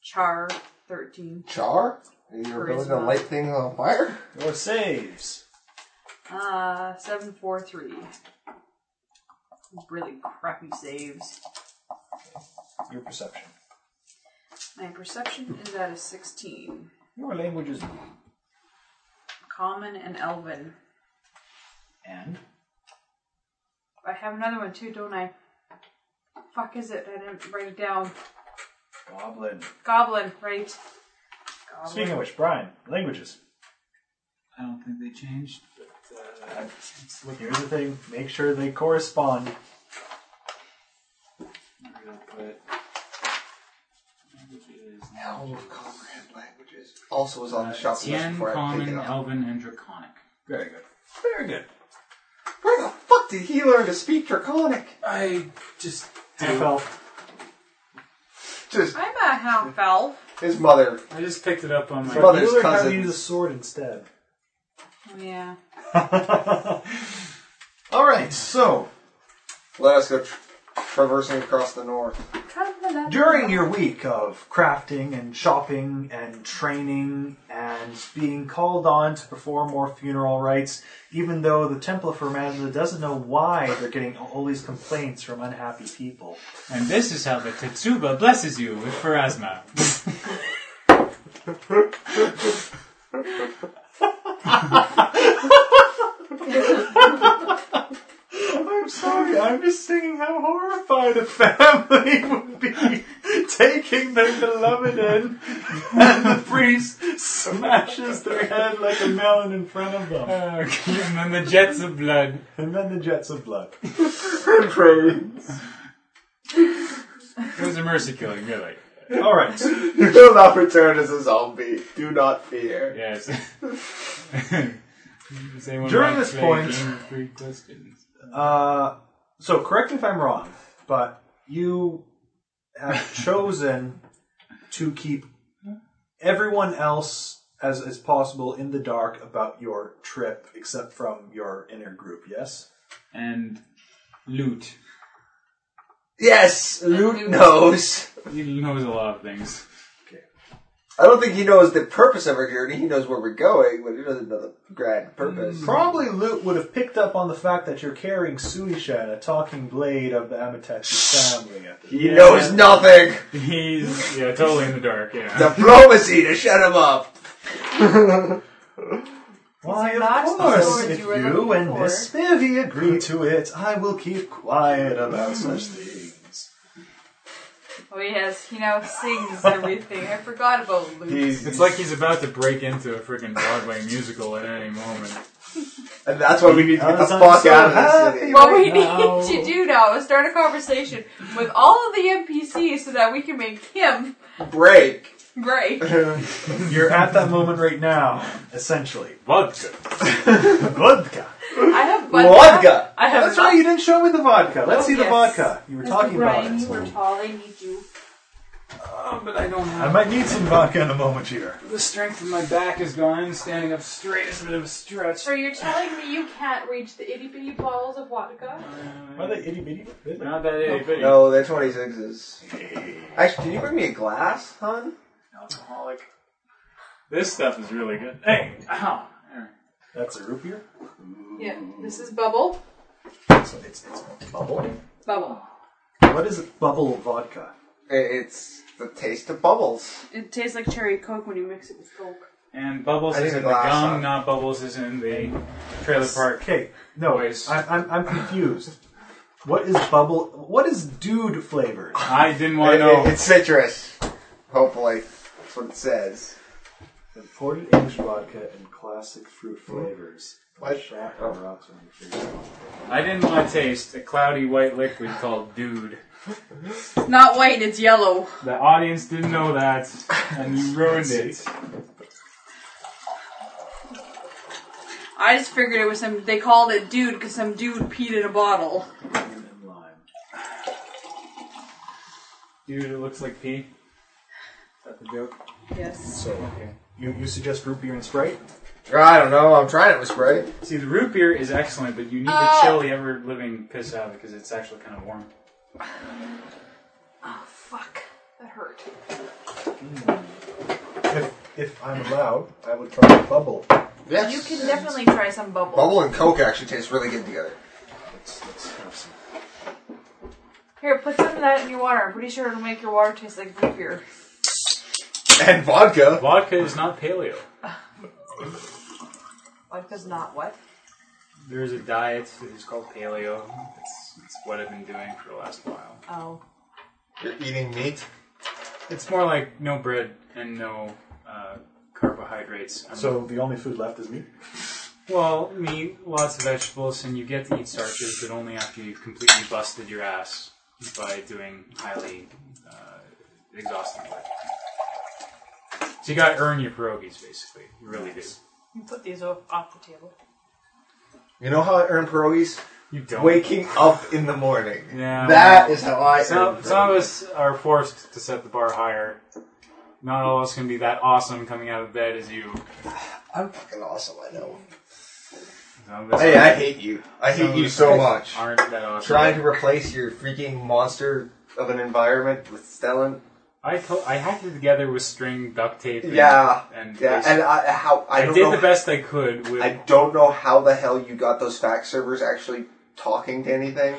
char 13. Char? You're building to Charisma. light things on fire? Your saves. Uh, 743. Really crappy saves. Your perception. My perception is at a 16. Your language is Common and Elven. And I have another one too, don't I? Fuck is it? I didn't write it down. Goblin. Goblin, right? Speaking of which, Brian, languages. I don't think they changed, but uh, it's looking Here's the thing: make sure they correspond. Maybe they'll put languages. Helm of Comprehend Languages. Also was on the shop list Uh, Tien, before I picked Common, it up. Elven, and Draconic. Very good. Very good. Where the fuck did he learn to speak Draconic? I just Half elf. Just I'm a half elf. his mother. I just picked it up on my. His mother's You learned how to cousin. use a sword instead. Oh, Yeah. All right. So Let us go tra- traversing across the north. during your week of crafting and shopping and training and being called on to perform more funeral rites, even though the Temple for Magdala doesn't know why they're getting all these complaints from unhappy people. And this is how the Tetsuba blesses you with Pharasma. I'm sorry, I'm just thinking how horrified a [LAUGHS] family would be taking their beloved in and the [LAUGHS] priest smashes their head like a melon in front of them. and then the jets of blood. And then the jets of blood. It was a mercy killing, really. Alright, so You will not return as a zombie. Do not fear. Yes. [LAUGHS] Does anyone During want to this play point- game of three questions? Uh, so correct me if I'm wrong, but you have chosen to keep everyone else as, as possible in the dark about your trip, except from your inner group, yes? And loot. Yes, Loot knows. He knows a lot of things. I don't think he knows the purpose of our journey. He knows where we're going, but he doesn't know the grand purpose. Probably Loot would have picked up on the fact that you're carrying Suisha and a talking blade of the Amaterasu family. At the He knows nothing. He's yeah, totally in the dark. Yeah. Diplomacy to shut him up. Why, That's of the course, sword if you were you looking and for. Miss Spivvy agree to it, I will keep quiet about such things. Oh yes, he now sings everything. I forgot about Luke. It's like he's about to break into a freaking Broadway musical at any moment. And that's why we need to get the Because I'm fuck so out of this happy. city. What we No. need to do now is start a conversation with all of the NPCs so that we can make him Break. break. You're at that moment right now, essentially. Vodka. Vodka. I have vodka. Vodka. I have That's right, you didn't show me the vodka. Let's Oh, see the yes. vodka. You were talking about Brian, you were it. tall. I need you. Oh, but I don't have. I might need some vodka in a moment here. The strength of my back is gone. Standing up straight is a bit of a stretch. So you're telling me you can't reach the itty bitty bottles of vodka? Are they itty bitty? Not that itty bitty. No, they're 26s. Actually, can you bring me a glass, hon? Alcoholic. This stuff is really good. Hey, ow. There. That's a root beer? Yeah. This is bubble. So it's, it's bubble. Bubble. What is bubble vodka? I- It's the taste of bubbles. It tastes like cherry coke when you mix it with coke. And Bubbles I need is a in the glass, gum, huh? not Bubbles is in the trailer park. Okay, no, I, Boys. I'm, I'm confused. What is bubble? What is dude flavored? I didn't want to It- know. it- it's citrus. Hopefully. That's what it says. Imported English vodka and classic fruit flavors. What? That rocks on your fingers. I didn't want to taste a cloudy white liquid called Dude. It's not white. It's yellow. The audience didn't know that, and you ruined [LAUGHS] it. I just figured it was some. They called it dude because some dude peed in a bottle. And lime. Dude, it looks like pee. Is that the joke? Yes. So okay. you you suggest root beer and sprite? I don't know. I'm trying it with Sprite. See, the root beer is excellent, but you need to Ah. chill the ever living piss out because it's actually kind of warm. Oh fuck. That hurt. If if I'm allowed, I would try bubble. Yes. You can definitely try some bubble. Bubble and Coke actually taste really good together. Let's, let's have some. Here, put some of that in your water. I'm pretty sure it'll make your water taste like root beer. And vodka. Vodka is not paleo. Life does not what? There's a diet that is called paleo. It's, it's what I've been doing for the last while. Oh. You're eating meat? It's more like no bread and no uh, carbohydrates. I'm- So the only food left is meat. well, meat, lots of vegetables, and you get to eat starches, but only after you've completely busted your ass by doing highly uh, exhausting work. So you got to earn your pierogies, basically. You really do. You put these off, off the table. You know how I earn pierogies? You don't. Waking up in the morning. Yeah. That is how I earn Some, pierogies. some of us are forced to set the bar higher. Not all of us can be that awesome coming out of bed as you. I'm fucking awesome, I know. Some of us Hey, are- I hate you. I some hate of you us so much. Aren't that awesome? Trying to replace your freaking monster of an environment with Stellan. I co- I hacked it together with string duct tape. And, Yeah. and Yeah, and I, how I I, don't did know the best I could with. I don't know how the hell you got those fax servers actually talking to anything.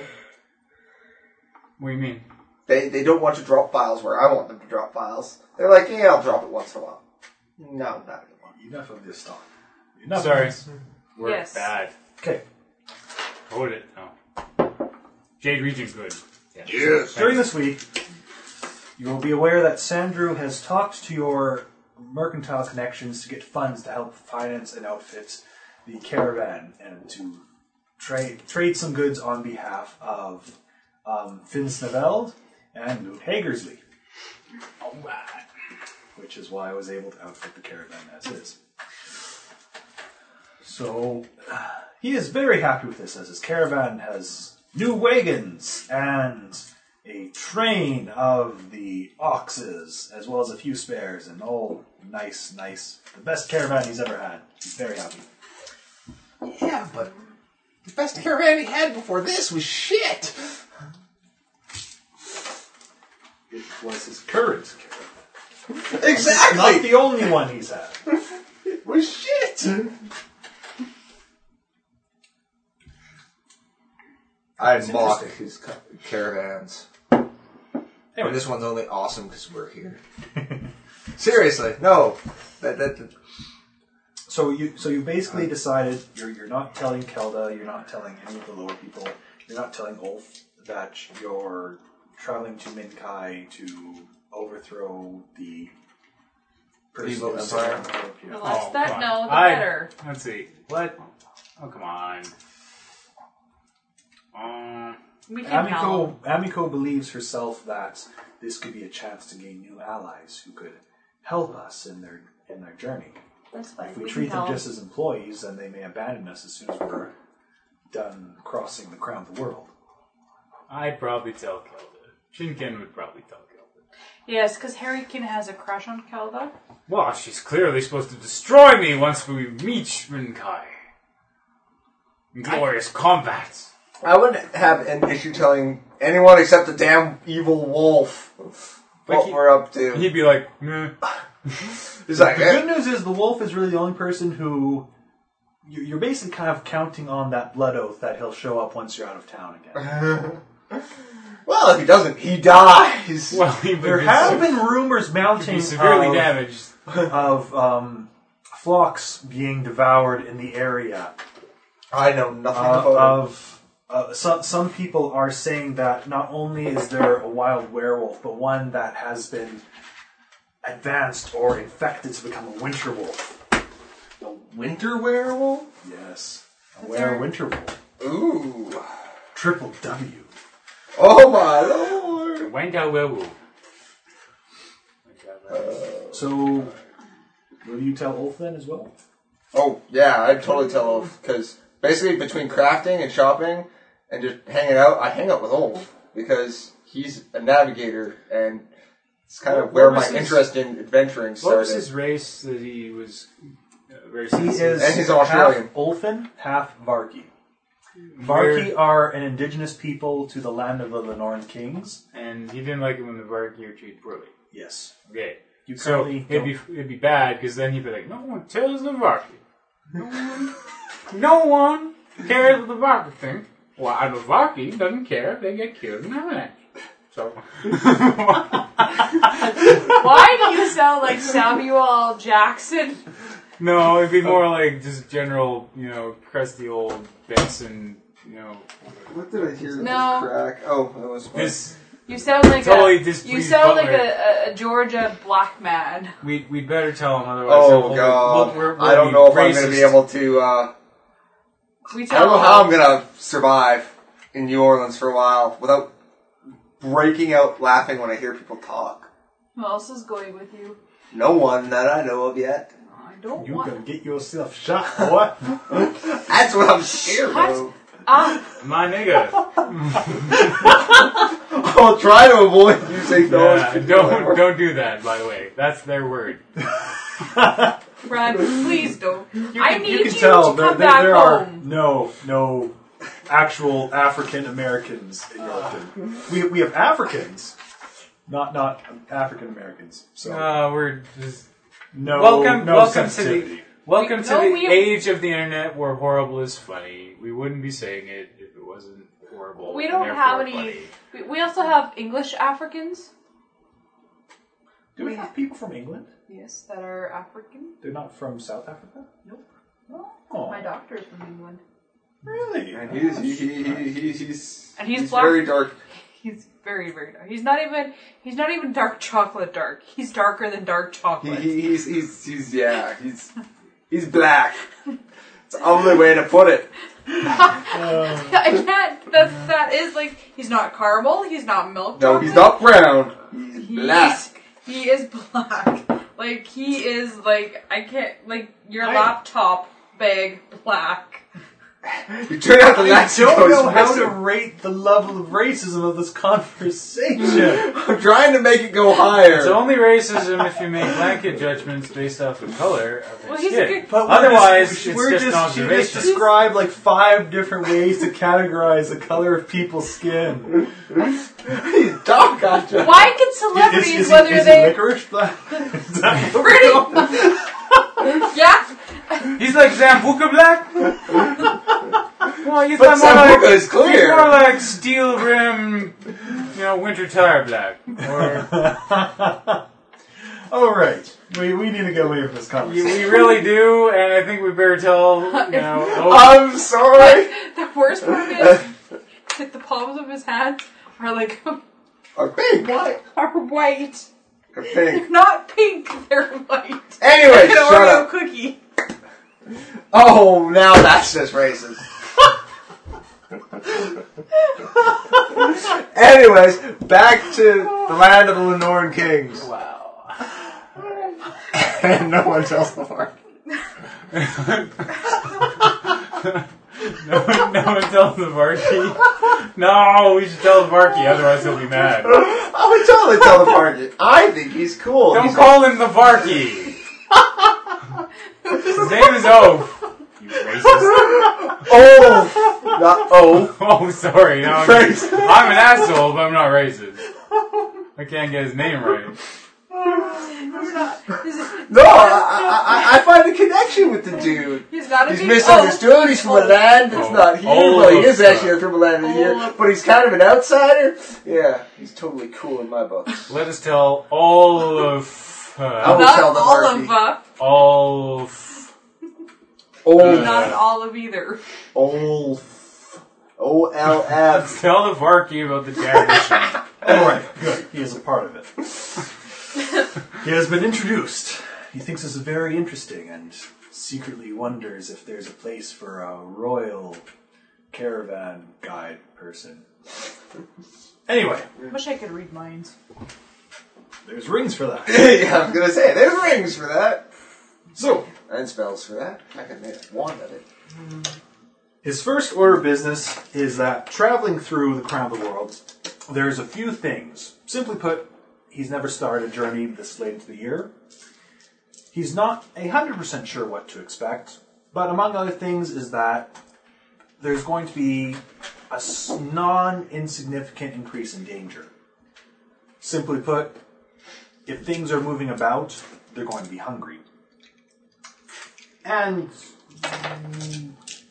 what do you mean? They they don't want to drop files where I want them to drop files. They're like, yeah, I'll drop it once in a while. No, not anymore. Enough of this talk. Sorry, we're Yes. bad. Okay. Hold it. No. Jade Region good. Yes. During this week, you will be aware that Sandrew has talked to your mercantile connections to get funds to help finance and outfit the caravan and to trade trade some goods on behalf of um, Finn Sneveld and Newt Hagersley. Which is why I was able to outfit the caravan as is. So he is very happy with this as his caravan has new wagons and a train of the oxes, as well as a few spares, and all nice, nice. The best caravan he's ever had. He's very happy. Yeah, but the best caravan he had before this was shit. It was his current caravan. Exactly. Not the only one he's had. was shit. I mock his ca- caravans. And this one's only awesome because we're [LAUGHS] here. Seriously, no. That, that, that- So you, so you basically decided you're, you're not telling Kelda, you're not telling any of the lower people, you're not telling Ulf that you're traveling to Minkai to overthrow the person Evil who's empire. sitting on the The throne. less Oh, that come know, on. the I- better. Let's see. What? Oh come on. Um. We can help. Amico, Amico believes herself that this could be a chance to gain new allies who could help us in their in their journey. That's fine. If we can treat them help. just as employees, then they may abandon us as soon as we're done crossing the crown of the world. I'd probably tell Kelda. Shinken would probably tell Kelda. Yes, because Harrykin has a crush on Kelda. Well, she's clearly supposed to destroy me once we meet Shinkai. In glorious combat. I wouldn't have an issue telling anyone except the damn evil wolf what he- we're up to. And he'd be like, meh. He's like, The eh, good news is the wolf is really the only person who you- you're basically kind of counting on that blood oath that he'll show up once you're out of town Uh, again. well, if he doesn't, he dies. [LAUGHS] Well, he would There be se- have been rumors mounting be severely of- damaged. of um, flocks being devoured in the area. I know nothing Uh, Oh. about him. of uh, some some people are saying that not only is there a wild werewolf, but one that has been advanced or infected to become a winter wolf. winter werewolf? Yes, a Is there- were winter wolf. Ooh. Triple W. Oh my lord. Went out werewolf. So, will you tell Ulf then as well? Oh, Yeah, I'd totally tell Olaf because basically between crafting and shopping and just hanging out, I hang out with Olaf because he's a navigator and it's kind What- of where what was my his- interest in adventuring What started. was his race that he was uh, racist? He is And he's Australian. half Ulfin, half Varki. Where- Varki are an indigenous people to the land of the Lenorn kings. and he didn't like it when the Vargir treated poorly. Yes. Okay. You So currently it'd be it'd be bad because then he'd be like, no one tells the Vargir. No one, no one cares what the Vargir think. Well, and the Vargir doesn't care if they get killed in avalanche. So [LAUGHS] [LAUGHS] Why do you sound like Samuel L. Jackson? No, it'd be more like just general, you know, crusty old Benson, you know. What did I hear? No. Crack. Oh, that was fun. This You sound like Totally a you displeased sound like butler. a, a, a Georgia black man. we we'd better tell him otherwise. they'll Oh hold it- god. look, we're- I we'll don't be know if I'm going to racist. be able to. Uh, We I tell don't know how I'm them. going to survive in New Orleans for a while without breaking out laughing when I hear people talk. Who else is going with you? No one that I know of yet. I don't You want. can get [LAUGHS] yourself shot, boy. That's what I'm scared of. Ah, My [LAUGHS] nigga. I'll try to avoid using those. Yeah, don't don't do that. By the way, that's their word. Brad, please don't. I need you, you can tell to there, come there, back there are home. no no actual African Americans in Yorkton. We we have Africans, not not African Americans. So Uh, we're just no welcome no welcome to the sensitivity. welcome We- to no, the we- age of the internet where horrible is funny. We wouldn't be saying it if it wasn't horrible. We and don't therefore have any. funny. We, we also have English Africans. Do we have people from England? Yes, that are African. They're not from South Africa. Nope. Oh, My doctor is from England. really? And he's, he, he, he, he's, he's, And he's black. very dark. He's very, very dark. He's not even. He's not even dark chocolate dark. He's darker than dark He, chocolate. he, he's, he's, he's, yeah, he's, he's black. It's the only way to put it. [LAUGHS] I can't. That that is like he's not caramel. He's not milk. No, chocolate. he's not brown. He's He's- black. He is black. [LAUGHS] Like he is like I can't like your I- laptop bag [LAUGHS] black. You turn out the I lights. and don't goes know how to missing. rate the level of racism of this [LAUGHS] [LAUGHS] conversation. I'm trying to make it go higher. It's only racism if you make blanket judgments based off the color of Well, his he's a skin. good- But we're Otherwise, just, it's we're just, an just she just observation. described like five different ways to categorize the color of people's skin. he's dark. Gotcha. Why can Is, celebrities is, [LAUGHS] it- whether is it they licorice [LAUGHS] black? Is that what pretty? we're going with? [LAUGHS] [LAUGHS] yeah, He's like [LAUGHS] Zambuca Black. well, he's But not more Sambuca like is he's more clear. like steel rim, you know, winter tire black. Or [LAUGHS] All right, we, we need to get away from this we conversation. we really do, and I think we better tell. You [LAUGHS] know, oh, I'm sorry. the worst part is that the palms of his hands are like [LAUGHS] Or pink. Why? are white, Or pink. not pink. They're white. Anyway, [LAUGHS] An shut Oreo up. cookie. Oh, now that's just [LAUGHS] racist. Anyways, back to the land of the Lenoran kings. Wow. and no one tells the mark. [LAUGHS] no, one- no one tells the Varkey. No, we should tell the Varkey, otherwise he'll be mad. I would totally tell the mark. I think he's cool. Don't He's call him the Varkey. His name is Oaf. You racist. [LAUGHS] Oh, not oh. Oh, sorry. No, I'm, Thanks. I'm an asshole, but I'm not racist. I can't get his name right. [LAUGHS] No, I, I, I, I find a connection with the dude. He's not a He's big- misunderstood. He's from a land that's not here. Oh, Well, he is Olaf's actually from a land that's here, but he's kind of an outsider. Yeah, he's totally cool in my book. Let us tell all of I Oh, will uh, not tell the olive Harpy. up. all. Of, Olf, Not an olive either. Olf, O oh, L F. tell the Varkey about the damnation. All right, [LAUGHS] good. He is a part of it. he has been introduced. He thinks this is very interesting and secretly wonders if there's a place for a royal caravan guide person. Anyway, Wish I could read minds. there's rings for [LAUGHS] that. yeah, I was gonna say there's rings for that So, and spells for that. I can make one of it. His first order of business is that traveling through the crown of the world, there's a few things. Simply put, he's never started a journey this late into the year. He's not 100% sure what to expect, but among other things is that there's going to be a non insignificant increase in danger. Simply put, if things are moving about, they're going to be hungry. And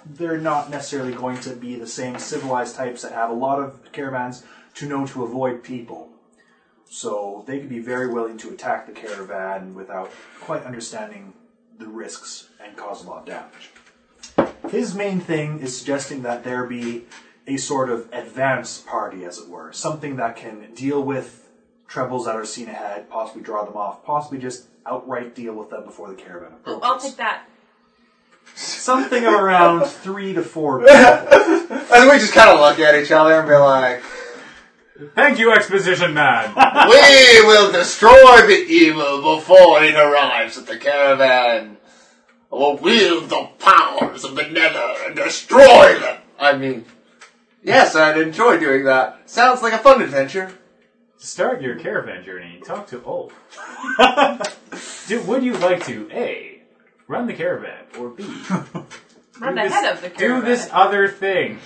they're not necessarily going to be the same civilized types that have a lot of caravans to know to avoid people. So they could be very willing to attack the caravan without quite understanding the risks and cause a lot of damage. His main thing is suggesting that there be a sort of advance party, as it were, something that can deal with troubles that are seen ahead, possibly draw them off, possibly just outright deal with them before the caravan Oh, approaches. I'll take that. Something around three to four people. And we just kind of look at each other and be like, Thank you, exposition man. "We will destroy the evil before it arrives at the caravan. We'll wield the powers of the Nether and destroy them." I mean, yes, I'd enjoy doing that. Sounds like a fun adventure. To start your caravan journey, talk to Ulf. [LAUGHS] Do, would you like to A, run the caravan, or B, [LAUGHS] Run do this- ahead of the do caravan. this other thing?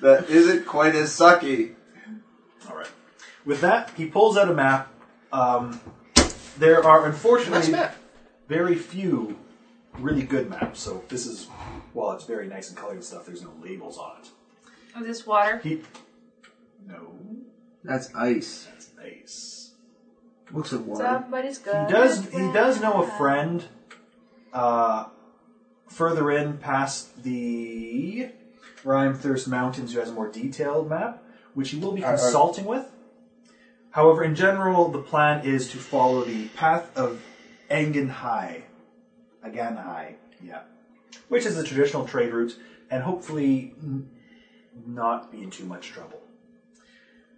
That isn't quite as sucky. All right. With that, he pulls out a map. Um, there are unfortunately very few really good maps. So this is, while it's very nice and colored and stuff, there's no labels on it. Oh, this water. He, no, That's ice. that's nice. Looks like water. Somebody's He good. does. He does know a friend. Uh, further in, past the Rhyme Thirst Mountains, who has a more detailed map, which he will be consulting with. However, in general, the plan is to follow the path of Engen High, Agan High, yeah, which is the traditional trade route, and hopefully n- not be in too much trouble.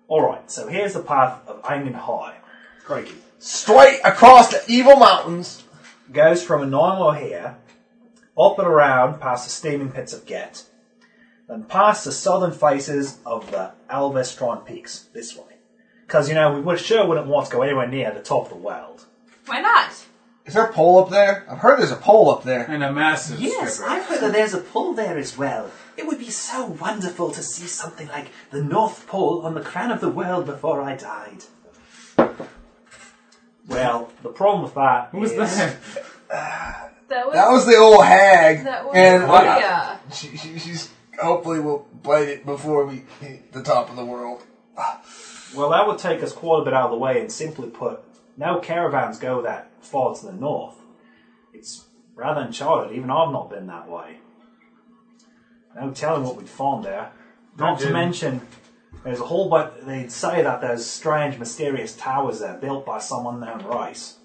All right, so here's the path of Engen High. Crikey Straight across the evil mountains. goes from Nanaimo here, up and around past the steaming pits of Get, then past the southern faces of the Alvestron Peaks, this way. Because, you know, we would sure wouldn't want to go anywhere near the top of the world. Why not? Is there a pole up there? I've heard there's a pole up there. And a massive stripper. I've heard that there's a pole there as well. It would be so wonderful to see something like the North Pole on the crown of the world before I died. Well, the problem with that Who was is- that? That was. That was the old hag, That was- and I- yeah. [LAUGHS] she, she, she's hopefully will bite it before we hit the top of the world. Well, that would take us quite a bit out of the way, and simply put, no caravans go that far to the north. It's rather uncharted, even I've not been that way. No telling what we'd find there. Not to Imagine. mention, there's a whole bunch, they'd say that there's strange, mysterious towers there built by some unknown race.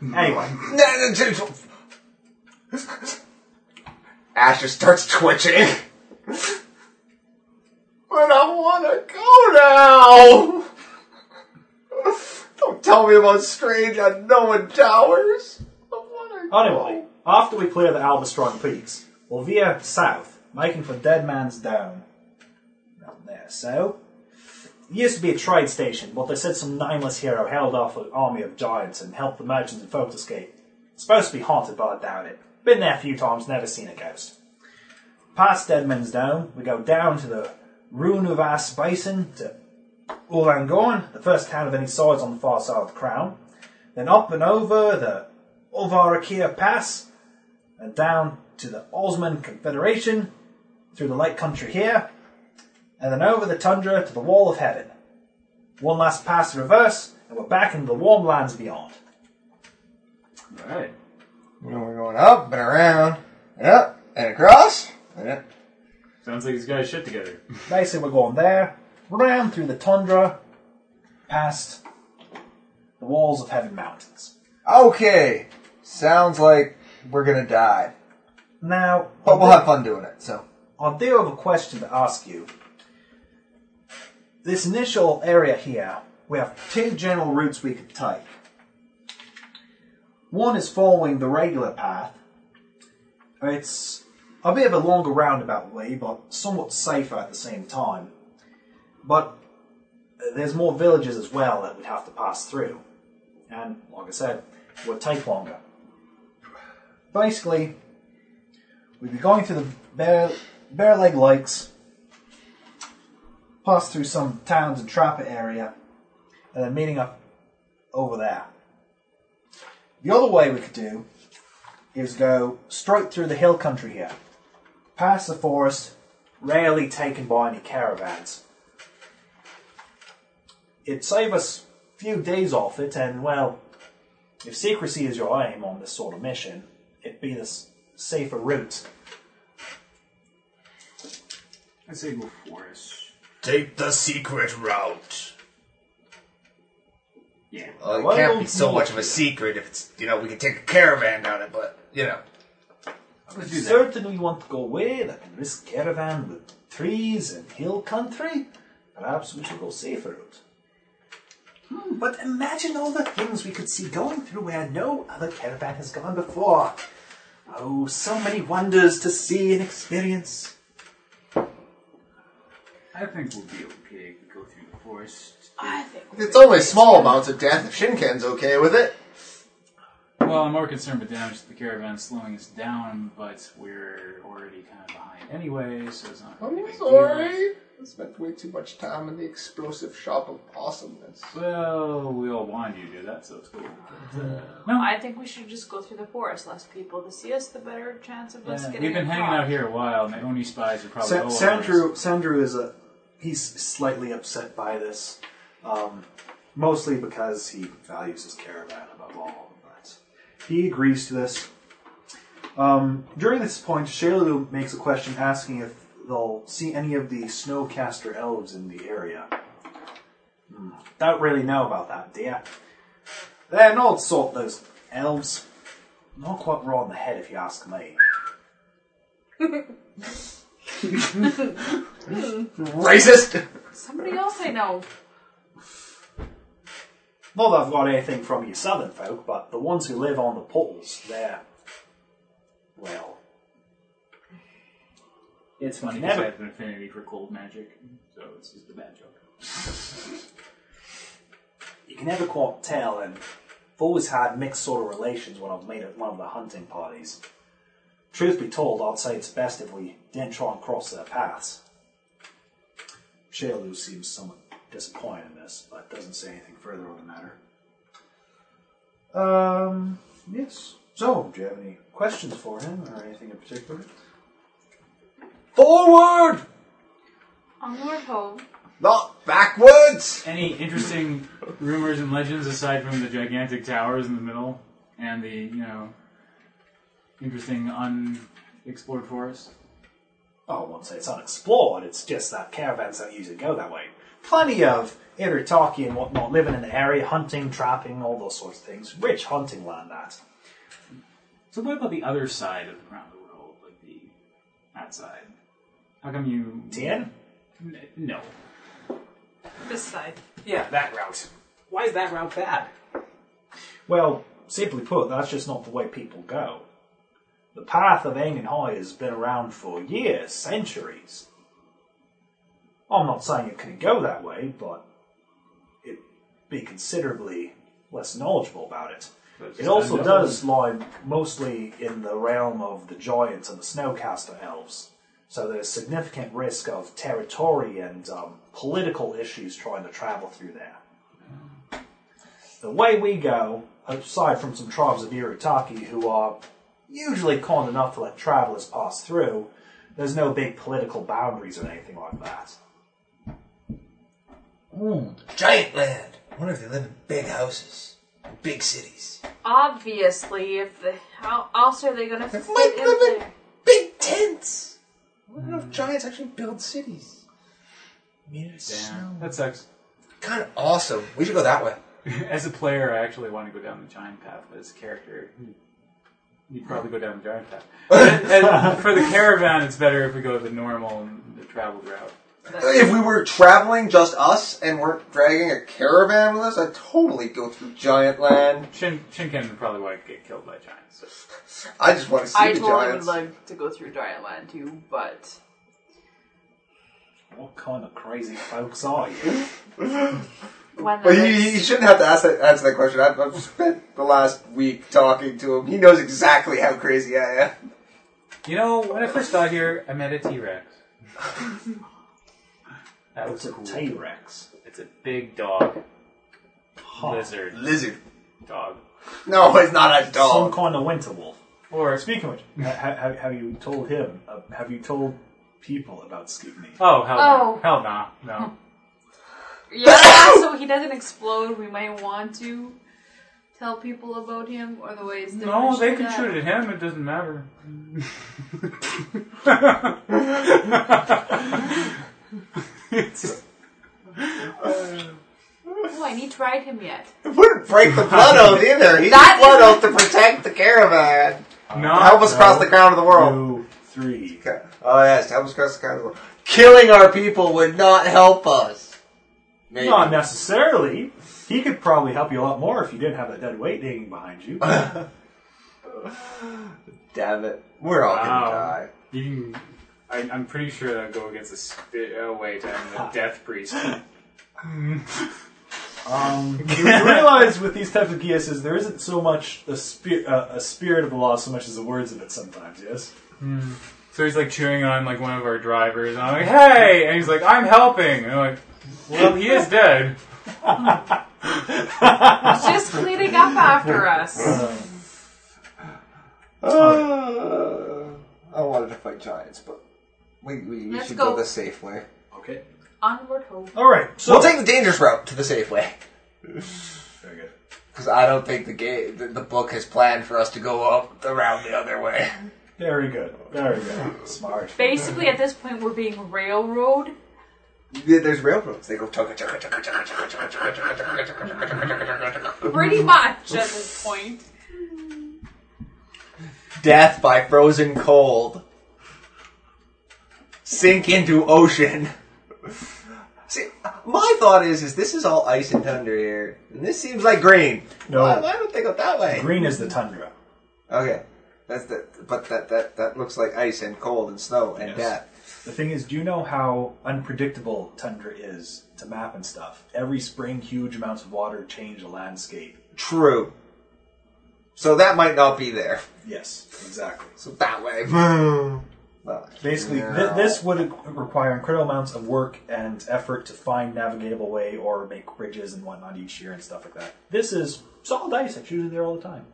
Anyway, No, no, no, no. [LAUGHS] Ash just starts twitching. but I want to go now. Don't tell me about strange unknown towers. I wanna go. anyway, after we clear the Alvestron Peaks, we'll veer south, making for Dead Man's Down. Down there, so. It used to be a trade station, but they said some nameless hero held off an army of giants and helped the merchants and folk escape. It's supposed to be haunted, but I doubt it. Been there a few times, never seen a ghost. Past Deadman's Down, we go down to the Runuvas Basin to Ulangon, the first town of any size on the far side of the crown. Then up and over the Ulvarakia Pass, and down to the Osman Confederation, through the light country here, and then over the tundra to the wall of heaven. One last pass in reverse, and we're back into the warm lands beyond. Alright. You know, we're going up and around, and up and across, and up. Sounds like he's got his shit together. Basically, we're going there, round through the tundra, past the walls of heaven mountains. Okay, sounds like we're gonna die, Now, but we'll have fun doing it. So I do have a question to ask you. This initial area here, we have two general routes we could take. One is following the regular path. It's a bit of a longer roundabout way, but somewhat safer at the same time. But there's more villages as well that we'd have to pass through. And, like I said, it would take longer. Basically, We'd be going through the Bear, Bear Lake Lakes, pass through some towns and trapper area, and then meeting up over there. The other way we could do is go straight through the hill country here, past the forest, rarely taken by any caravans. It'd save us a few days off it, and well, if secrecy is your aim on this sort of mission, it be the s- safer route. I say go forest. Take the secret route. Yeah. Well, Uh, it Well, can't I be don't so know. much of a secret if it's, you know, we can take a caravan down it, but, you know. If you certainly want to go away, like in this caravan with trees and hill country, perhaps we should go safer route. Hmm, but imagine all the things we could see going through where no other caravan has gone before. Oh, so many wonders to see and experience. I think we'll be okay if we go through the forest. I think. It's only small amounts of death. If Shinken's okay with it, Well, I'm more concerned with damage to the caravan slowing us down, but we're already kind of behind anyway, so it's not. Oh, I'm big deal. sorry. I spent way too much time in the explosive shop of awesomeness. Well, we all wanted you to do that, so it's cool. But, uh, No, I think we should just go through the forest. Less people to see us, the better chance of us yeah, getting. we've been hanging caught. out here a while. My only spies are probably Sa- all Sandrew, Sandrew is a he's slightly upset by this, um, mostly because he values his caravan above all. But he agrees to this. Um, during this point, Shailu makes a question asking if they'll see any of the snowcaster elves in the area. Hmm, Don't really know about that, do ya? They're an odd sort, those elves. Not quite raw in the head, if you ask me. Racist! Somebody else I know. Not that I've got anything from you southern folk, but the ones who live on the poles, they're. Well. It's funny because I have an affinity for cold magic, so it's just a bad joke. You can never quite tell, and I've always had mixed sort of relations when I've made it one of the hunting parties. Truth be told, I'd say it's best if we didn't try and cross their paths. Shailu seems somewhat disappointed in this, but doesn't say anything further on the matter. Um, yes. So, do you have any questions for him or anything in particular? Forward! Onward home. Not backwards! Any interesting rumors and legends aside from the gigantic towers in the middle and the, you know, interesting unexplored forest? Oh, I won't say it's unexplored, it's just that caravans don't usually go that way. Plenty of Irutaki and whatnot living in the area, hunting, trapping, all those sorts of things. Rich hunting land, that. So what about the other side of around the world, like the outside? How come you Tien? N- No. This side. Yeah, that route. Why is that route bad? Well, simply put, that's just not the way people go. The path of Engenhai has been around for years, centuries. I'm not saying it couldn't go that way, but it'd be considerably less knowledgeable about it. It also does lie mostly in the realm of the giants and the snowcaster elves, so there's significant risk of territory and um, political issues trying to travel through there. The way we go, aside from some tribes of Irutaki who are usually kind enough to let travelers pass through, there's no big political boundaries or anything like that. Giant land. Wonder if they live in big houses, big cities. Obviously, if the how else are they gonna fit Might in live there? Big tents. I wonder if giants actually build cities. Damn, that sucks. Kind of awesome. We should go that way. [LAUGHS] as a player, I actually want to go down the giant path, but as a character, hmm, you'd probably go down the giant [LAUGHS] path. And- and for the caravan, it's better if we go the normal, and the traveled route. If we were traveling just us and weren't dragging a caravan with us, I'd totally go through giant land. Shin, Shinken would probably want to get killed by giants. I just want to see I the totally giants. would like to go through giant land too, but What kind of crazy folks are you? when But there you, is- you shouldn't have to ask that, answer that question. I've, I've spent the last week talking to him. He knows exactly how crazy I am. You know, when I first got here, I met a T Rex. That was cool. T Rex. It's a big dog. Lizard. Lizard. Dog. No, it's not a Some dog. kind of winter wolf. Or Speaking of which, ha- ha- have, have you told him? Uh, have you told people about Scootney? Oh hell Oh. no! Hell nah. No. [LAUGHS] yeah, so he doesn't explode. We might want to. tell people about him or the ways to No, they do can that? shoot at him. It doesn't matter. Oh, I need to ride him yet. wouldn't break the [LAUGHS] blood oath either. He that That blood oath to protect the caravan. No, help us cross the ground of the world. three. Okay. Oh yes, help us cross the ground of the world. Killing our people would not help us. Maybe. Not necessarily. He could probably help you a lot more if you didn't have that dead weight hanging behind you. Damn it. We're all gonna die. You can, I, I'm pretty sure that would go against the spit. Oh wait, I'm the death priest. Um, you realize with these types of geases, there isn't so much a, spe- uh, a spirit of the law so much as the words of it sometimes, yes? Hmm. So he's like chewing on like one of our drivers, and I'm like, "Hey!" And he's like, "I'm helping." And I'm like, "Well, he is dead." He's just cleaning up after us. Uh, I wanted to fight giants, but we, we, we Let's should go. go. the safe way. Okay. Onward home. Alright, so. we'll take the dangerous route to the safe way. Very good. Because I don't think the, ga- the the book has planned for us to go up around the other way. Very good. Very good. Smart. Basically, at this point, we're being railroad. Yeah, There's railroads. They go chugga chugga chugga chugga chugga chugga Pretty much at this point. Death by frozen cold. Sink into ocean. See, my thought is, is this is all ice and thunder here, and this seems like green. No. Why, why don't they go that way? Green is the tundra. Okay, that's the. But that that that looks like ice and cold and snow and Yes. death. The thing is, do you know how unpredictable tundra is to map and stuff? Every spring, huge amounts of water change the landscape. True. So that might not be there. Yes, exactly. So that way. Hmm. Basically, thi- No. this would require incredible amounts of work and effort to find navigatable way or make bridges and whatnot each year and stuff like that. This is solid ice. It's usually there all the time.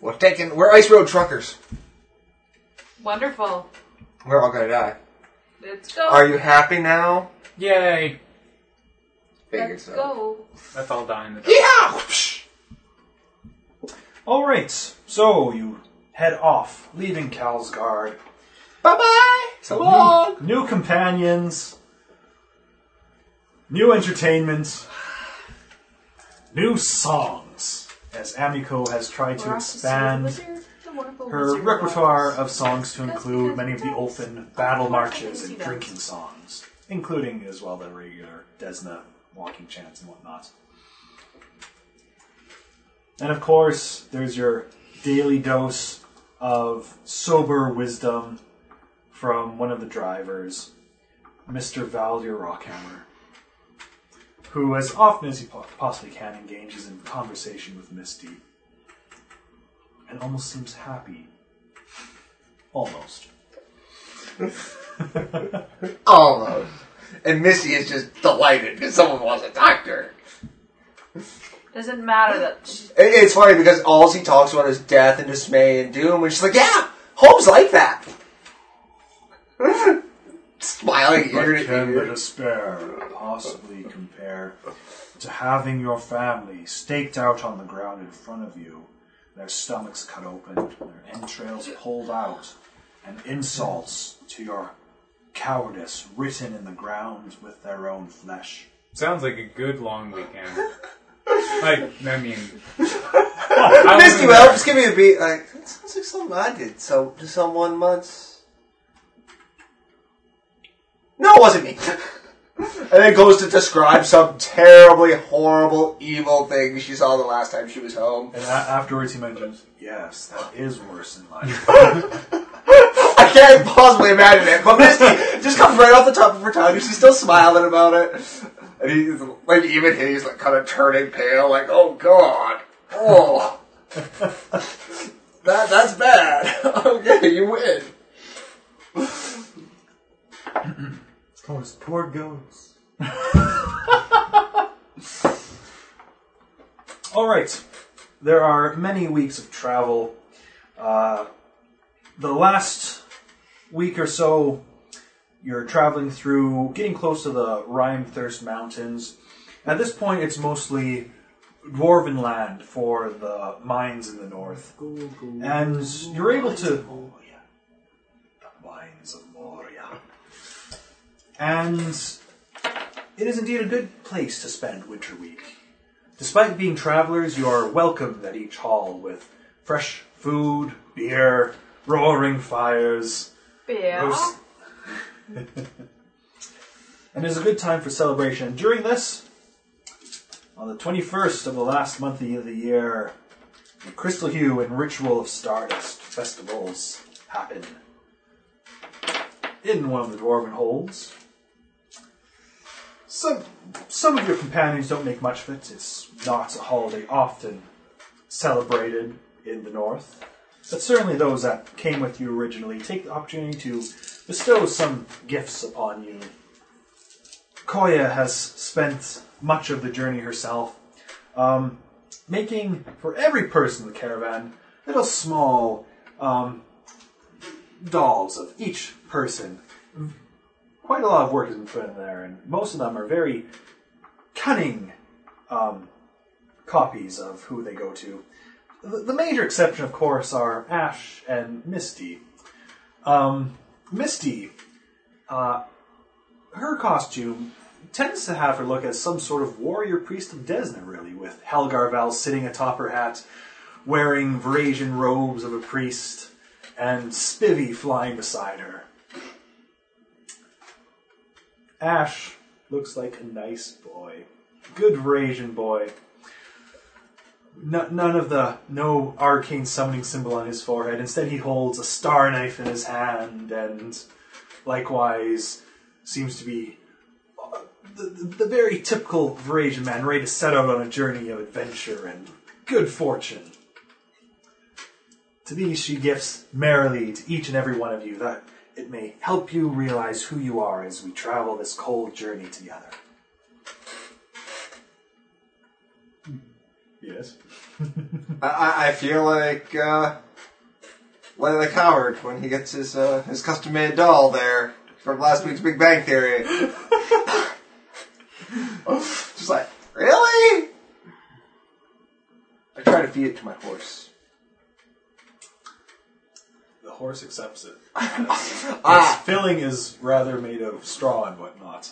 We're taking. We're ice road truckers. Wonderful. We're all gonna die. Let's go. Are you happy now? Yay! Figure Let's go. That's all dying. The Yeah. All right, so you head off, leaving Kalsgard. Bye bye. So long. New companions, new entertainment, new songs. As Amico has tried to We're off see the expand wizard, the wonderful her wizard of repertoire Oz. of songs to include many of the Olfen battle marches and drinking songs, including as well the regular Desna walking chants and whatnot. And of course, there's your daily dose of sober wisdom from one of the drivers, Mr. Valdir Rockhammer, who, as often as he po- possibly can, engages in conversation with Misty and almost seems happy. Almost. Almost. And Missy is just delighted because someone wants to talk to her. Doesn't matter that It- it's funny because all she talks about is death and dismay and doom, and she's like, yeah, home's like that. [LAUGHS] Smiling ear But to can the ear. despair possibly compare to having your family staked out on the ground in front of you, their stomachs cut open, their entrails pulled out, and insults to your cowardice written in the ground with their own flesh? Sounds like a good long weekend. like, I mean, Misty, well, just give me the beat. Like, that sounds like something I did so to someone once. No, it wasn't me. [LAUGHS] and then goes to describe some terribly horrible, evil thing she saw the last time she was home. And a- afterwards he mentions, yes, that is worse than life. I can't possibly imagine it, but Misty just comes right off the top of her tongue. and She's still smiling about it, and he's like, even he's like kind of turning pale, like, "Oh God, oh, that that's bad." [LAUGHS] okay, you win. Those poor goats. All right. There are many weeks of travel. Uh, the last week or so, you're traveling through, getting close to the Rhymethirst Mountains. At this point, it's mostly dwarven land for the mines in the north, and you're able to the mines of Moria, and it is indeed a good place to spend winter week. Despite being travelers, you are welcomed at each hall with fresh food, beer, roaring fires. Yeah. roast- [LAUGHS] and it's a good time for celebration. And during this, on the 21st of the last month of the year, the Crystal Hue and Ritual of Stardust festivals happen in one of the Dwarven holds. Some, some of your companions don't make much of it. It's not a holiday often celebrated in the North. But certainly those that came with you originally take the opportunity to bestow some gifts upon you. Koya has spent much of the journey herself, um, making for every person in the caravan little small um, dolls of each person. Quite a lot of work has been put in there, and most of them are very cunning um, copies of who they go to. The, the major exception, of course, are Ash and Misty. Um, Misty, uh, her costume tends to have her look as some sort of warrior priest of Desna, really, with Helgarval sitting atop her hat, wearing Varasian robes of a priest, and Spivvy flying beside her. Ash looks like a nice boy. Good Varasian boy. No, none of the no arcane summoning symbol on his forehead. Instead, he holds a star knife in his hand, and likewise seems to be uh, the, the, the very typical Varasian man, ready to set out on a journey of adventure and good fortune. To these she gifts merrily to each and every one of you that it may help you realize who you are as we travel this cold journey together. Yes. I- I, I feel like uh, Larry the Coward when he gets his uh, his custom made doll there from last week's Big Bang Theory. Just like, really? I try to feed it to my horse. The horse accepts it. Ah. Its filling is rather made of straw and whatnot.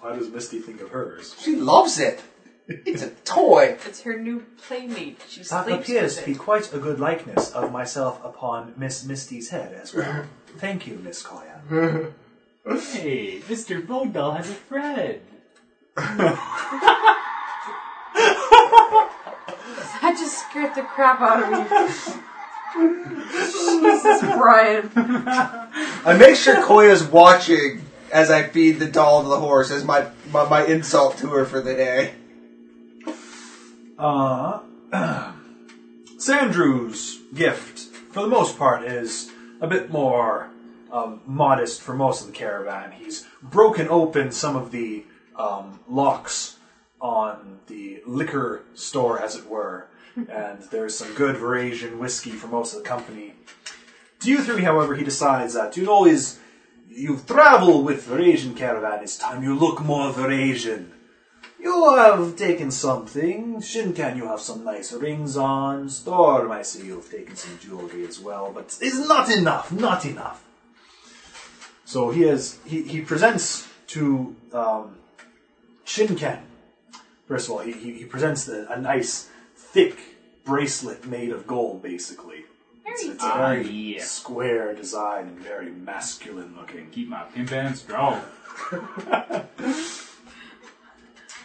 Why does Misty think of hers? She loves it. It's a toy. It's her new playmate. She That sleeps appears with to be it. quite a good likeness of myself upon Miss Misty's head as well. Thank you, Miss Koya. Hey, Mr. Bogdall has a thread. That just scared the crap out of me. [LAUGHS] Jesus, Brian. I make sure Koya's watching as I feed the doll to the horse as my, my, my insult to her for the day. Uh, [CLEARS THROAT] Sandrew's gift, for the most part, is a bit more um, modest for most of the caravan. He's broken open some of the um, locks on the liquor store, as it were, and there's some good Varasian whiskey for most of the company. To you three, however, he decides that you always you've traveled with Varasian caravan. It's time you look more Varasian. You have taken something. Shinkan, you have some nice rings on. Storm, I see you've taken some jewelry as well, but it's not enough, not enough. So he has he, he presents to um, Shinkan. First of all, he, he, he presents the, a nice thick bracelet made of gold, basically. It's, it's a very square design and very masculine looking. Keep my pin band strong.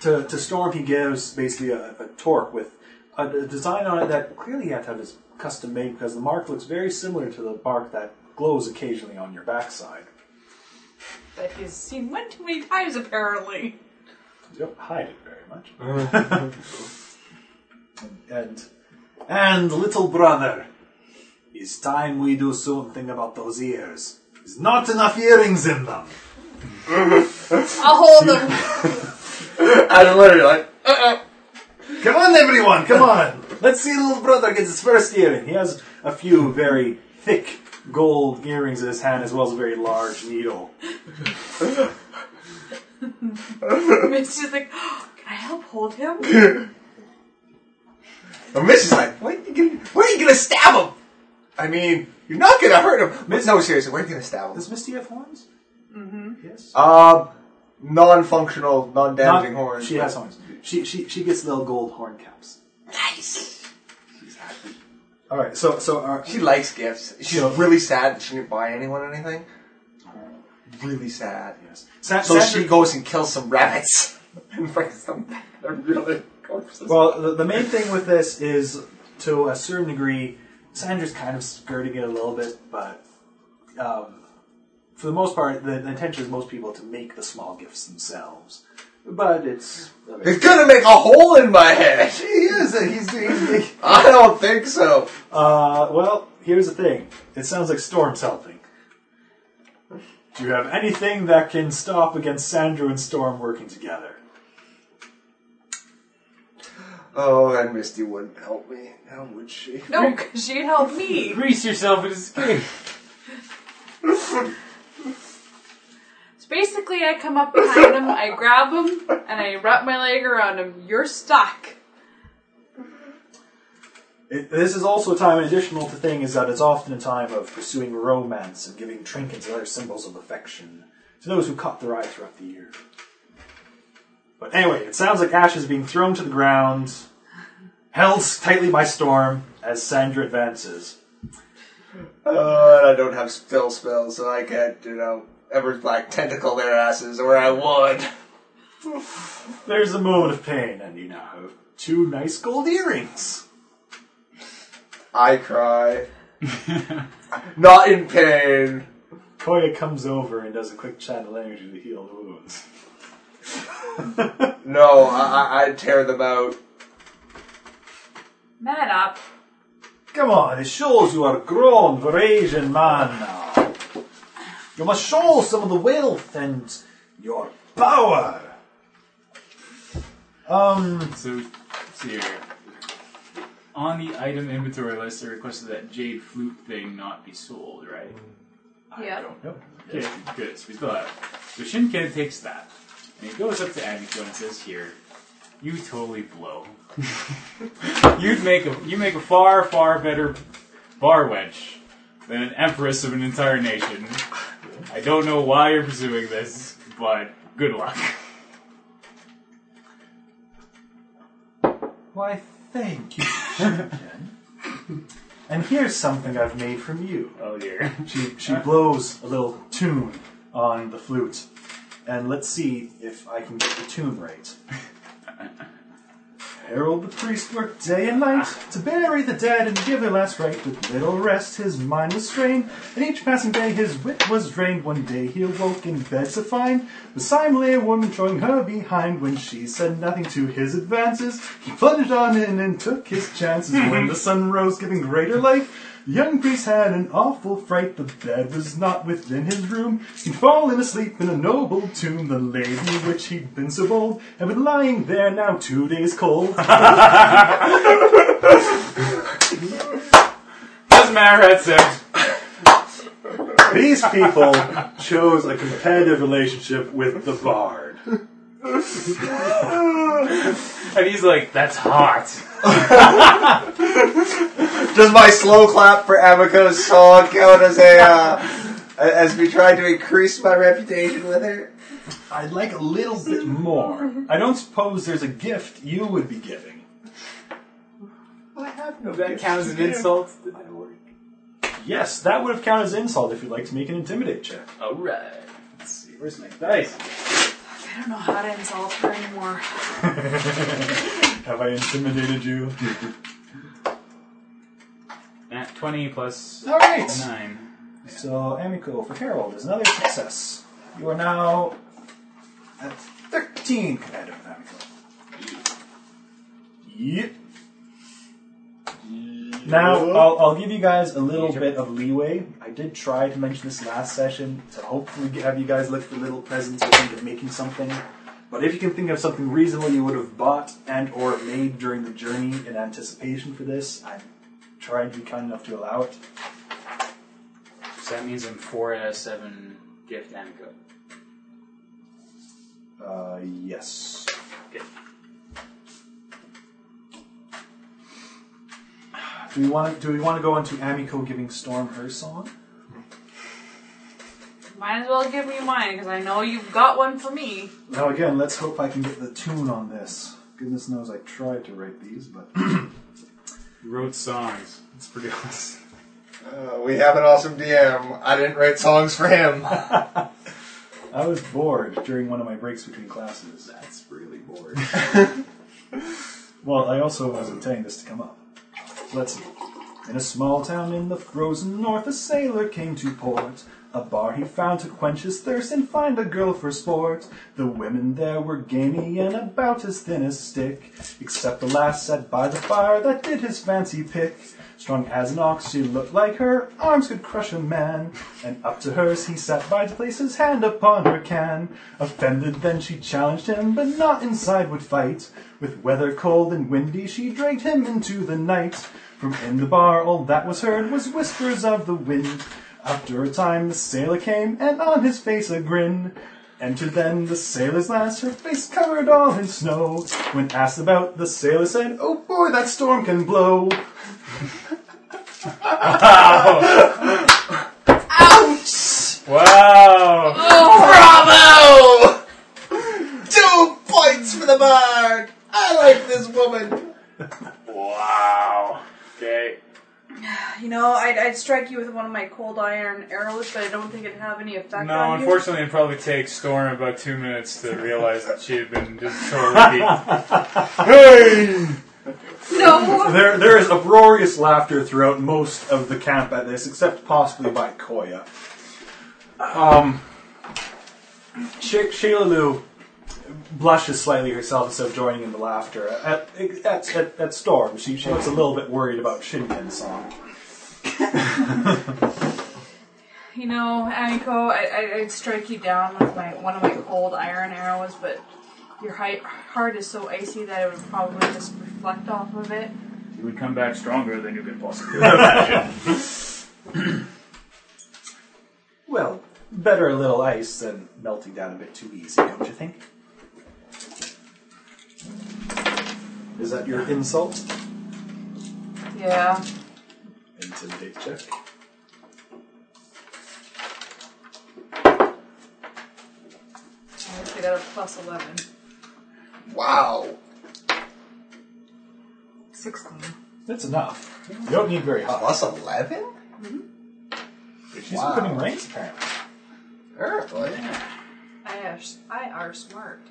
to, to Storm, he gives basically a, a torque with a, a design on it that clearly had to have his custom made because the mark looks very similar to the mark that glows occasionally on your backside. That he's seen one too many times, apparently. You don't hide it very much. [LAUGHS] and and little brother, it's time we do something about those ears. There's not enough earrings in them. I'll hold him. [LAUGHS] I'm literally like, Come on, [LAUGHS] everyone, come on. Let's see little brother get his first earring. He has a few very thick gold earrings in his hand, as well as a very large needle. Mitch is like, "Oh, I help hold him. And Mitch is like, what are you gonna, where are you gonna stab him? I mean, you're not gonna hurt him. Mitch, no, seriously, where are you gonna stab him? Does Misty have horns? Mm-hmm. Yes. Um, non-functional, non-damaging Not- horns. She but- has horns. She she she gets little gold horn caps. Nice. All right. So so uh, She likes gifts. She's So- really sad that she didn't buy anyone anything. Really sad. Yes. Sa- so Sandra- she goes and kills some rabbits [LAUGHS] and brings them back. They're really corpses. Well, the, the main thing with this is, to a certain degree, Sandra's kind of skirting it a little bit, but um, for the most part, the, the intention is most people to make the small gifts themselves. But it's It's gonna make a hole in my head. He is. He's. [LAUGHS] he's [LAUGHS] I don't think so. Uh, well, here's the thing. It sounds like Storm's helping. Do you have anything that can stop against Sandra and Storm working together? Oh, and Misty wouldn't help me. How would she? no, because she helped me. Grease yourself and escape. So basically, I come up behind him, I grab him, and I wrap my leg around him. You're stuck. It, this is also a time, an additional to thing, is that it's often a time of pursuing romance and giving trinkets and other symbols of affection to those who caught their eye throughout the year. But anyway, it sounds like Ash is being thrown to the ground, held tightly by Storm, as Sandra advances. Uh, and I don't have spell spells, so I can't, you know, ever like tentacle their asses, or I would. There's a moment of pain, and you now have two nice gold earrings. I cry. Not in pain. Koya comes over and does a quick channel energy to heal the wounds. No, I, I, I'd tear them out. Man up. Come on, it shows you are a grown, Eurasian man now. You must show some of the wealth and your power. Um, So, see here. On the item inventory list, it requested that jade flute thing not be sold, right? Yeah. Okay, good. So we still have. it. So Shinken takes that, and he goes up to Aniko and says, "Here, you totally [LAUGHS] blow. You'd make a you make a far far better bar wench than an empress of an entire nation. I don't know why you're pursuing this, but good luck." why, thank you, Shinken. [LAUGHS] and here's something I've made from you. Oh dear. [LAUGHS] She, she blows a little tune on the flute, and let's see if I can get the tune right. Harold the priest worked day and night to bury the dead and give their last rite. With little rest, his mind was strained, and each passing day his wit was drained. One day he awoke in bed to find the same lay a woman throwing her behind. When she said nothing to his advances, he plunged on in and took his chances. when the sun rose, giving greater light, the young priest had an awful fright. The bed was not within his room. He'd fallen asleep in a noble tomb. The lady which he'd been so bold had been lying there now two days cold. Doesn't matter. That's it. These people chose a competitive relationship with the bard. And he's like, "That's hot." Does my slow clap for Amico's song count as a, uh, as we tried to increase my reputation with her? I'd like a little bit more. I don't suppose there's a gift you would be giving. I have no That gifts counts to as an give. insult. Yes, that would have counted as insult if you'd like to make an intimidate check. All right. Let's see. Where's my dice? I don't know how to insult her anymore. Have I intimidated you? Nat twenty plus All right. nine. So, Amico for Harold is another success. You are now at 13 competitive with Amico. Yep. Now, I'll, I'll give you guys a little bit of leeway. I did try to mention this last session to hopefully get- have you guys look for little presents or think of making something. But if you can think of something reasonable you would have bought and or made during the journey in anticipation for this, I'm trying to be kind enough to allow it. So that means I'm four out of seven gift Amico. Uh, yes. Okay. Do we want to? Do we want to go into Amico giving Storm her song? Might as well give me mine because I know you've got one for me. Now again, let's hope I can get the tune on this. Goodness knows I tried to write these, but [CLEARS THROAT] wrote songs. It's pretty awesome. Uh, we have an awesome DM. I didn't write songs for him. [LAUGHS] I was bored during one of my breaks between classes. That's really bored. [LAUGHS] well, I also was intending this to come up. Let's see. In a small town in the frozen north, a sailor came to port. A bar he found to quench his thirst and find a girl for sport. The women there were gamey and about as thin as stick, except the lass sat by the fire that did his fancy pick. Strong as an ox, she looked like her arms could crush a man. And up to hers he sat by to place his hand upon her can. Offended then she challenged him, but not inside would fight. With weather cold and windy, she dragged him into the night. From in the bar, all that was heard was whispers of the wind. After a time, the sailor came, and on his face a grin. Entered then the sailor's lass, her face covered all in snow. When asked about, the sailor said, Oh boy, that storm can blow. Wow! Bravo! Two points for the bard. I like this woman. Wow. Okay. You know, I'd, I'd strike you with one of my cold iron arrows, but I don't think it'd have any effect No, on you. unfortunately, it probably takes Storm about two minutes to realize that she had been just totally Hey! No. [LAUGHS] There, there is uproarious laughter throughout most of the camp at this, except possibly by Koya. Um, Shay- Shayla Lou blushes slightly herself instead of joining in the laughter at, at, at, at Storm. She, she looks a little bit worried about Shingen's song. You know, Aniko, I, I, I'd strike you down with my one of my cold iron arrows, but your hi- heart is so icy that it would probably just reflect off of it. [LAUGHS] You would come back stronger than you could possibly Well, better a little ice than melting down a bit too easy, don't you think? Is that your insult? Yeah. Intimidate check. I guess I got a plus 11. Wow. 16. That's enough. You don't need very hot. Uh, Plus 11? She's Wow. opening ranks, apparently. Apparently. I are, s- I are smart.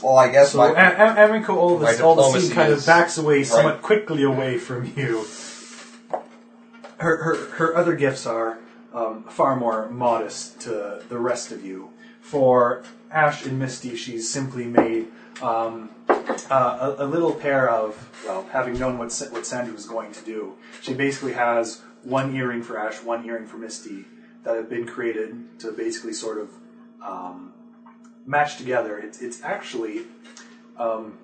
Well, I guess So, my, A- A- Amico, all my this, all the scene diplomacy kind of is backs away right. somewhat quickly away from you. Her, her, her other gifts are um, far more modest to the rest of you. For Ash and Misty, she's simply made um, uh, a, a little pair of, well, having known what, Sa- what Sandy was going to do, she basically has one earring for Ash, one earring for Misty, that have been created to basically sort of um, match together. It's, it's actually um,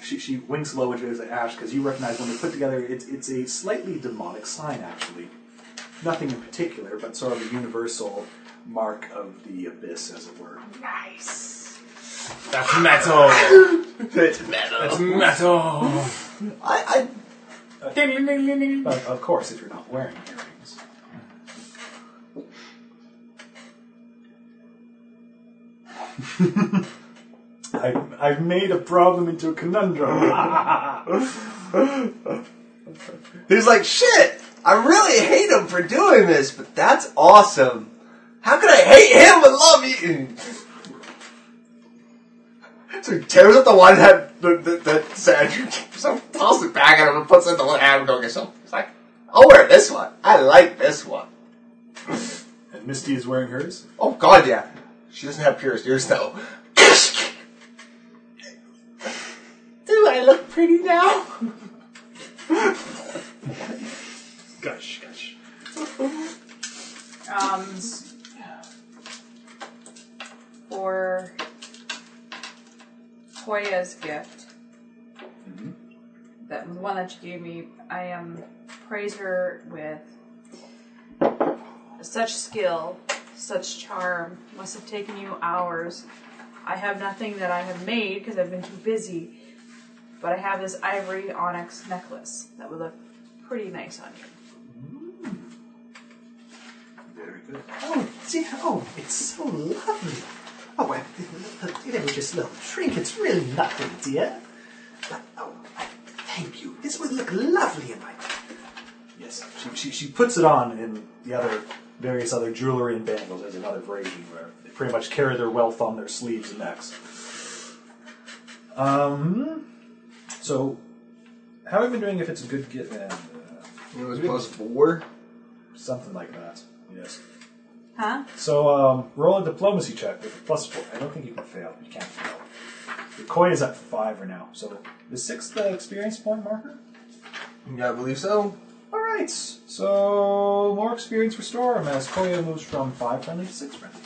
she, she winks low and waves at Ash because you recognize when they put together, it's, it's a slightly demonic sign, actually. Nothing in particular, but sort of a universal mark of the abyss, as it were. Nice. That's metal. It's metal. That's metal. I, I... But of course, if you're not wearing earrings. [LAUGHS] I've, I've made a problem into a conundrum. He's like, shit, I really hate him for doing this, but that's awesome. How could I hate him but love you? [LAUGHS] So he tears up the one that that, that, that [LAUGHS] Sandra so tosses it back at him and puts it in the one hand and goes yourself. He's like, I'll wear this one. I like this one. and Misty is wearing hers? Oh god, yeah. She doesn't have pierced ears though. [LAUGHS] Do I look pretty now? Gosh, gosh. Um, for Toya's gift, that the one that you gave me, I um, praise her with such skill, such charm. Must have taken you hours. I have nothing that I have made because I've been too busy, but I have this ivory onyx necklace that would look pretty nice on you. Very good. Oh, see, oh, it's so lovely. Oh, well, they were just little trinkets, really nothing, dear. But, oh, I thank you. This would look lovely in my. Yes, she, she, she puts it on, and the other various other jewelry and bangles as another version where they pretty much carry their wealth on their sleeves and necks. Um, so how have we been doing? If it's a good get, man, it was plus four, something like that. Yes. Huh? So um, roll a diplomacy check with a plus four. I don't think you can fail. You can't fail. The koi is at five right now. So the sixth uh, experience point marker. Yeah, I believe so. All right. So more experience for Storm as Koya moves from five friendly to six friendly.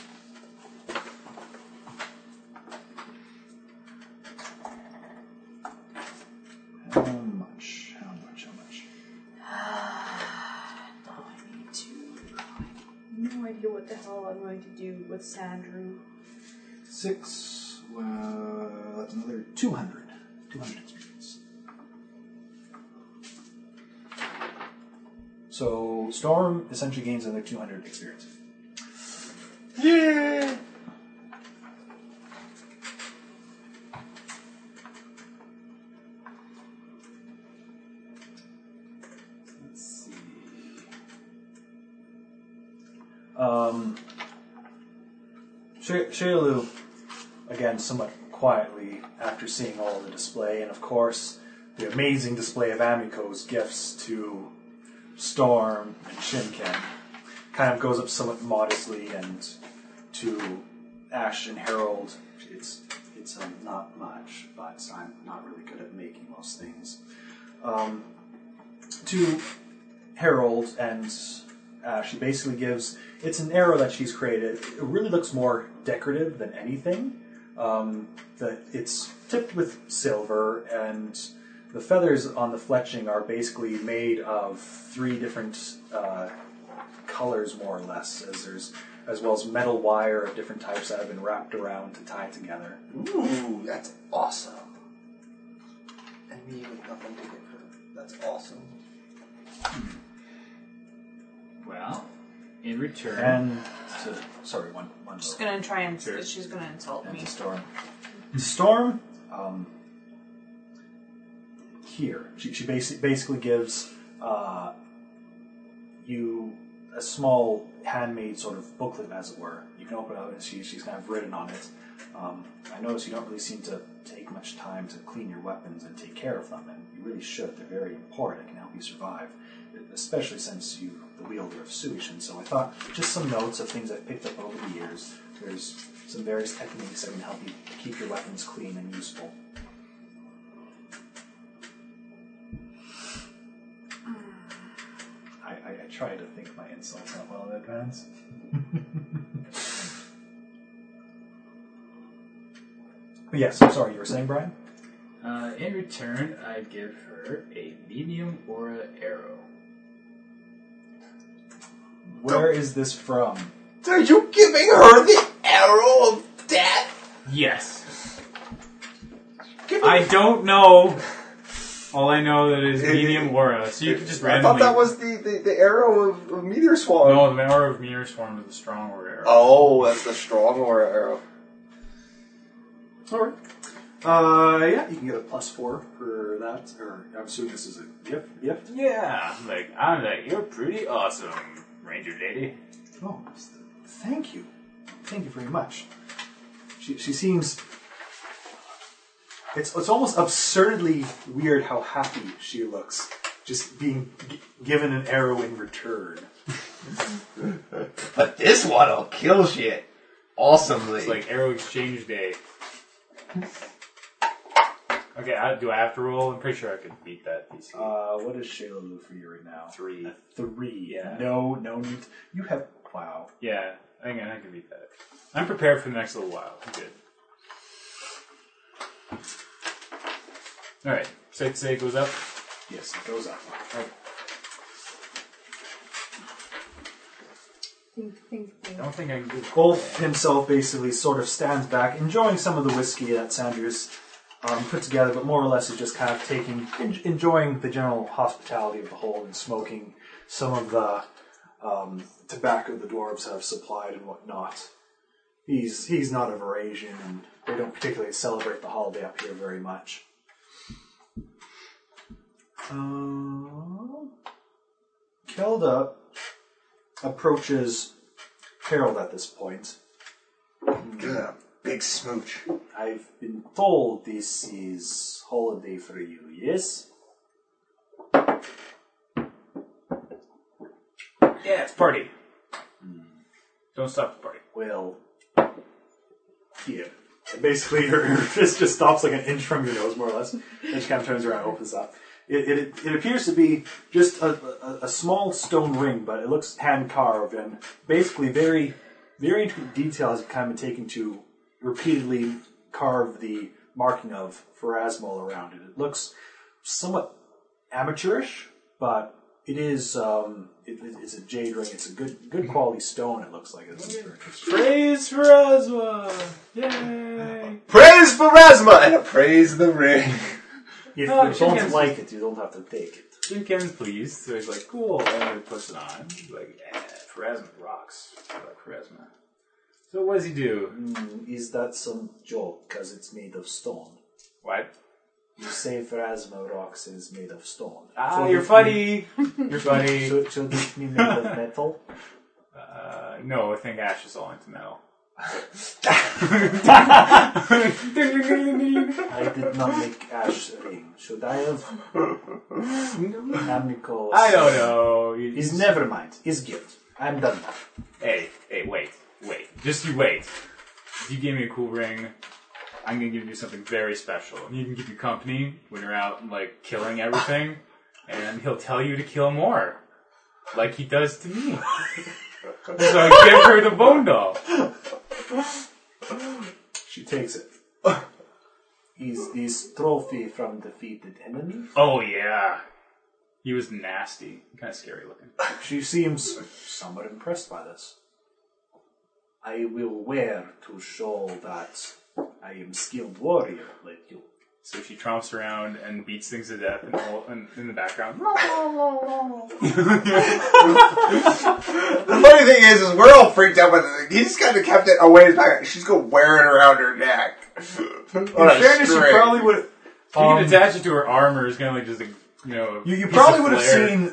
How much? How much? How much? Now I need to. No idea what the hell I'm going to do with Sandrew. Six. Well, that's another 200. 200 experience. So, Storm essentially gains another 200 experience. Yeah! Let's see. Um, Sh- Shailu, again, somewhat quietly, after seeing all the display, and of course, the amazing display of Amico's gifts to Storm and Shinken, kind of goes up somewhat modestly and to Ash and Harold. It's it's um, not much, but I'm not really good at making most things. Um, to Harold and uh, she basically gives it's an arrow that she's created. It really looks more decorative than anything. Um, that it's tipped with silver, and the feathers on the fletching are basically made of three different uh, colors, more or less, as there's as well as metal wire of different types that have been wrapped around to tie together. Ooh, that's awesome. And me with nothing to give her. That's awesome. Well, in return, And so- sorry, one one. She's moment. gonna try and. Sure. She's gonna insult me. Storm. Storm, um, here. She, she basi- basically gives uh, you a small handmade sort of booklet, as it were. You can open it up and she, she's kind of written on it. Um, I notice you don't really seem to take much time to clean your weapons and take care of them, and you really should. They're very important. It can help you survive, especially since you the wielder of suish. And so I thought just some notes of things I've picked up over the years. There's some various techniques that can help you keep your weapons clean and useful. I, I, I try to think my insults out well in [LAUGHS] advance. But yes, I'm sorry, you were saying, Brian? uh, in return, I give her a medium aura arrow. Where is this from? Are you giving her the arrow of death? Yes. I don't know. All I know that is medium aura, so you can just I randomly. thought that was the, the, the arrow of, of Meteor Swan. No, the arrow of mirror swarm is a strong aura arrow. Oh, that's the strong aura arrow. Alright. Uh, yeah, you can get a plus four for that, or I'm assuming this is a gift. Gift? Yeah, like I'm like you're pretty awesome, Ranger lady. Oh, thank you. Thank you very much. She, she seems. It's, it's almost absurdly weird how happy she looks, just being g- given an arrow in return. But this one'll kill shit. Awesomely. It's like arrow exchange day. Okay, I, do I have to roll? I'm pretty sure I could beat that DC. Uh, what is Shayla Lou for you right now? Three. A three. Yeah. No, no need. You have. Wow. Yeah, I can, I can beat that. I'm prepared for the next little while. I'm good. All right, six eight goes up. Yes, it goes up. Think, think, think. I don't think I can do. Wolf himself basically sort of stands back, enjoying some of the whiskey that Sanders um, put together, but more or less is just kind of taking, en- enjoying the general hospitality of the whole and smoking some of the um, tobacco the dwarves have supplied and whatnot. He's he's not a Eurasian, and they don't particularly celebrate the holiday up here very much. Um, Kelda approaches Harold at this point. Give it a big smooch. I've been told this is holiday for you, yes? Yeah, it's party. Don't stop the party. Well, here. And basically, her, her fist just stops like an inch from your nose, more or less. And she kind of turns around and opens up. It, it, it appears to be just a, a, a small stone ring, but it looks hand carved and basically very, very intricate detail has kind of been taken to repeatedly carve the marking of Pharasmal around it. It looks somewhat amateurish, but it is um, it, it- it's a jade ring. It's a good good quality stone. It looks like it's very Praise for Asma! Yay! Praise Pharasma! And praise the ring. If Oh, you chickens. don't like it, you don't have to take it. Jenkins, please. So he's like, cool. And he puts it on. He's like, yeah, Pharasma rocks. I like Pharasma. So what does he do? Mm, is that some joke? Because it's made of stone. What? You say Phrasma rocks and it's made of stone. Ah, So you're this funny. mean- You're funny. So, so this mean made of metal? Uh, no, I think Ash is all into metal. I did not make Ash a ring. Should I have? Amnicos. I don't know. You- He's never mind. He's guilt. I'm done now. Hey, hey, wait, wait. Just you wait. If you gave me a cool ring, I'm gonna give you something very special. And you can keep you company when you're out like killing everything, and he'll tell you to kill more, like he does to me. [LAUGHS] so I give her the bone doll. She takes it. Is this trophy from defeated enemy? Oh yeah, he was nasty, kind of scary looking. She seems somewhat impressed by this. I will wear to show that I am skilled warrior like you. So she tromps around and beats things to death in the, whole- in, in the [LAUGHS] background. The funny thing is, is we're all freaked out by the He just kind of kept it away. Back. She's gonna wear it around her [LAUGHS] neck. In fairness, you probably would. You can attach it to her armor. It's kind of like just like you know. Um, You, you piece probably of would have flair. seen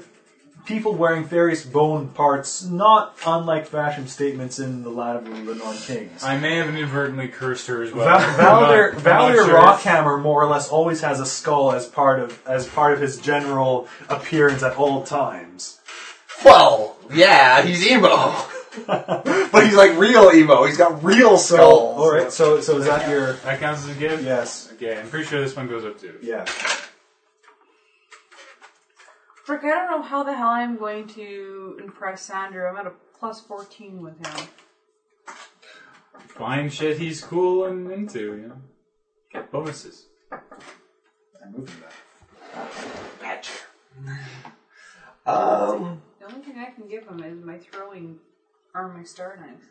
people wearing various bone parts, not unlike fashion statements in the Land of the Non Kings. I may have inadvertently cursed her as well. Val- I'm Valder, not- I'm Valder not sure. Rockhammer more or less always has a skull as part of as part of his general appearance at all times. Well, yeah, he's emo, [LAUGHS] but he's like real emo. He's got real skulls. all right, so so is that your That counts as a gift. yes? Okay, I'm pretty sure this one goes up too. Yeah. Frick, I don't know how the hell I'm going to impress Sandra. I'm at a plus 14 with him. Find shit he's cool and into. You know, get bonuses. I'm moving that. Um, The only thing I can give him is my throwing or my star knife.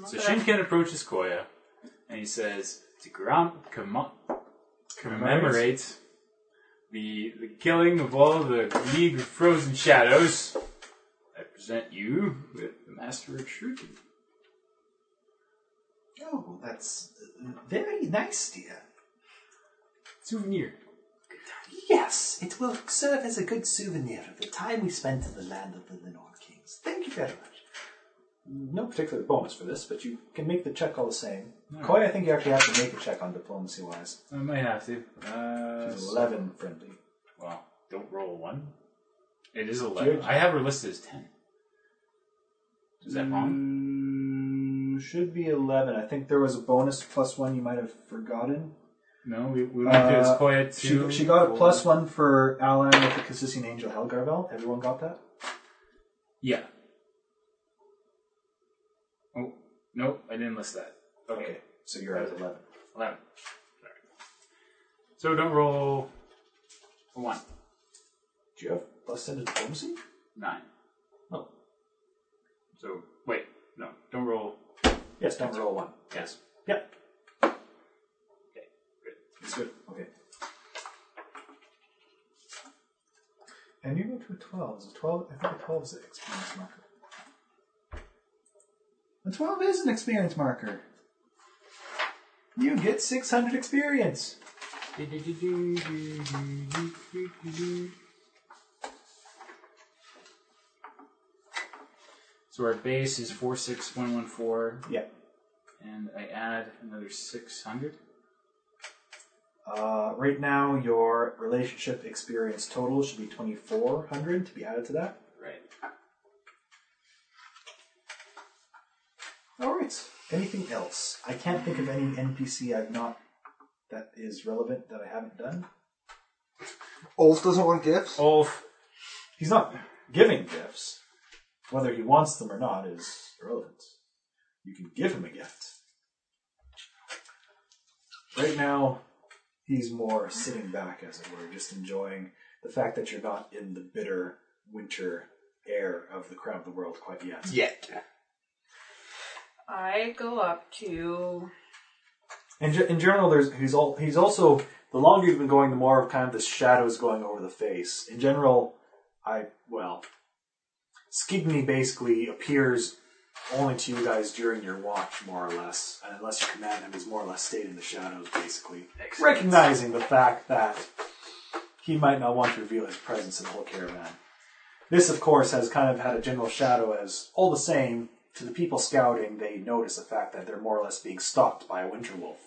Not So that I- Shinken approaches Koya, and he says to grom- commo- commemorate the the killing of all the League of Frozen Shadows. I present you with the Master of Shruti. Oh, that's uh, very nice, dear. Souvenir. Yes, it will serve as a good souvenir of the time we spent in the land of the Lenore Kings. Thank you very much. No particular bonus for this, but you can make the check all the same. Hmm. Koi, I think you actually have to make a check on diplomacy wise. I might have to. Uh, She's eleven friendly. Well, don't roll one. It is Judge. eleven. I have her listed as ten. Is that wrong? Mm, should be eleven. I think there was a bonus plus one you might have forgotten. No, we we went to Uh, Escoya She, two. she got a plus one for allying with the Cassisian angel Helgarvel. Everyone got that? Yeah. Oh no, I didn't list that. Okay, So you're at 11. eleven. Sorry. So don't roll a one Do you have plus 10 to diplomacy? nine. No. So wait, no, don't roll. Yes, don't roll one. Yes. Yep. It's good. Okay. And you go to a 12. Is a 12 I think a 12 is an experience marker. A 12 is an experience marker. You get 600 experience. So our base is four six one one four. Yeah. And I add another six hundred. Uh, right now, your relationship experience total should be 2400 to be added to that. Right. Alright. Anything else? I can't think of any NPC I've not. that is relevant that I haven't done. Ulf doesn't want gifts? Ulf. He's not giving gifts. Whether he wants them or not is irrelevant. You can give him a gift. Right now, he's more sitting back, as it were, just enjoying the fact that you're not in the bitter winter air of the crown of the world quite yet. Yet. I go up to. In, ge- in general, there's he's all he's also the longer you've been going, the more of kind of the shadows going over the face. In general, I well, Skigny basically appears only to you guys during your watch, more or less, and unless you command him, he's more or less stayed in the shadows, basically, recognizing the fact that he might not want to reveal his presence in the whole caravan. This, of course, has kind of had a general shadow as all the same to the people scouting, they notice the fact that they're more or less being stalked by a winter wolf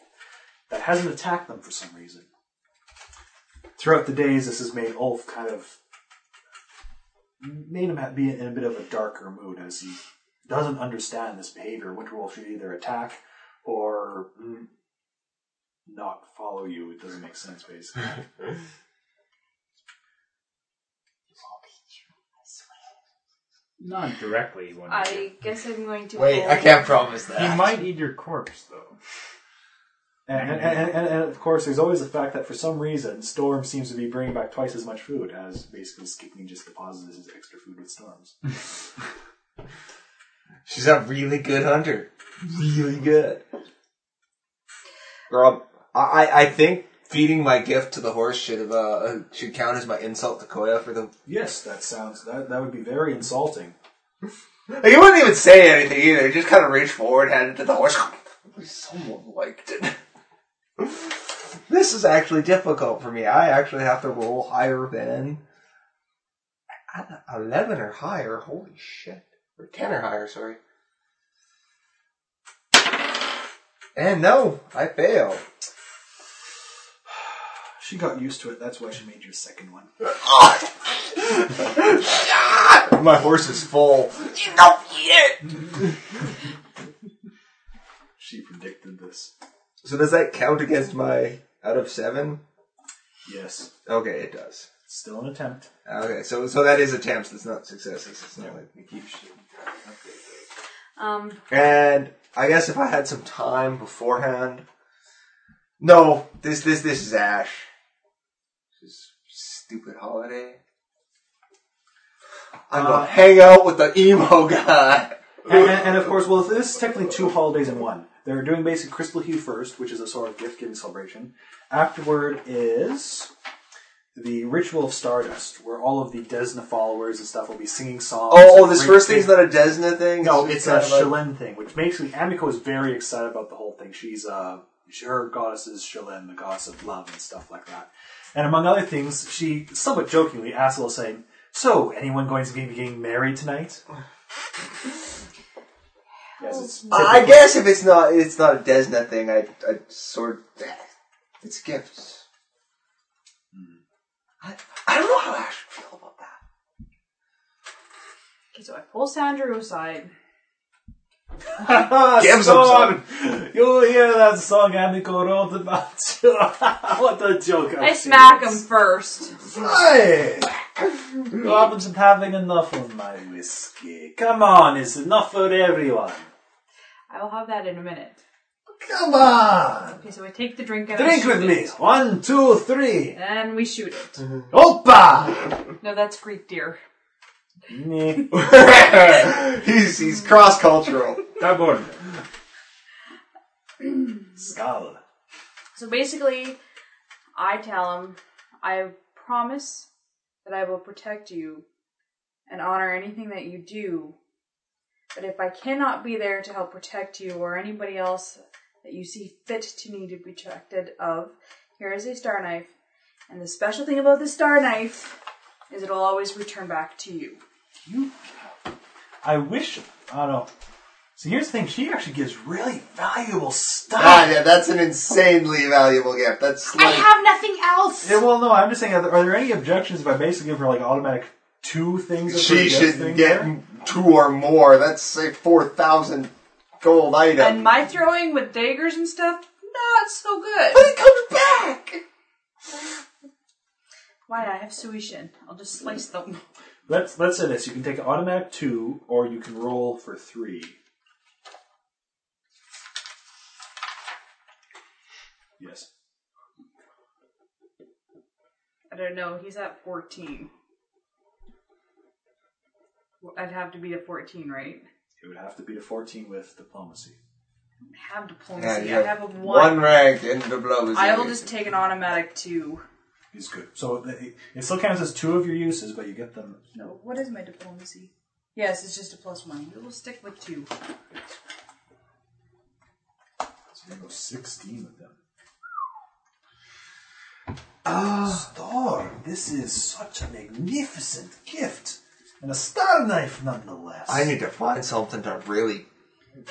that hasn't attacked them for some reason. Throughout the days, this has made Ulf kind of made him ha- be in a bit of a darker mood as he doesn't understand this behavior. Winter wolf should either attack or mm, not follow you. It doesn't make sense, basically. Not directly. One I guess I'm going to. Wait, hold- I can't promise that. He might eat your corpse, though. And, and, and, and, and of course, there's always the fact that for some reason, Storm seems to be bringing back twice as much food as basically Skipney just deposits his extra food with Storms. She's a really good hunter. Really good. Girl, I, I- I think feeding my gift to the horse should have uh, should count as my insult to Koya for the. Yes, that sounds that that would be very insulting. Like, he wouldn't even say anything either. He just kind of reached forward, handed it to the horse. [LAUGHS] Someone liked it. this is actually difficult for me. I actually have to roll higher than I- I- eleven or higher. Holy shit! Or ten or higher. Sorry. And no, I [LAUGHS] failed. She got used to it. That's why she made your second one. My horse is full. You don't eat it! She predicted this. So does that count against my out of seven? Yes, Okay, it does. still an attempt. Okay, so so that is attempts. It's not successes. It's not like we keep shit. Um, And I guess if I had some time beforehand, no, this this this is Ash. This stupid holiday. I'm Uh, gonna hang out with the emo guy. And, and, and of course, well, this is technically two holidays in one. They're doing basic Crystal Hue first, which is a sort of gift giving celebration. Afterward is the Ritual of Stardust, where all of the Desna followers and stuff will be singing songs. Oh, oh, and this great first things. thing's not a Desna thing. No, it's a kind of like- Shelen thing, which makes me Amico is very excited about the whole thing. She's uh, she- her goddess is Shelen, the goddess of love and stuff like that. And among other things, she somewhat jokingly asks Will, saying, "So, anyone going to be getting married [LAUGHS] tonight?" yes, it's [LAUGHS] I I guess if it's not it's not a Desna thing, I I sort it's gifts. Hmm. I, I don't know how Ash would feel about that. okay, so I pull Sandra aside. [LAUGHS] Gives 'em Ah, Song. You'll hear that song Amico wrote about you. [LAUGHS] what a joke! I smack him first. Hey! You haven't been having enough of my whiskey. Come on, it's enough for everyone. I will have that in a minute. Come on! Okay, so I take the drink and I Drink shoot with it. me! One, two, three! And we shoot it. Opa! No, that's Greek deer. he's he's cross [LAUGHS] cultural. Skull. So basically, I tell him, I promise that I will protect you and honor anything that you do. But if I cannot be there to help protect you or anybody else that you see fit to need to be protected of, here is a star knife. And the special thing about the star knife is it'll always return back to you. I wish. I don't know. So here's the thing. She actually gives really valuable stuff. Ah, yeah, that's an insanely valuable gift. That's I like have nothing else! Yeah, well, no, I'm just saying. Are there, are there any objections if I basically give her like automatic two things? of her she gift should thing get there? two or more. That's a four thousand gold item. And my throwing with daggers and stuff, not so good. [LAUGHS] But it comes back! Why, I have Suishin. I'll just slice them. [LAUGHS] Let's let's say this. You can take an automatic two, or you can roll for three. Yes. I don't know, he's at 14. Well, I'd have to be a 14, right? It would have to be a fourteen with diplomacy. I have Yeah, diplomacy. you I have a one. 1. rank in diplomacy. I will just take an automatic 2. Is good. So it it still counts as two of your uses, but you get them. No, what is my diplomacy? Yes, it's just a plus 1. It will stick with 2. So you go sixteen with them. Oh. Star, this is such a magnificent gift, and a star knife nonetheless. I need to find something to really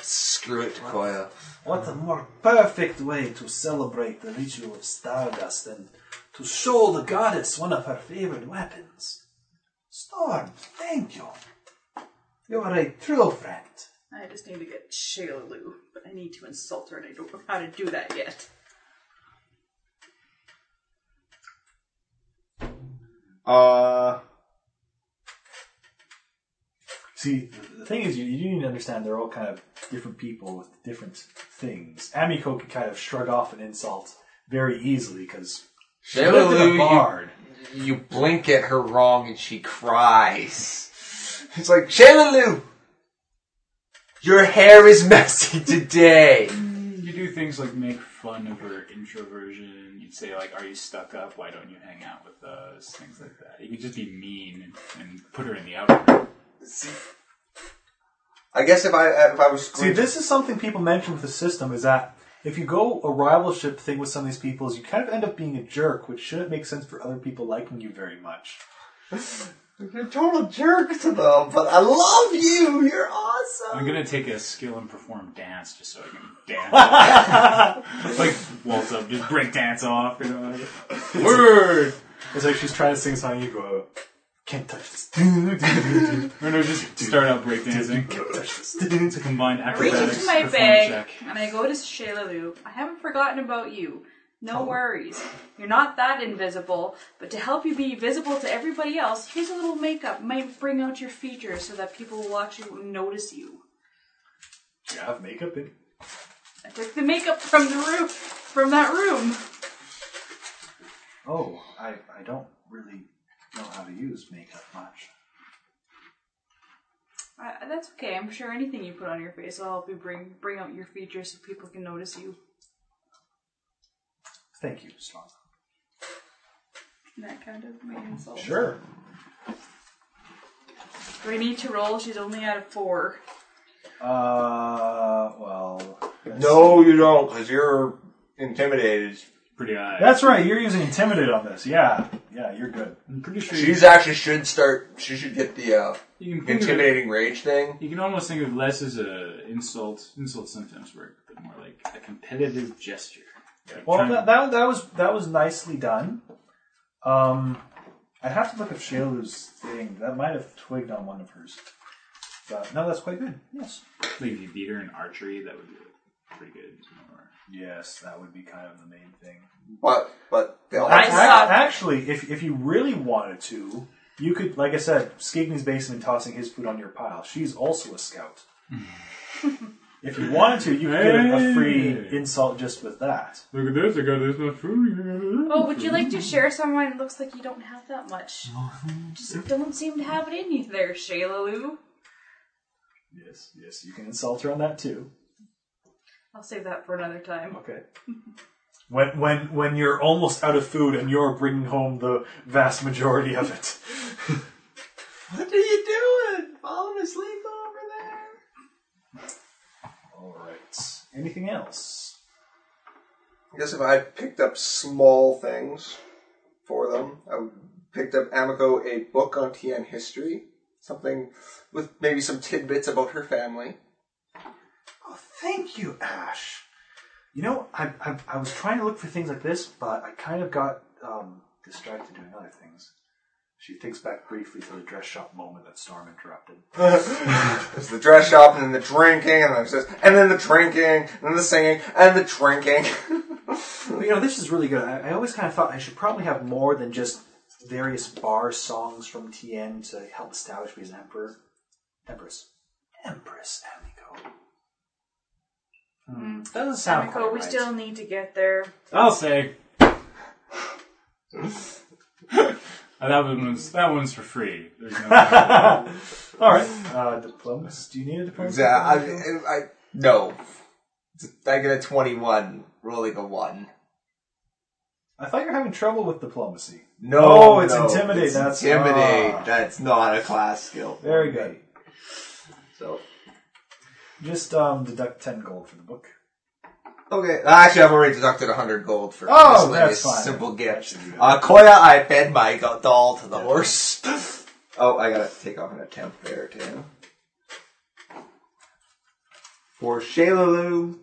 screw it to Koya. What a more perfect way to celebrate the ritual of Stardust than to show the goddess one of her favorite weapons. Storm, thank you. You are a true friend. I just need to get Shayla Lou, but I need to insult her and I don't know how to do that yet. Uh. See, the thing is, you, you do need to understand they're all kind of different people with different things. Amiko can kind of shrug off an insult very easily because she Shayla lived in Lou, a you- bard. You blink at her wrong and she cries. It's like, Shayla Lou, your hair is [LAUGHS] messy today. You do things like make fun of her introversion. You'd say like, "Are you stuck up? Why don't you hang out with us?" Things like that. You could just be mean and, and put her in the outer. I guess if I if I was See, this is something people mention with the system is that if you go a rivalship thing with some of these people, is you kind of end up being a jerk, which shouldn't make sense for other people liking you very much. You're a total jerk to them, but I love you. You're awesome. I'm gonna take a skill and perform dance just so I can [LAUGHS] dance, like waltz up, just break dance off. You know? Word. It's like she's trying to sing a song, you go, can't touch this. [LAUGHS] Or no, just start out breakdancing. It's a combined Reach acrobatics. into my perform bag check. and I go to Shayla Lou. I haven't forgotten about you. No worries. You're not that invisible, but to help you be visible to everybody else, here's a little makeup. Might bring out your features so that people will actually notice you. Do [LAUGHS] you have makeup in? I took the makeup from the room, from that room. Oh, I, I don't really know how to use makeup much. Uh, that's okay. I'm sure anything you put on your face will help you bring bring out your features so people can notice you. Thank you, Storm. And that kind of my insult. Sure. Do I need to roll? She's only at a four. Uh, well. let's No, you don't, because you're intimidated. Pretty high. That's right. You're using intimidate on this. Yeah, yeah, you're good. I'm pretty sure She's actually should start. She should get the uh, You can think of it- intimidating rage thing. You can almost think of less as a insult. Insult sometimes work, but more like a competitive gesture. Like Well, trying- that, that that was that was nicely done. Um, I'd have to look up Shailu's thing. That might have twigged on one of hers. But no, that's quite good. Yes. like if you beat her in archery, that would be pretty good. Or- Yes, that would be kind of the main thing. But but they all Act- suck. actually, if if you really wanted to, you could, like I said, Skigny's basement tossing his food on your pile. She's also a [LAUGHS] scout. if you wanted to, you could get a, a free insult just with that. Look at this! I got this much food. Oh, would you like to share someone? It looks like you don't have that much. Just don't seem to have it in you there, Shayla Lou. Yes, yes, you can insult her on that too. I'll save that for another time. Okay. When when when you're almost out of food and you're bringing home the vast majority of it. What are you doing? Falling asleep over there? All right. Anything else? I guess if I picked up small things for them, I would- picked up Amico a book on Tian history, something with maybe some tidbits about her family. Oh, Thank you, Ash. You know, I, I, I was trying to look for things like this, but I kind of got um, distracted doing other things. She thinks back briefly to the dress shop moment that Storm interrupted. there's the dress shop, and then the drinking, and then it says, and then the drinking, and then the singing, and the drinking. [LAUGHS] Well, you know, this is really good. I, I always kind of thought I should probably have more than just various bar songs from TN to help establish me as an emperor. Empress. Empress, Amico. Hmm, doesn't sound Amico, quite we right. still need to get there. I'll [LAUGHS] say. Uh, that one was that one's for free. There's no All right. Uh, diplomacy. Do you need a diplomacy? Yeah, I, I, I no. I get a twenty-one, rolling a one. I thought you were having trouble with diplomacy. No, Oh, it's no, intimidate. it's that's intimidate. ah. That's not a class skill. Very good. So Just um, deduct ten gold for the book. okay. Actually, I've already deducted hundred gold for Oh, miscellaneous that's fine. simple gifts. Uh, Koya, I fed my go- doll to the horse. [LAUGHS] oh, I gotta take off an attempt there too. For Shalalu.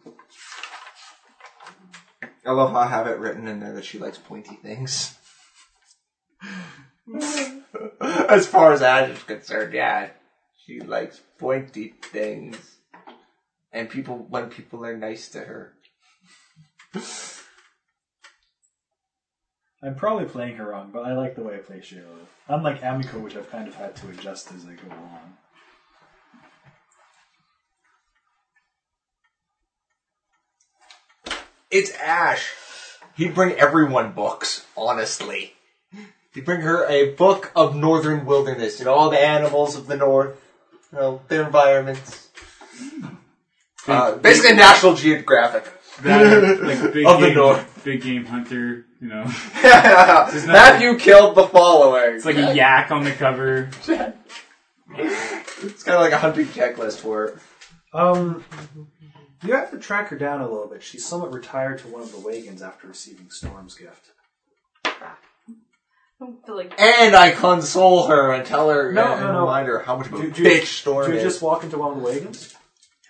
I love how I have it written in there that she likes pointy things. [LAUGHS] as far as Ash is concerned, yeah, she likes pointy things, and people when people are nice to her. I'm probably playing her wrong, but I like the way I play Shiro. Unlike Amico, which I've kind of had to adjust as I go along. It's Ash. He'd bring everyone books, honestly. They bring her a book of northern wilderness and all the animals of the north, you know, their environments. Hmm. Uh, basically, National Geographic That, like big of game, the north. big game hunter. You know, [LAUGHS] There's nothing- Matthew killed the following. it's like a yak on the cover. It's kind of like a hunting checklist for it. Um, you have to track her down a little bit. She's somewhat retired to one of the wagons after receiving Storm's gift. I feel like And I console her and tell her No, and no, no. remind her how much of a Do- do you- bitch Storm do you is. just walk into one of the wagons?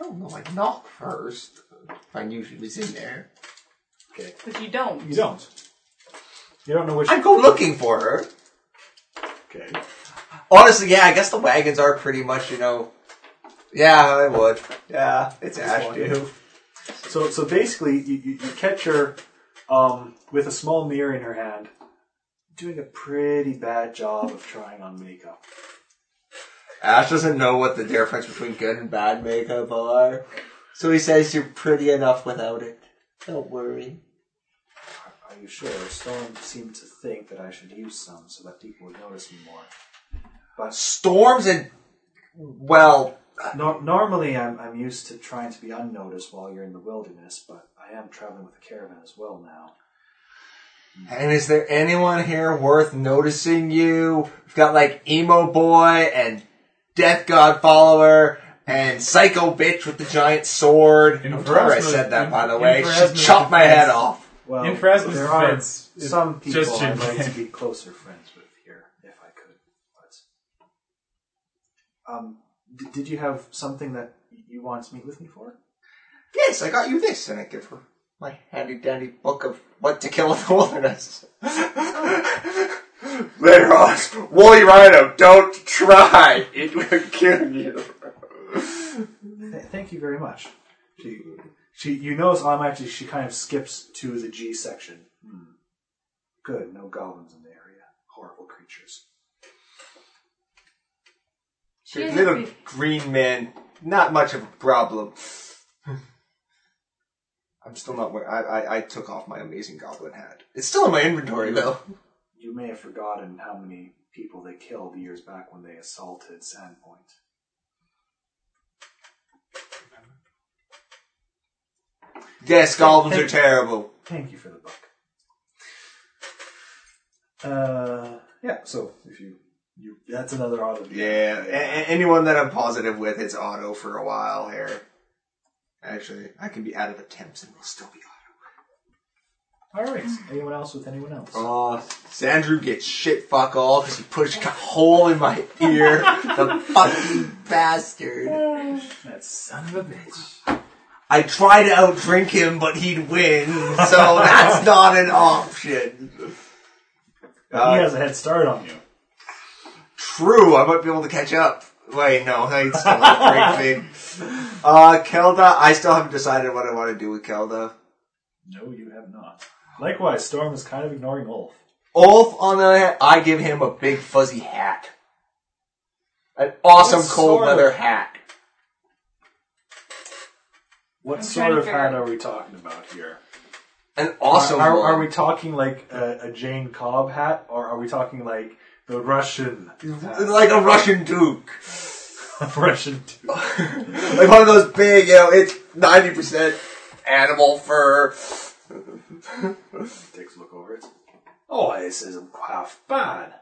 Oh no, I knock first. I knew she was in there. Okay. But you don't. You don't. You don't know which. I go looking for her. Okay. Honestly, yeah, I guess the wagons are pretty much, you know. Yeah, I would. Yeah, it's Just Ash walk too. So, so basically, you, you, you catch her um, with a small mirror in her hand, doing a pretty bad job of trying on makeup. Ash doesn't know what the difference between good and bad makeup are, so he says you're pretty enough without it. Don't worry. Are you sure? Storm seemed to think that I should use some so that people would notice me more. But Storms and well, nor normally, I'm, I'm used to trying to be unnoticed while you're in the wilderness, but I am traveling with a caravan as well now. and is there anyone here worth noticing you? We've got like emo boy and death god follower. And psycho bitch with the giant sword. I'm glad I Phrasma's- said that, in- by the in way. She Phrasma's chopped my head defense- off. Well, In Phrasma's there are defense, it some people just I'd shouldn't like to be. be closer friends with here, if I could. But um, d- did you have something that you wanted to meet with me for? Yes, I got you this, and I give her my handy dandy book of what to kill in the wilderness. [LAUGHS] Later on, Wooly Rhino, don't try. It will kill you. Th- thank you very much. She, she, you notice automatically she kind of skips to the G section. Hmm. Good, no goblins in the area. Horrible creatures. She is little a big- green man, not much of a problem. [LAUGHS] I'm still not wearing. I, I I took off my amazing goblin hat. It's still in my inventory though. You may have forgotten how many people they killed years back when they assaulted Sandpoint. Yes, goblins Thank- are terrible. Thank you for the book. Uh, yeah. So if you you that's another auto. Yeah, a- a- anyone that I'm positive with, it's auto for a while here. Actually, I can be out of attempts and we'll still be All right. Anyone else with anyone else? Oh, Sandrew gets shit fuck all because he pushed a hole in my [LAUGHS] ear. the fucking bastard. That son of a bitch. I try to outdrink him, but he'd win, [LAUGHS] so that's not an option. he has a head start on you. True, I might be able to catch up. Wait, no, he's still outdrink me. Uh, Kelda, I still haven't decided what I want to do with Kelda. No, you have not. Likewise, Storm is kind of ignoring Ulf. Ulf, on the other hand, I give him a big fuzzy hat. An awesome What cold sort weather of- hat. What trying sort to of figure hat out- are we talking about here? An awesome Are, one. are, are we talking like a, a Jane Cobb hat, or are we talking like the Russian, [LAUGHS] Like a Russian duke. Russian like one of those big, you know, it's 90% animal fur. Takes a look over it. Oh, this isn't half bad.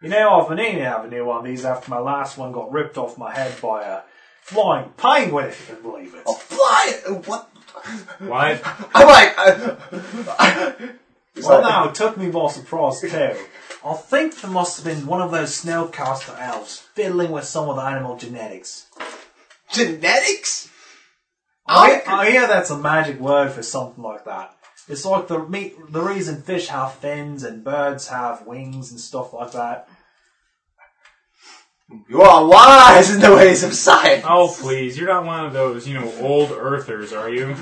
You know, I've been needing to have a new one of these after my last one got ripped off my head by a flying penguin, if you can believe it. Fly! What? Why? I'm like, I, Well, no, it took me by surprise too. I think there must have been one of those snowcaster elves fiddling with some of the animal genetics. Genetics? I, hear- I hear that's a magic word for something like that. It's like the me, the reason fish have fins and birds have wings and stuff like that. you are wise in the ways of science. Oh, please. You're not one of those, you know, old earthers, are you?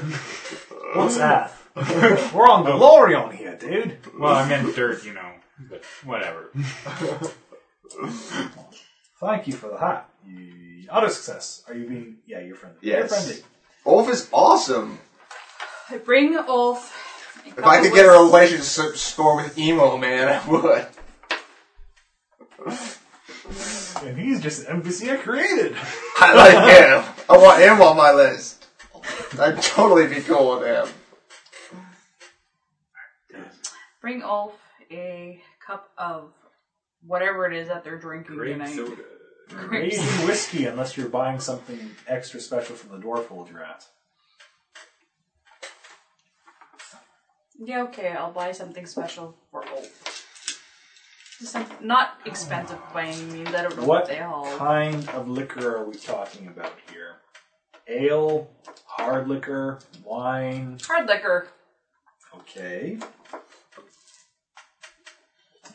What's [LAUGHS] that? We're on Galorion here, dude. Well, I meant dirt, you know. But whatever. Thank you for the hat. You- Auto success. Are you being? Yeah, you're friendly. You're Yes. friendly. Ulf is awesome. I bring Ulf. If I could get a relationship score with emo man, I would. And he's just an NPC I created. I like him. I want him on my list. I'd totally be cool with him. Bring Ulf a cup of whatever it is that they're drinking tonight. [LAUGHS] Maybe whiskey, unless you're buying something extra special from the dwarf hold you're at. Yeah, okay, I'll buy something special for Ulf. Just some, not expensive by any means. I don't know what, What they haul. kind of liquor are we talking about here? Ale, hard liquor, wine. Hard liquor. Okay.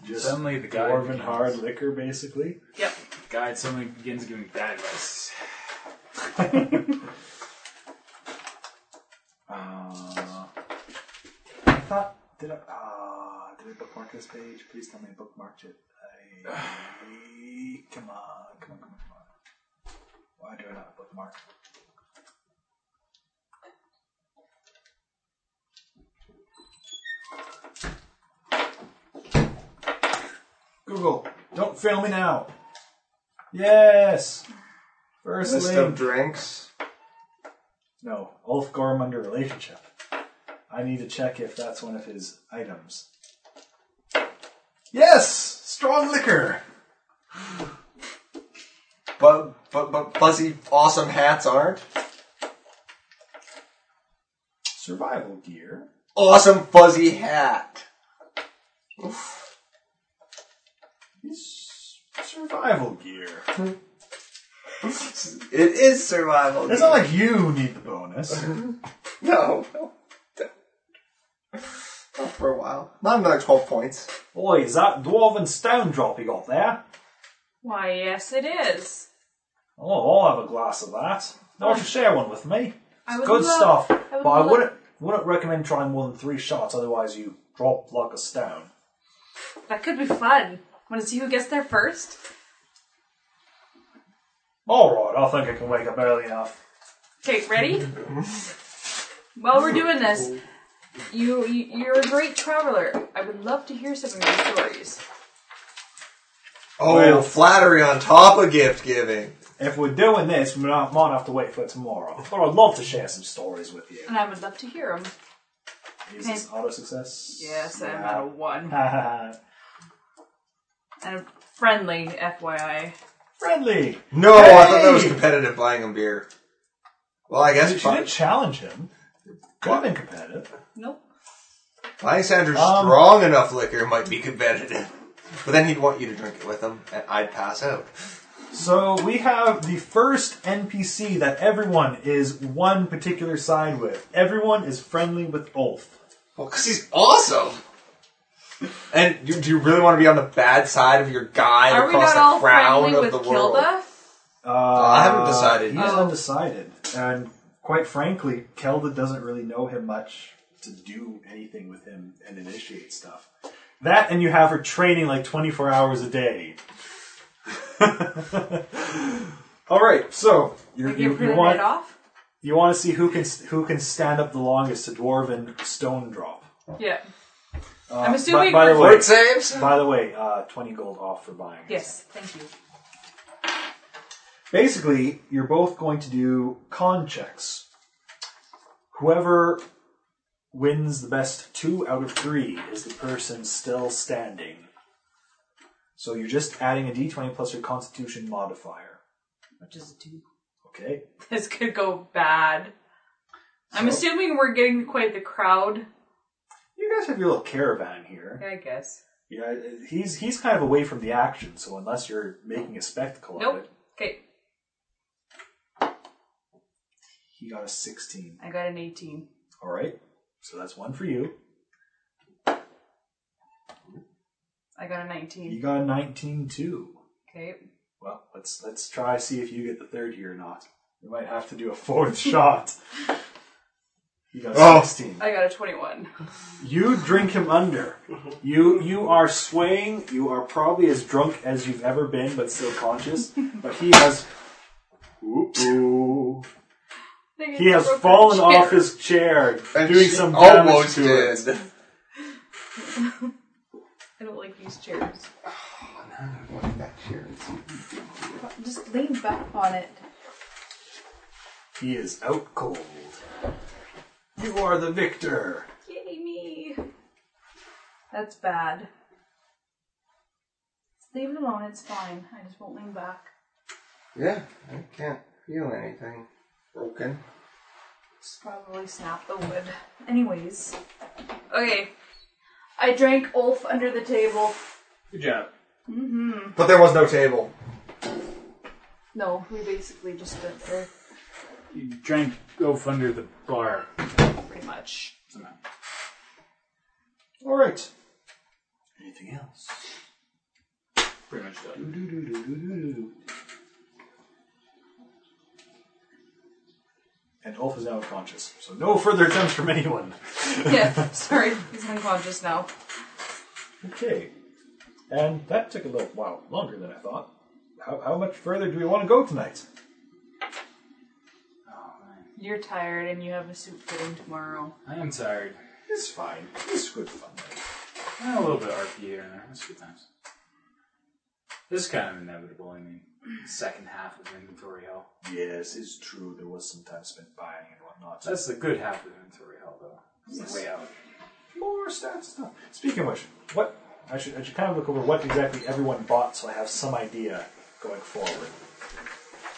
Just Suddenly the guy dwarven becomes- hard liquor, basically. Yep. God suddenly begins giving bad advice. Uh, I thought did I uh, did I bookmark this page? Please tell me I bookmarked it. I, come on, come on, come on, come on. Why do I not bookmark? Google, don't fail me now. Yes. First List link. of drinks. No, Ulf Gorm under relationship. I need to check if that's one of his items. Yes, strong liquor. But but but fuzzy awesome hats aren't. Survival gear. Awesome fuzzy hat. Yes, Survival gear. It is survival. It's not like you need the bonus. No. no. Not for a while. Not another 12 points. [LAUGHS] Boy, is that dwarven stone drop you got there? Why, yes, it is. Oh, I'll have a glass of that. Why don't you share one with me? I It's would good love- stuff. I would but I love- wouldn't wouldn't recommend trying more than three shots, otherwise you drop like a stone. That could be fun. Want to see who gets there first? All right, I think I can wake up early enough. Okay, [LAUGHS] ready? While we're doing this, you, you you're a great traveler. I would love to hear some of your stories. Oh, Well- flattery on top of gift giving. If we're doing this, we might might have to wait for tomorrow. But I'd love to share some stories with you. And I would love to hear them. Is this auto success? Yes, I'm at a one. one. And a friendly, FYI. [LAUGHS] Friendly. No, I thought that was Hey! competitive buying him beer. Well, I guess she didn't challenge him. Could have been competitive. Nope. buying Sandra Um, strong enough liquor might be competitive, but then he'd want you to drink it with him, and I'd pass out. So we have the first NPC that everyone is one particular side with. Everyone is friendly with Ulf. Well, because he's awesome. And do, do you really want to be on the bad side of your guy Are we across not all the crown friendly of with the world? Kilda? Uh, I haven't decided He's yet. Oh. undecided, and quite frankly, Kelda doesn't really know him much to do anything with him and initiate stuff. That, and you have her training like twenty four hours a day. [LAUGHS] All right, so you, I you, give her you the want night off? you want to see who can who can stand up the longest to Dwarven Stone Drop. Yeah. Uh, I'm assuming By, by the we're- way, Fort saves? By the way, uh, twenty gold off for buying. it. Yes, thank you. Basically, you're both going to do con checks. Whoever wins the best two out of three is the person still standing. So you're just adding a d20 plus your Constitution modifier. Which is a two. Okay. [LAUGHS] This could go bad. I'm So- assuming we're getting quite the crowd. You guys have your little caravan here. I guess. Yeah, he's he's kind of away from the action, so unless you're making a spectacle of Nope. it, Okay, he got a 16. I got an 18. All right, so that's one for you. I got a 19. You got a 19 too. Okay. Well, let's let's try see if you get the third here or not. We might have to do a fourth [LAUGHS] shot. You got a Oh. 16. [LAUGHS] I got a 21. You drink him under. You you are swaying. You are probably as drunk as you've ever been, but still conscious. But he has. Ooh, ooh. He has fallen off his chair, doing she some damage almost to did. it. I don't like these chairs. Just lean back on it. He is out cold. You are the victor. Yay me! That's bad. Just leave it alone, it's fine. I just won't lean back. Yeah, I can't feel anything broken. Just probably snap the wood. Anyways. Okay. I drank Ulf under the table. Good job. Mm-hmm. But there was no table. No, we basically just stood there. You drank Oaf under the bar. Pretty [LAUGHS] much. All right. Anything else? Pretty much done. And Ulf is now unconscious, so no further attempts from anyone. yeah, sorry, he's unconscious now. Okay. And that took a little while longer than I thought. How, how much further do we want to go tonight? You're tired and you have a soup fitting tomorrow. I am tired. It's fine. It's good fun. Eh, a little bit RP here and there. That's good times. This is kind of inevitable. I mean, second half of inventory hell. Yes, it's true. There was some time spent buying and whatnot. That's the good half of inventory hell, though. It's the way out. more stats stuff. Speaking of which, what I should I should kind of look over what exactly everyone bought, so I have some idea going forward.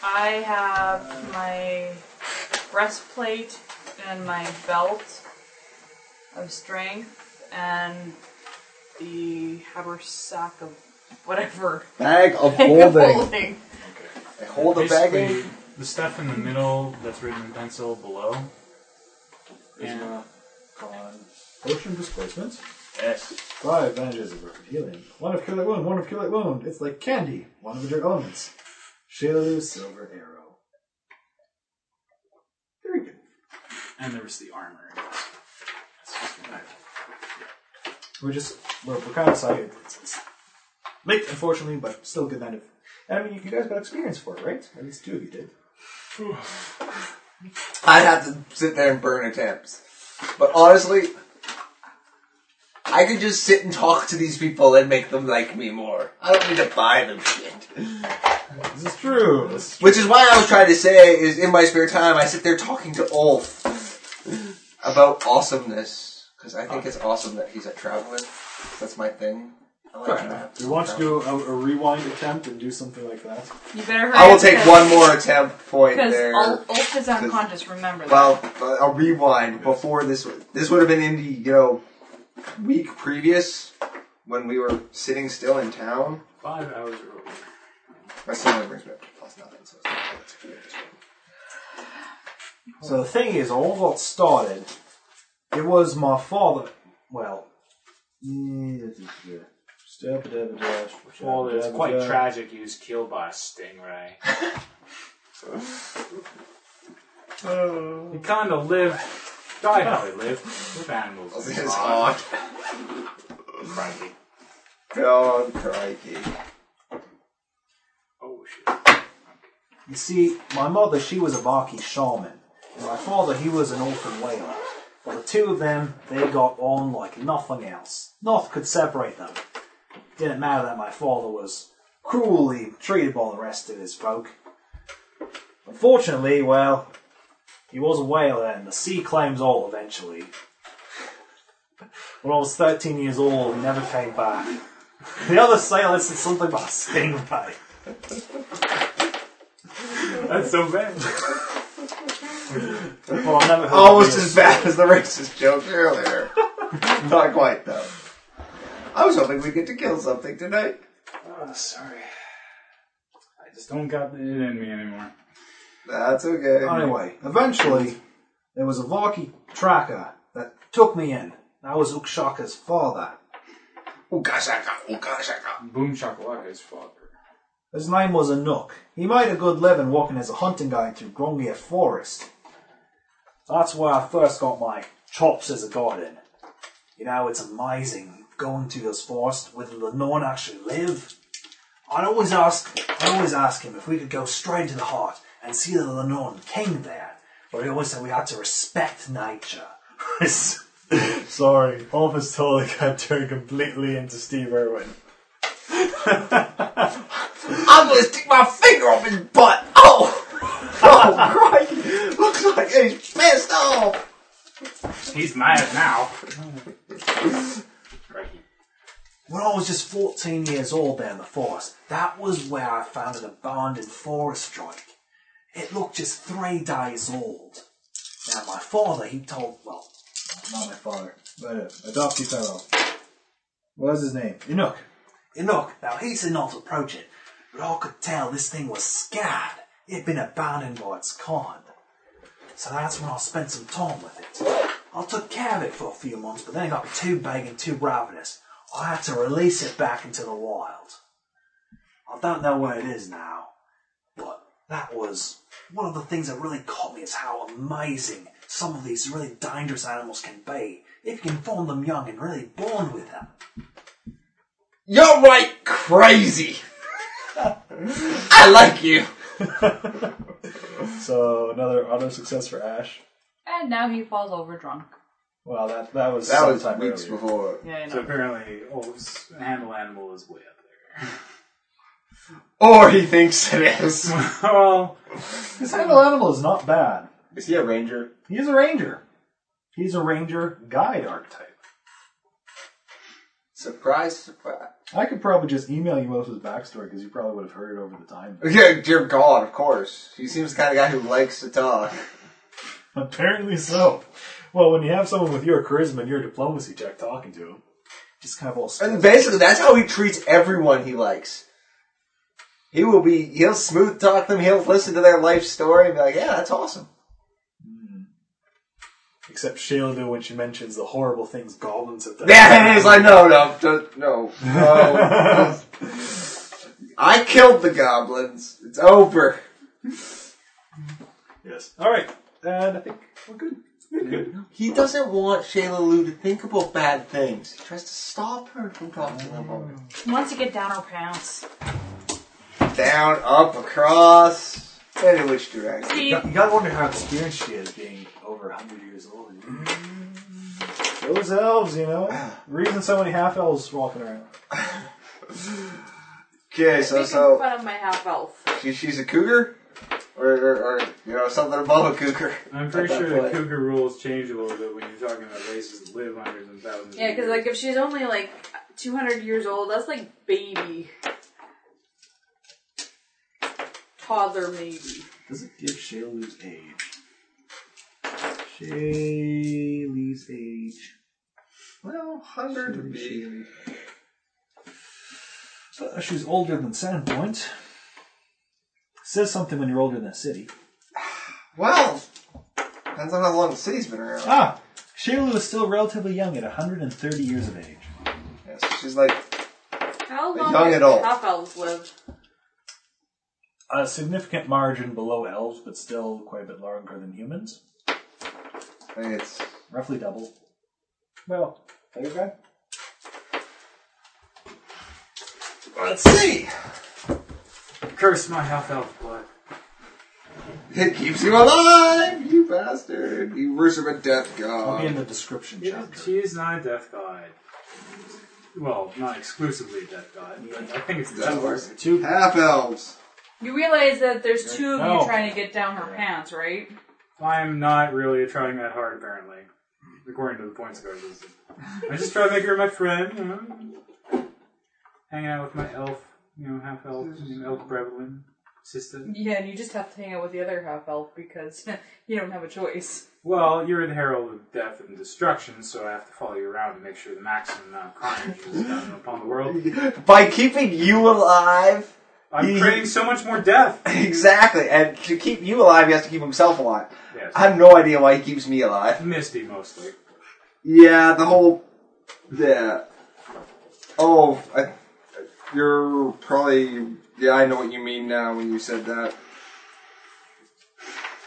I have my breastplate and my belt of strength and the haversack of whatever. [LAUGHS] Bag of Bag holding. holding. I hold a bag eh? Basically, in. The stuff in the middle that's written in pencil below. And Con potion displacement. yes. Five advantages of rapid healing. One of cure light wound. One of cure light wound. It's like candy. One of your elements. Shalu silver arrow. Very good. and there was the armor. I guess. That's just what I- We're just we're, we're kind of excited. It's, it's late, unfortunately, but still a good night of. And I mean, you guys got experience for it, right? At least two of you did. I'd have to sit there and burn attempts. But honestly, I could just sit and talk to these people and make them like me more. I don't need to buy them shit. This is true. Which is why I was trying to say is in my spare time I sit there talking to Ulf about awesomeness because I think it's awesome that he's a traveler. That's my thing. I like that. Do you want to do a, a rewind attempt and do something like that? You better hurry I will up take because- one more attempt point Because there. Ul- Ulf is unconscious, remember that. Well, uh, I'll rewind before this. This would have been in the you know week previous when we were sitting still in town. Five hours earlier. My stamina brings me up to plus nothing, so it's not it's good. So the thing is, all got started. It was my father. Well, Well, well, it's quite tragic. He was killed by a stingray. Oh. he kind of lived, died how he lived with animals. [LAUGHS] This is odd. Crikey. Oh, [LAUGHS] crikey. Oh shit. You see, my mother, she was a Baki shaman, and my father, he was an orphan whaler. Well, the two of them, they got on like nothing else. Nothing could separate them. Didn't matter that my father was cruelly treated by the rest of his folk. Unfortunately, well, he was a whaler, and the sea claims all eventually. When I was 13 years old, he never came back. [LAUGHS] The other sailor said something about a stingray. That's so bad. Well, I've never heard Almost of this. as bad as the racist joke earlier. [LAUGHS] Not quite though. I was hoping we'd get to kill something tonight. Ah, Oh, sorry. I just don't got it in me anymore. That's okay. Anyway, eventually, there was a Varki tracker that took me in. That was Ukshaka's father. Ukashaka, Ukashaka. Boom Shakalaka is father. His name was Anuk. He made a good living working as a hunting guide through Grongia Forest. That's where I first got my chops as a garden. You know, it's amazing going to this forest where the Lenorn actually live. I'd always ask, I'd always ask him if we could go straight to the heart and see the Lenorn king there. But he always said we had to respect nature. [LAUGHS] Sorry, Alphys totally got turned completely into Steve Irwin. I'm gonna stick my finger up his butt. Oh, oh, crikey! [LAUGHS] Looks like he's pissed off. He's mad now. Crikey. When I was just 14 years old there in the forest, that was where I found an abandoned forest strike. It looked just three days old. Now, my father, he told, well, Not my father, but uh, adoptee fellow. What was his name? Enoch. Enoch, now he said not to approach it, but I could tell this thing was scared. It had been abandoned by its kind. So that's when I spent some time with it. I took care of it for a few months, but then it got too big and too ravenous. I had to release it back into the wild. I don't know where it is now, but that was one of the things that really caught me is how amazing some of these really dangerous animals can be if you can form them young and really bond with them. You're right, [LAUGHS] crazy. I like you. So another auto success for Ash. And now he falls over drunk. Wow, that that was That was sometime weeks earlier. before. Yeah, I know. So apparently, oh, Olaf's handle animal is way up there. [LAUGHS] Or he thinks it is. well, His handle animal is not bad. Is he a ranger? He's a ranger. He's a ranger guide archetype. Surprise, surprise. I could probably just email you most of his backstory because you probably would have heard it over the time. Yeah, dear God, of course. He seems the kind of guy who likes to talk. [LAUGHS] Apparently so. Well, when you have someone with your charisma and your diplomacy check talking to him, just kind of all And basically, that's how he treats everyone he likes. He will be, he'll smooth talk them, he'll listen to their life story and be like, yeah, that's awesome. except Shayla when she mentions the horrible things goblins have done. Yeah, and he's like, no, no, don't- [LAUGHS] no, no. I killed the goblins. It's over. yes. All right, and I think we're good. We're good. He doesn't want Shayla Lou to think about bad things. He tries to stop her from talking about it. He wants to get down [LAUGHS] our pants. Down, up, across, any which direction. See, You got- you gotta wonder how experienced she is being over 100 years old. Mm. Those [SIGHS] elves, you know? Reason so many half elves walking around. Okay, so Making so fun of my half elf. she, she's a cougar, or, or or you know something above a cougar. I'm pretty sure the cougar rules change a little bit when you're talking about races that live hundreds and thousands. of Yeah, because years. like if she's only like 200 years old, that's like baby, toddler maybe. Does it give Shaylee's age? Shaylee's age. Well, hundred would be. Uh, she's older than Sandpoint. Says something when you're older than a city. Well, depends on how long the city's been around. Ah, Shaylee was still relatively young at 130 years of age. Yeah, so she's like How A long young do adult. half elves live? A significant margin below elves, but still quite a bit longer than humans. I think it's Roughly double. Well, there you go. Let's see. Curse my half elf blood. It keeps you alive, you bastard. You worship a death god. I'll be in the description She chapter. is- She is not a death god. Well, not exclusively a death god, but I think it's the That death works. god. Two half elves. You realize that there's two of No. you trying to get down her pants, right? I'm not really trying that hard, apparently, according to the points guard. system. I just try to make her my friend, you know, hanging out with my elf, you know, half elf, you know, elf Brevelin sister. Yeah, and you just have to hang out with the other half elf because [LAUGHS] you don't have a choice. Well, you're the herald of death and destruction, so I have to follow you around to make sure the maximum amount of carnage is done upon the world. By keeping you alive, I'm he- creating so much more death. exactly, and to keep you alive, he has to keep himself alive. Yes. I have no idea why he keeps me alive. Misty mostly. Yeah, the whole. Yeah. Oh, I, you're probably. Yeah, I know what you mean now when you said that.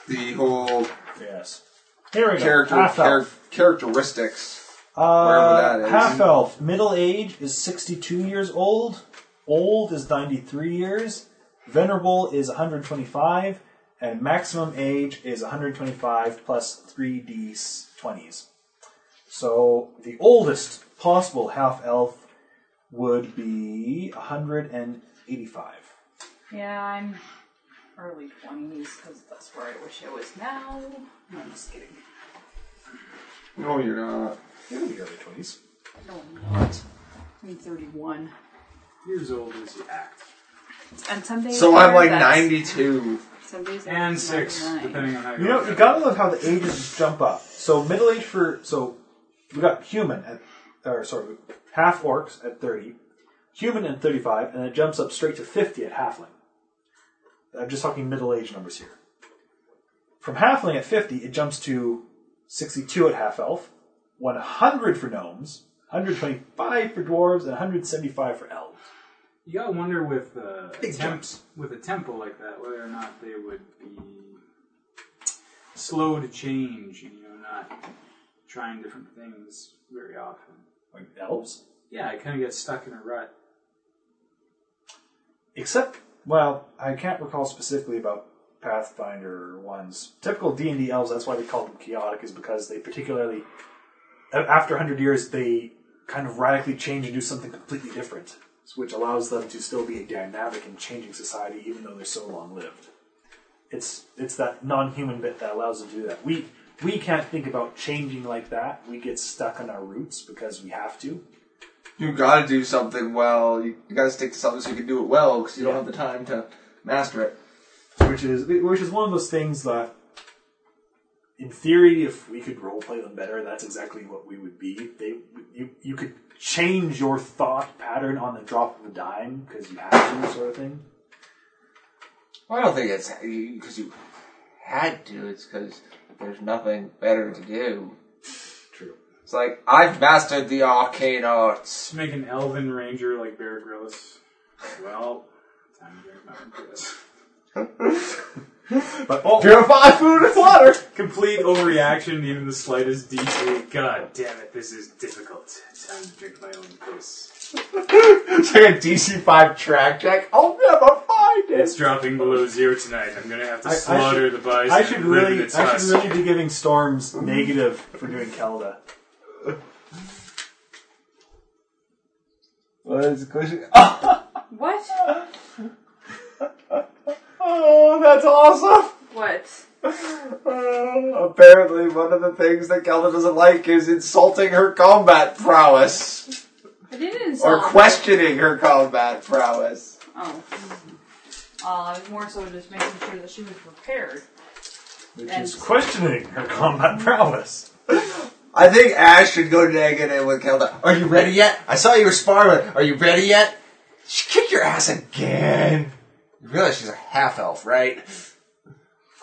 The whole Yes. Here we character go. Half char- elf. characteristics. Uh, wherever that is. half elf. Middle age is 62 years old. Old is 93 years. Venerable is 125. And maximum age is 125 plus 3d20s. So the oldest possible half elf would be 185. Yeah, I'm early 20s because that's where I wish I was now. No, I'm just kidding. Oh, No, you're not. Yeah, the early 20s. No, I'm not. I'm 31. You're as old as you act. And some days So are I'm like that's- 92. Some days I'm And six, 99. depending on how you You know, you gotta love how the ages jump up. So middle age for so we got human at or sorry, half orcs at thirty, human at thirty five, and it jumps up straight to fifty at halfling. I'm just talking middle age numbers here. From halfling at fifty, it jumps to sixty two at half elf, one hundred for gnomes, hundred twenty five for dwarves, and hundred seventy five for elves. You gotta wonder with uh, a Big temp- jumps. with a temple like that whether or not they would be slow to change. You know, not trying different things very often. Like elves. Yeah, I kind of get stuck in a rut. except well i can't recall specifically about pathfinder ones typical d&d elves that's why they call them chaotic is because they particularly a- after 100 years they kind of radically change and do something completely different which allows them to still be dynamic and changing society even though they're so long lived it's it's that non-human bit that allows them to do that we we can't think about changing like that we get stuck on our roots because we have to You gotta do something well. You, you gotta stick to something so you can do it well because you don't have the time to master it. which is which is one of those things that, in theory, if we could roleplay them better, that's exactly what we would be. They you you could change your thought pattern on the drop of a dime because you have to, sort of thing. Well, I don't think it's because you had to. It's because there's nothing better to do. True. It's like I've mastered the arcane arts. Just make an elven ranger like Bear Grylls. Well, time to drink Mountain Grylls. But oh, Purify food and [LAUGHS] water! Complete overreaction, even the slightest detail. God damn it, this is difficult. Time to drink my own piss. It's like a DC 5 track check. I'll never find it! It's dropping below zero tonight. I'm gonna have to I- I should- slaughter the bison. I should and live in really its I husk. should [LAUGHS] really be giving storms negative for doing Kelda. What is the question? Ah! What? Oh, that's awesome! Uh, What? Apparently, one of the things that Kelda doesn't like is insulting her combat prowess I didn't or insult. questioning her combat prowess. Oh. Uh, I was more so just making sure that she was prepared. Which And- is questioning her combat prowess. I think Ash should go negative with Kelda. Are you ready yet? I saw you were sparring. Are you ready yet? She kicked your ass again. You realize she's a half elf, right?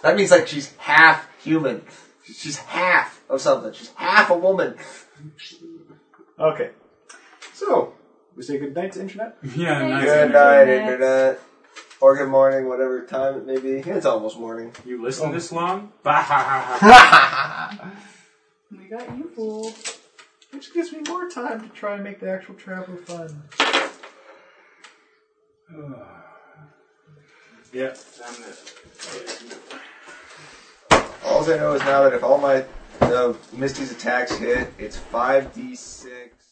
That means like she's half human. She's half of something. She's half a woman. Okay. So, we say good night to internet? Yeah, nice. Good night, internet. Or good morning, whatever time it may be. It's almost morning. You listen Oh. this long? Bah. We got you fooled. Which gives me more time to try and make the actual travel fun. yeah. All I know is now that if all my uh, Misty's attacks hit, it's 5d6.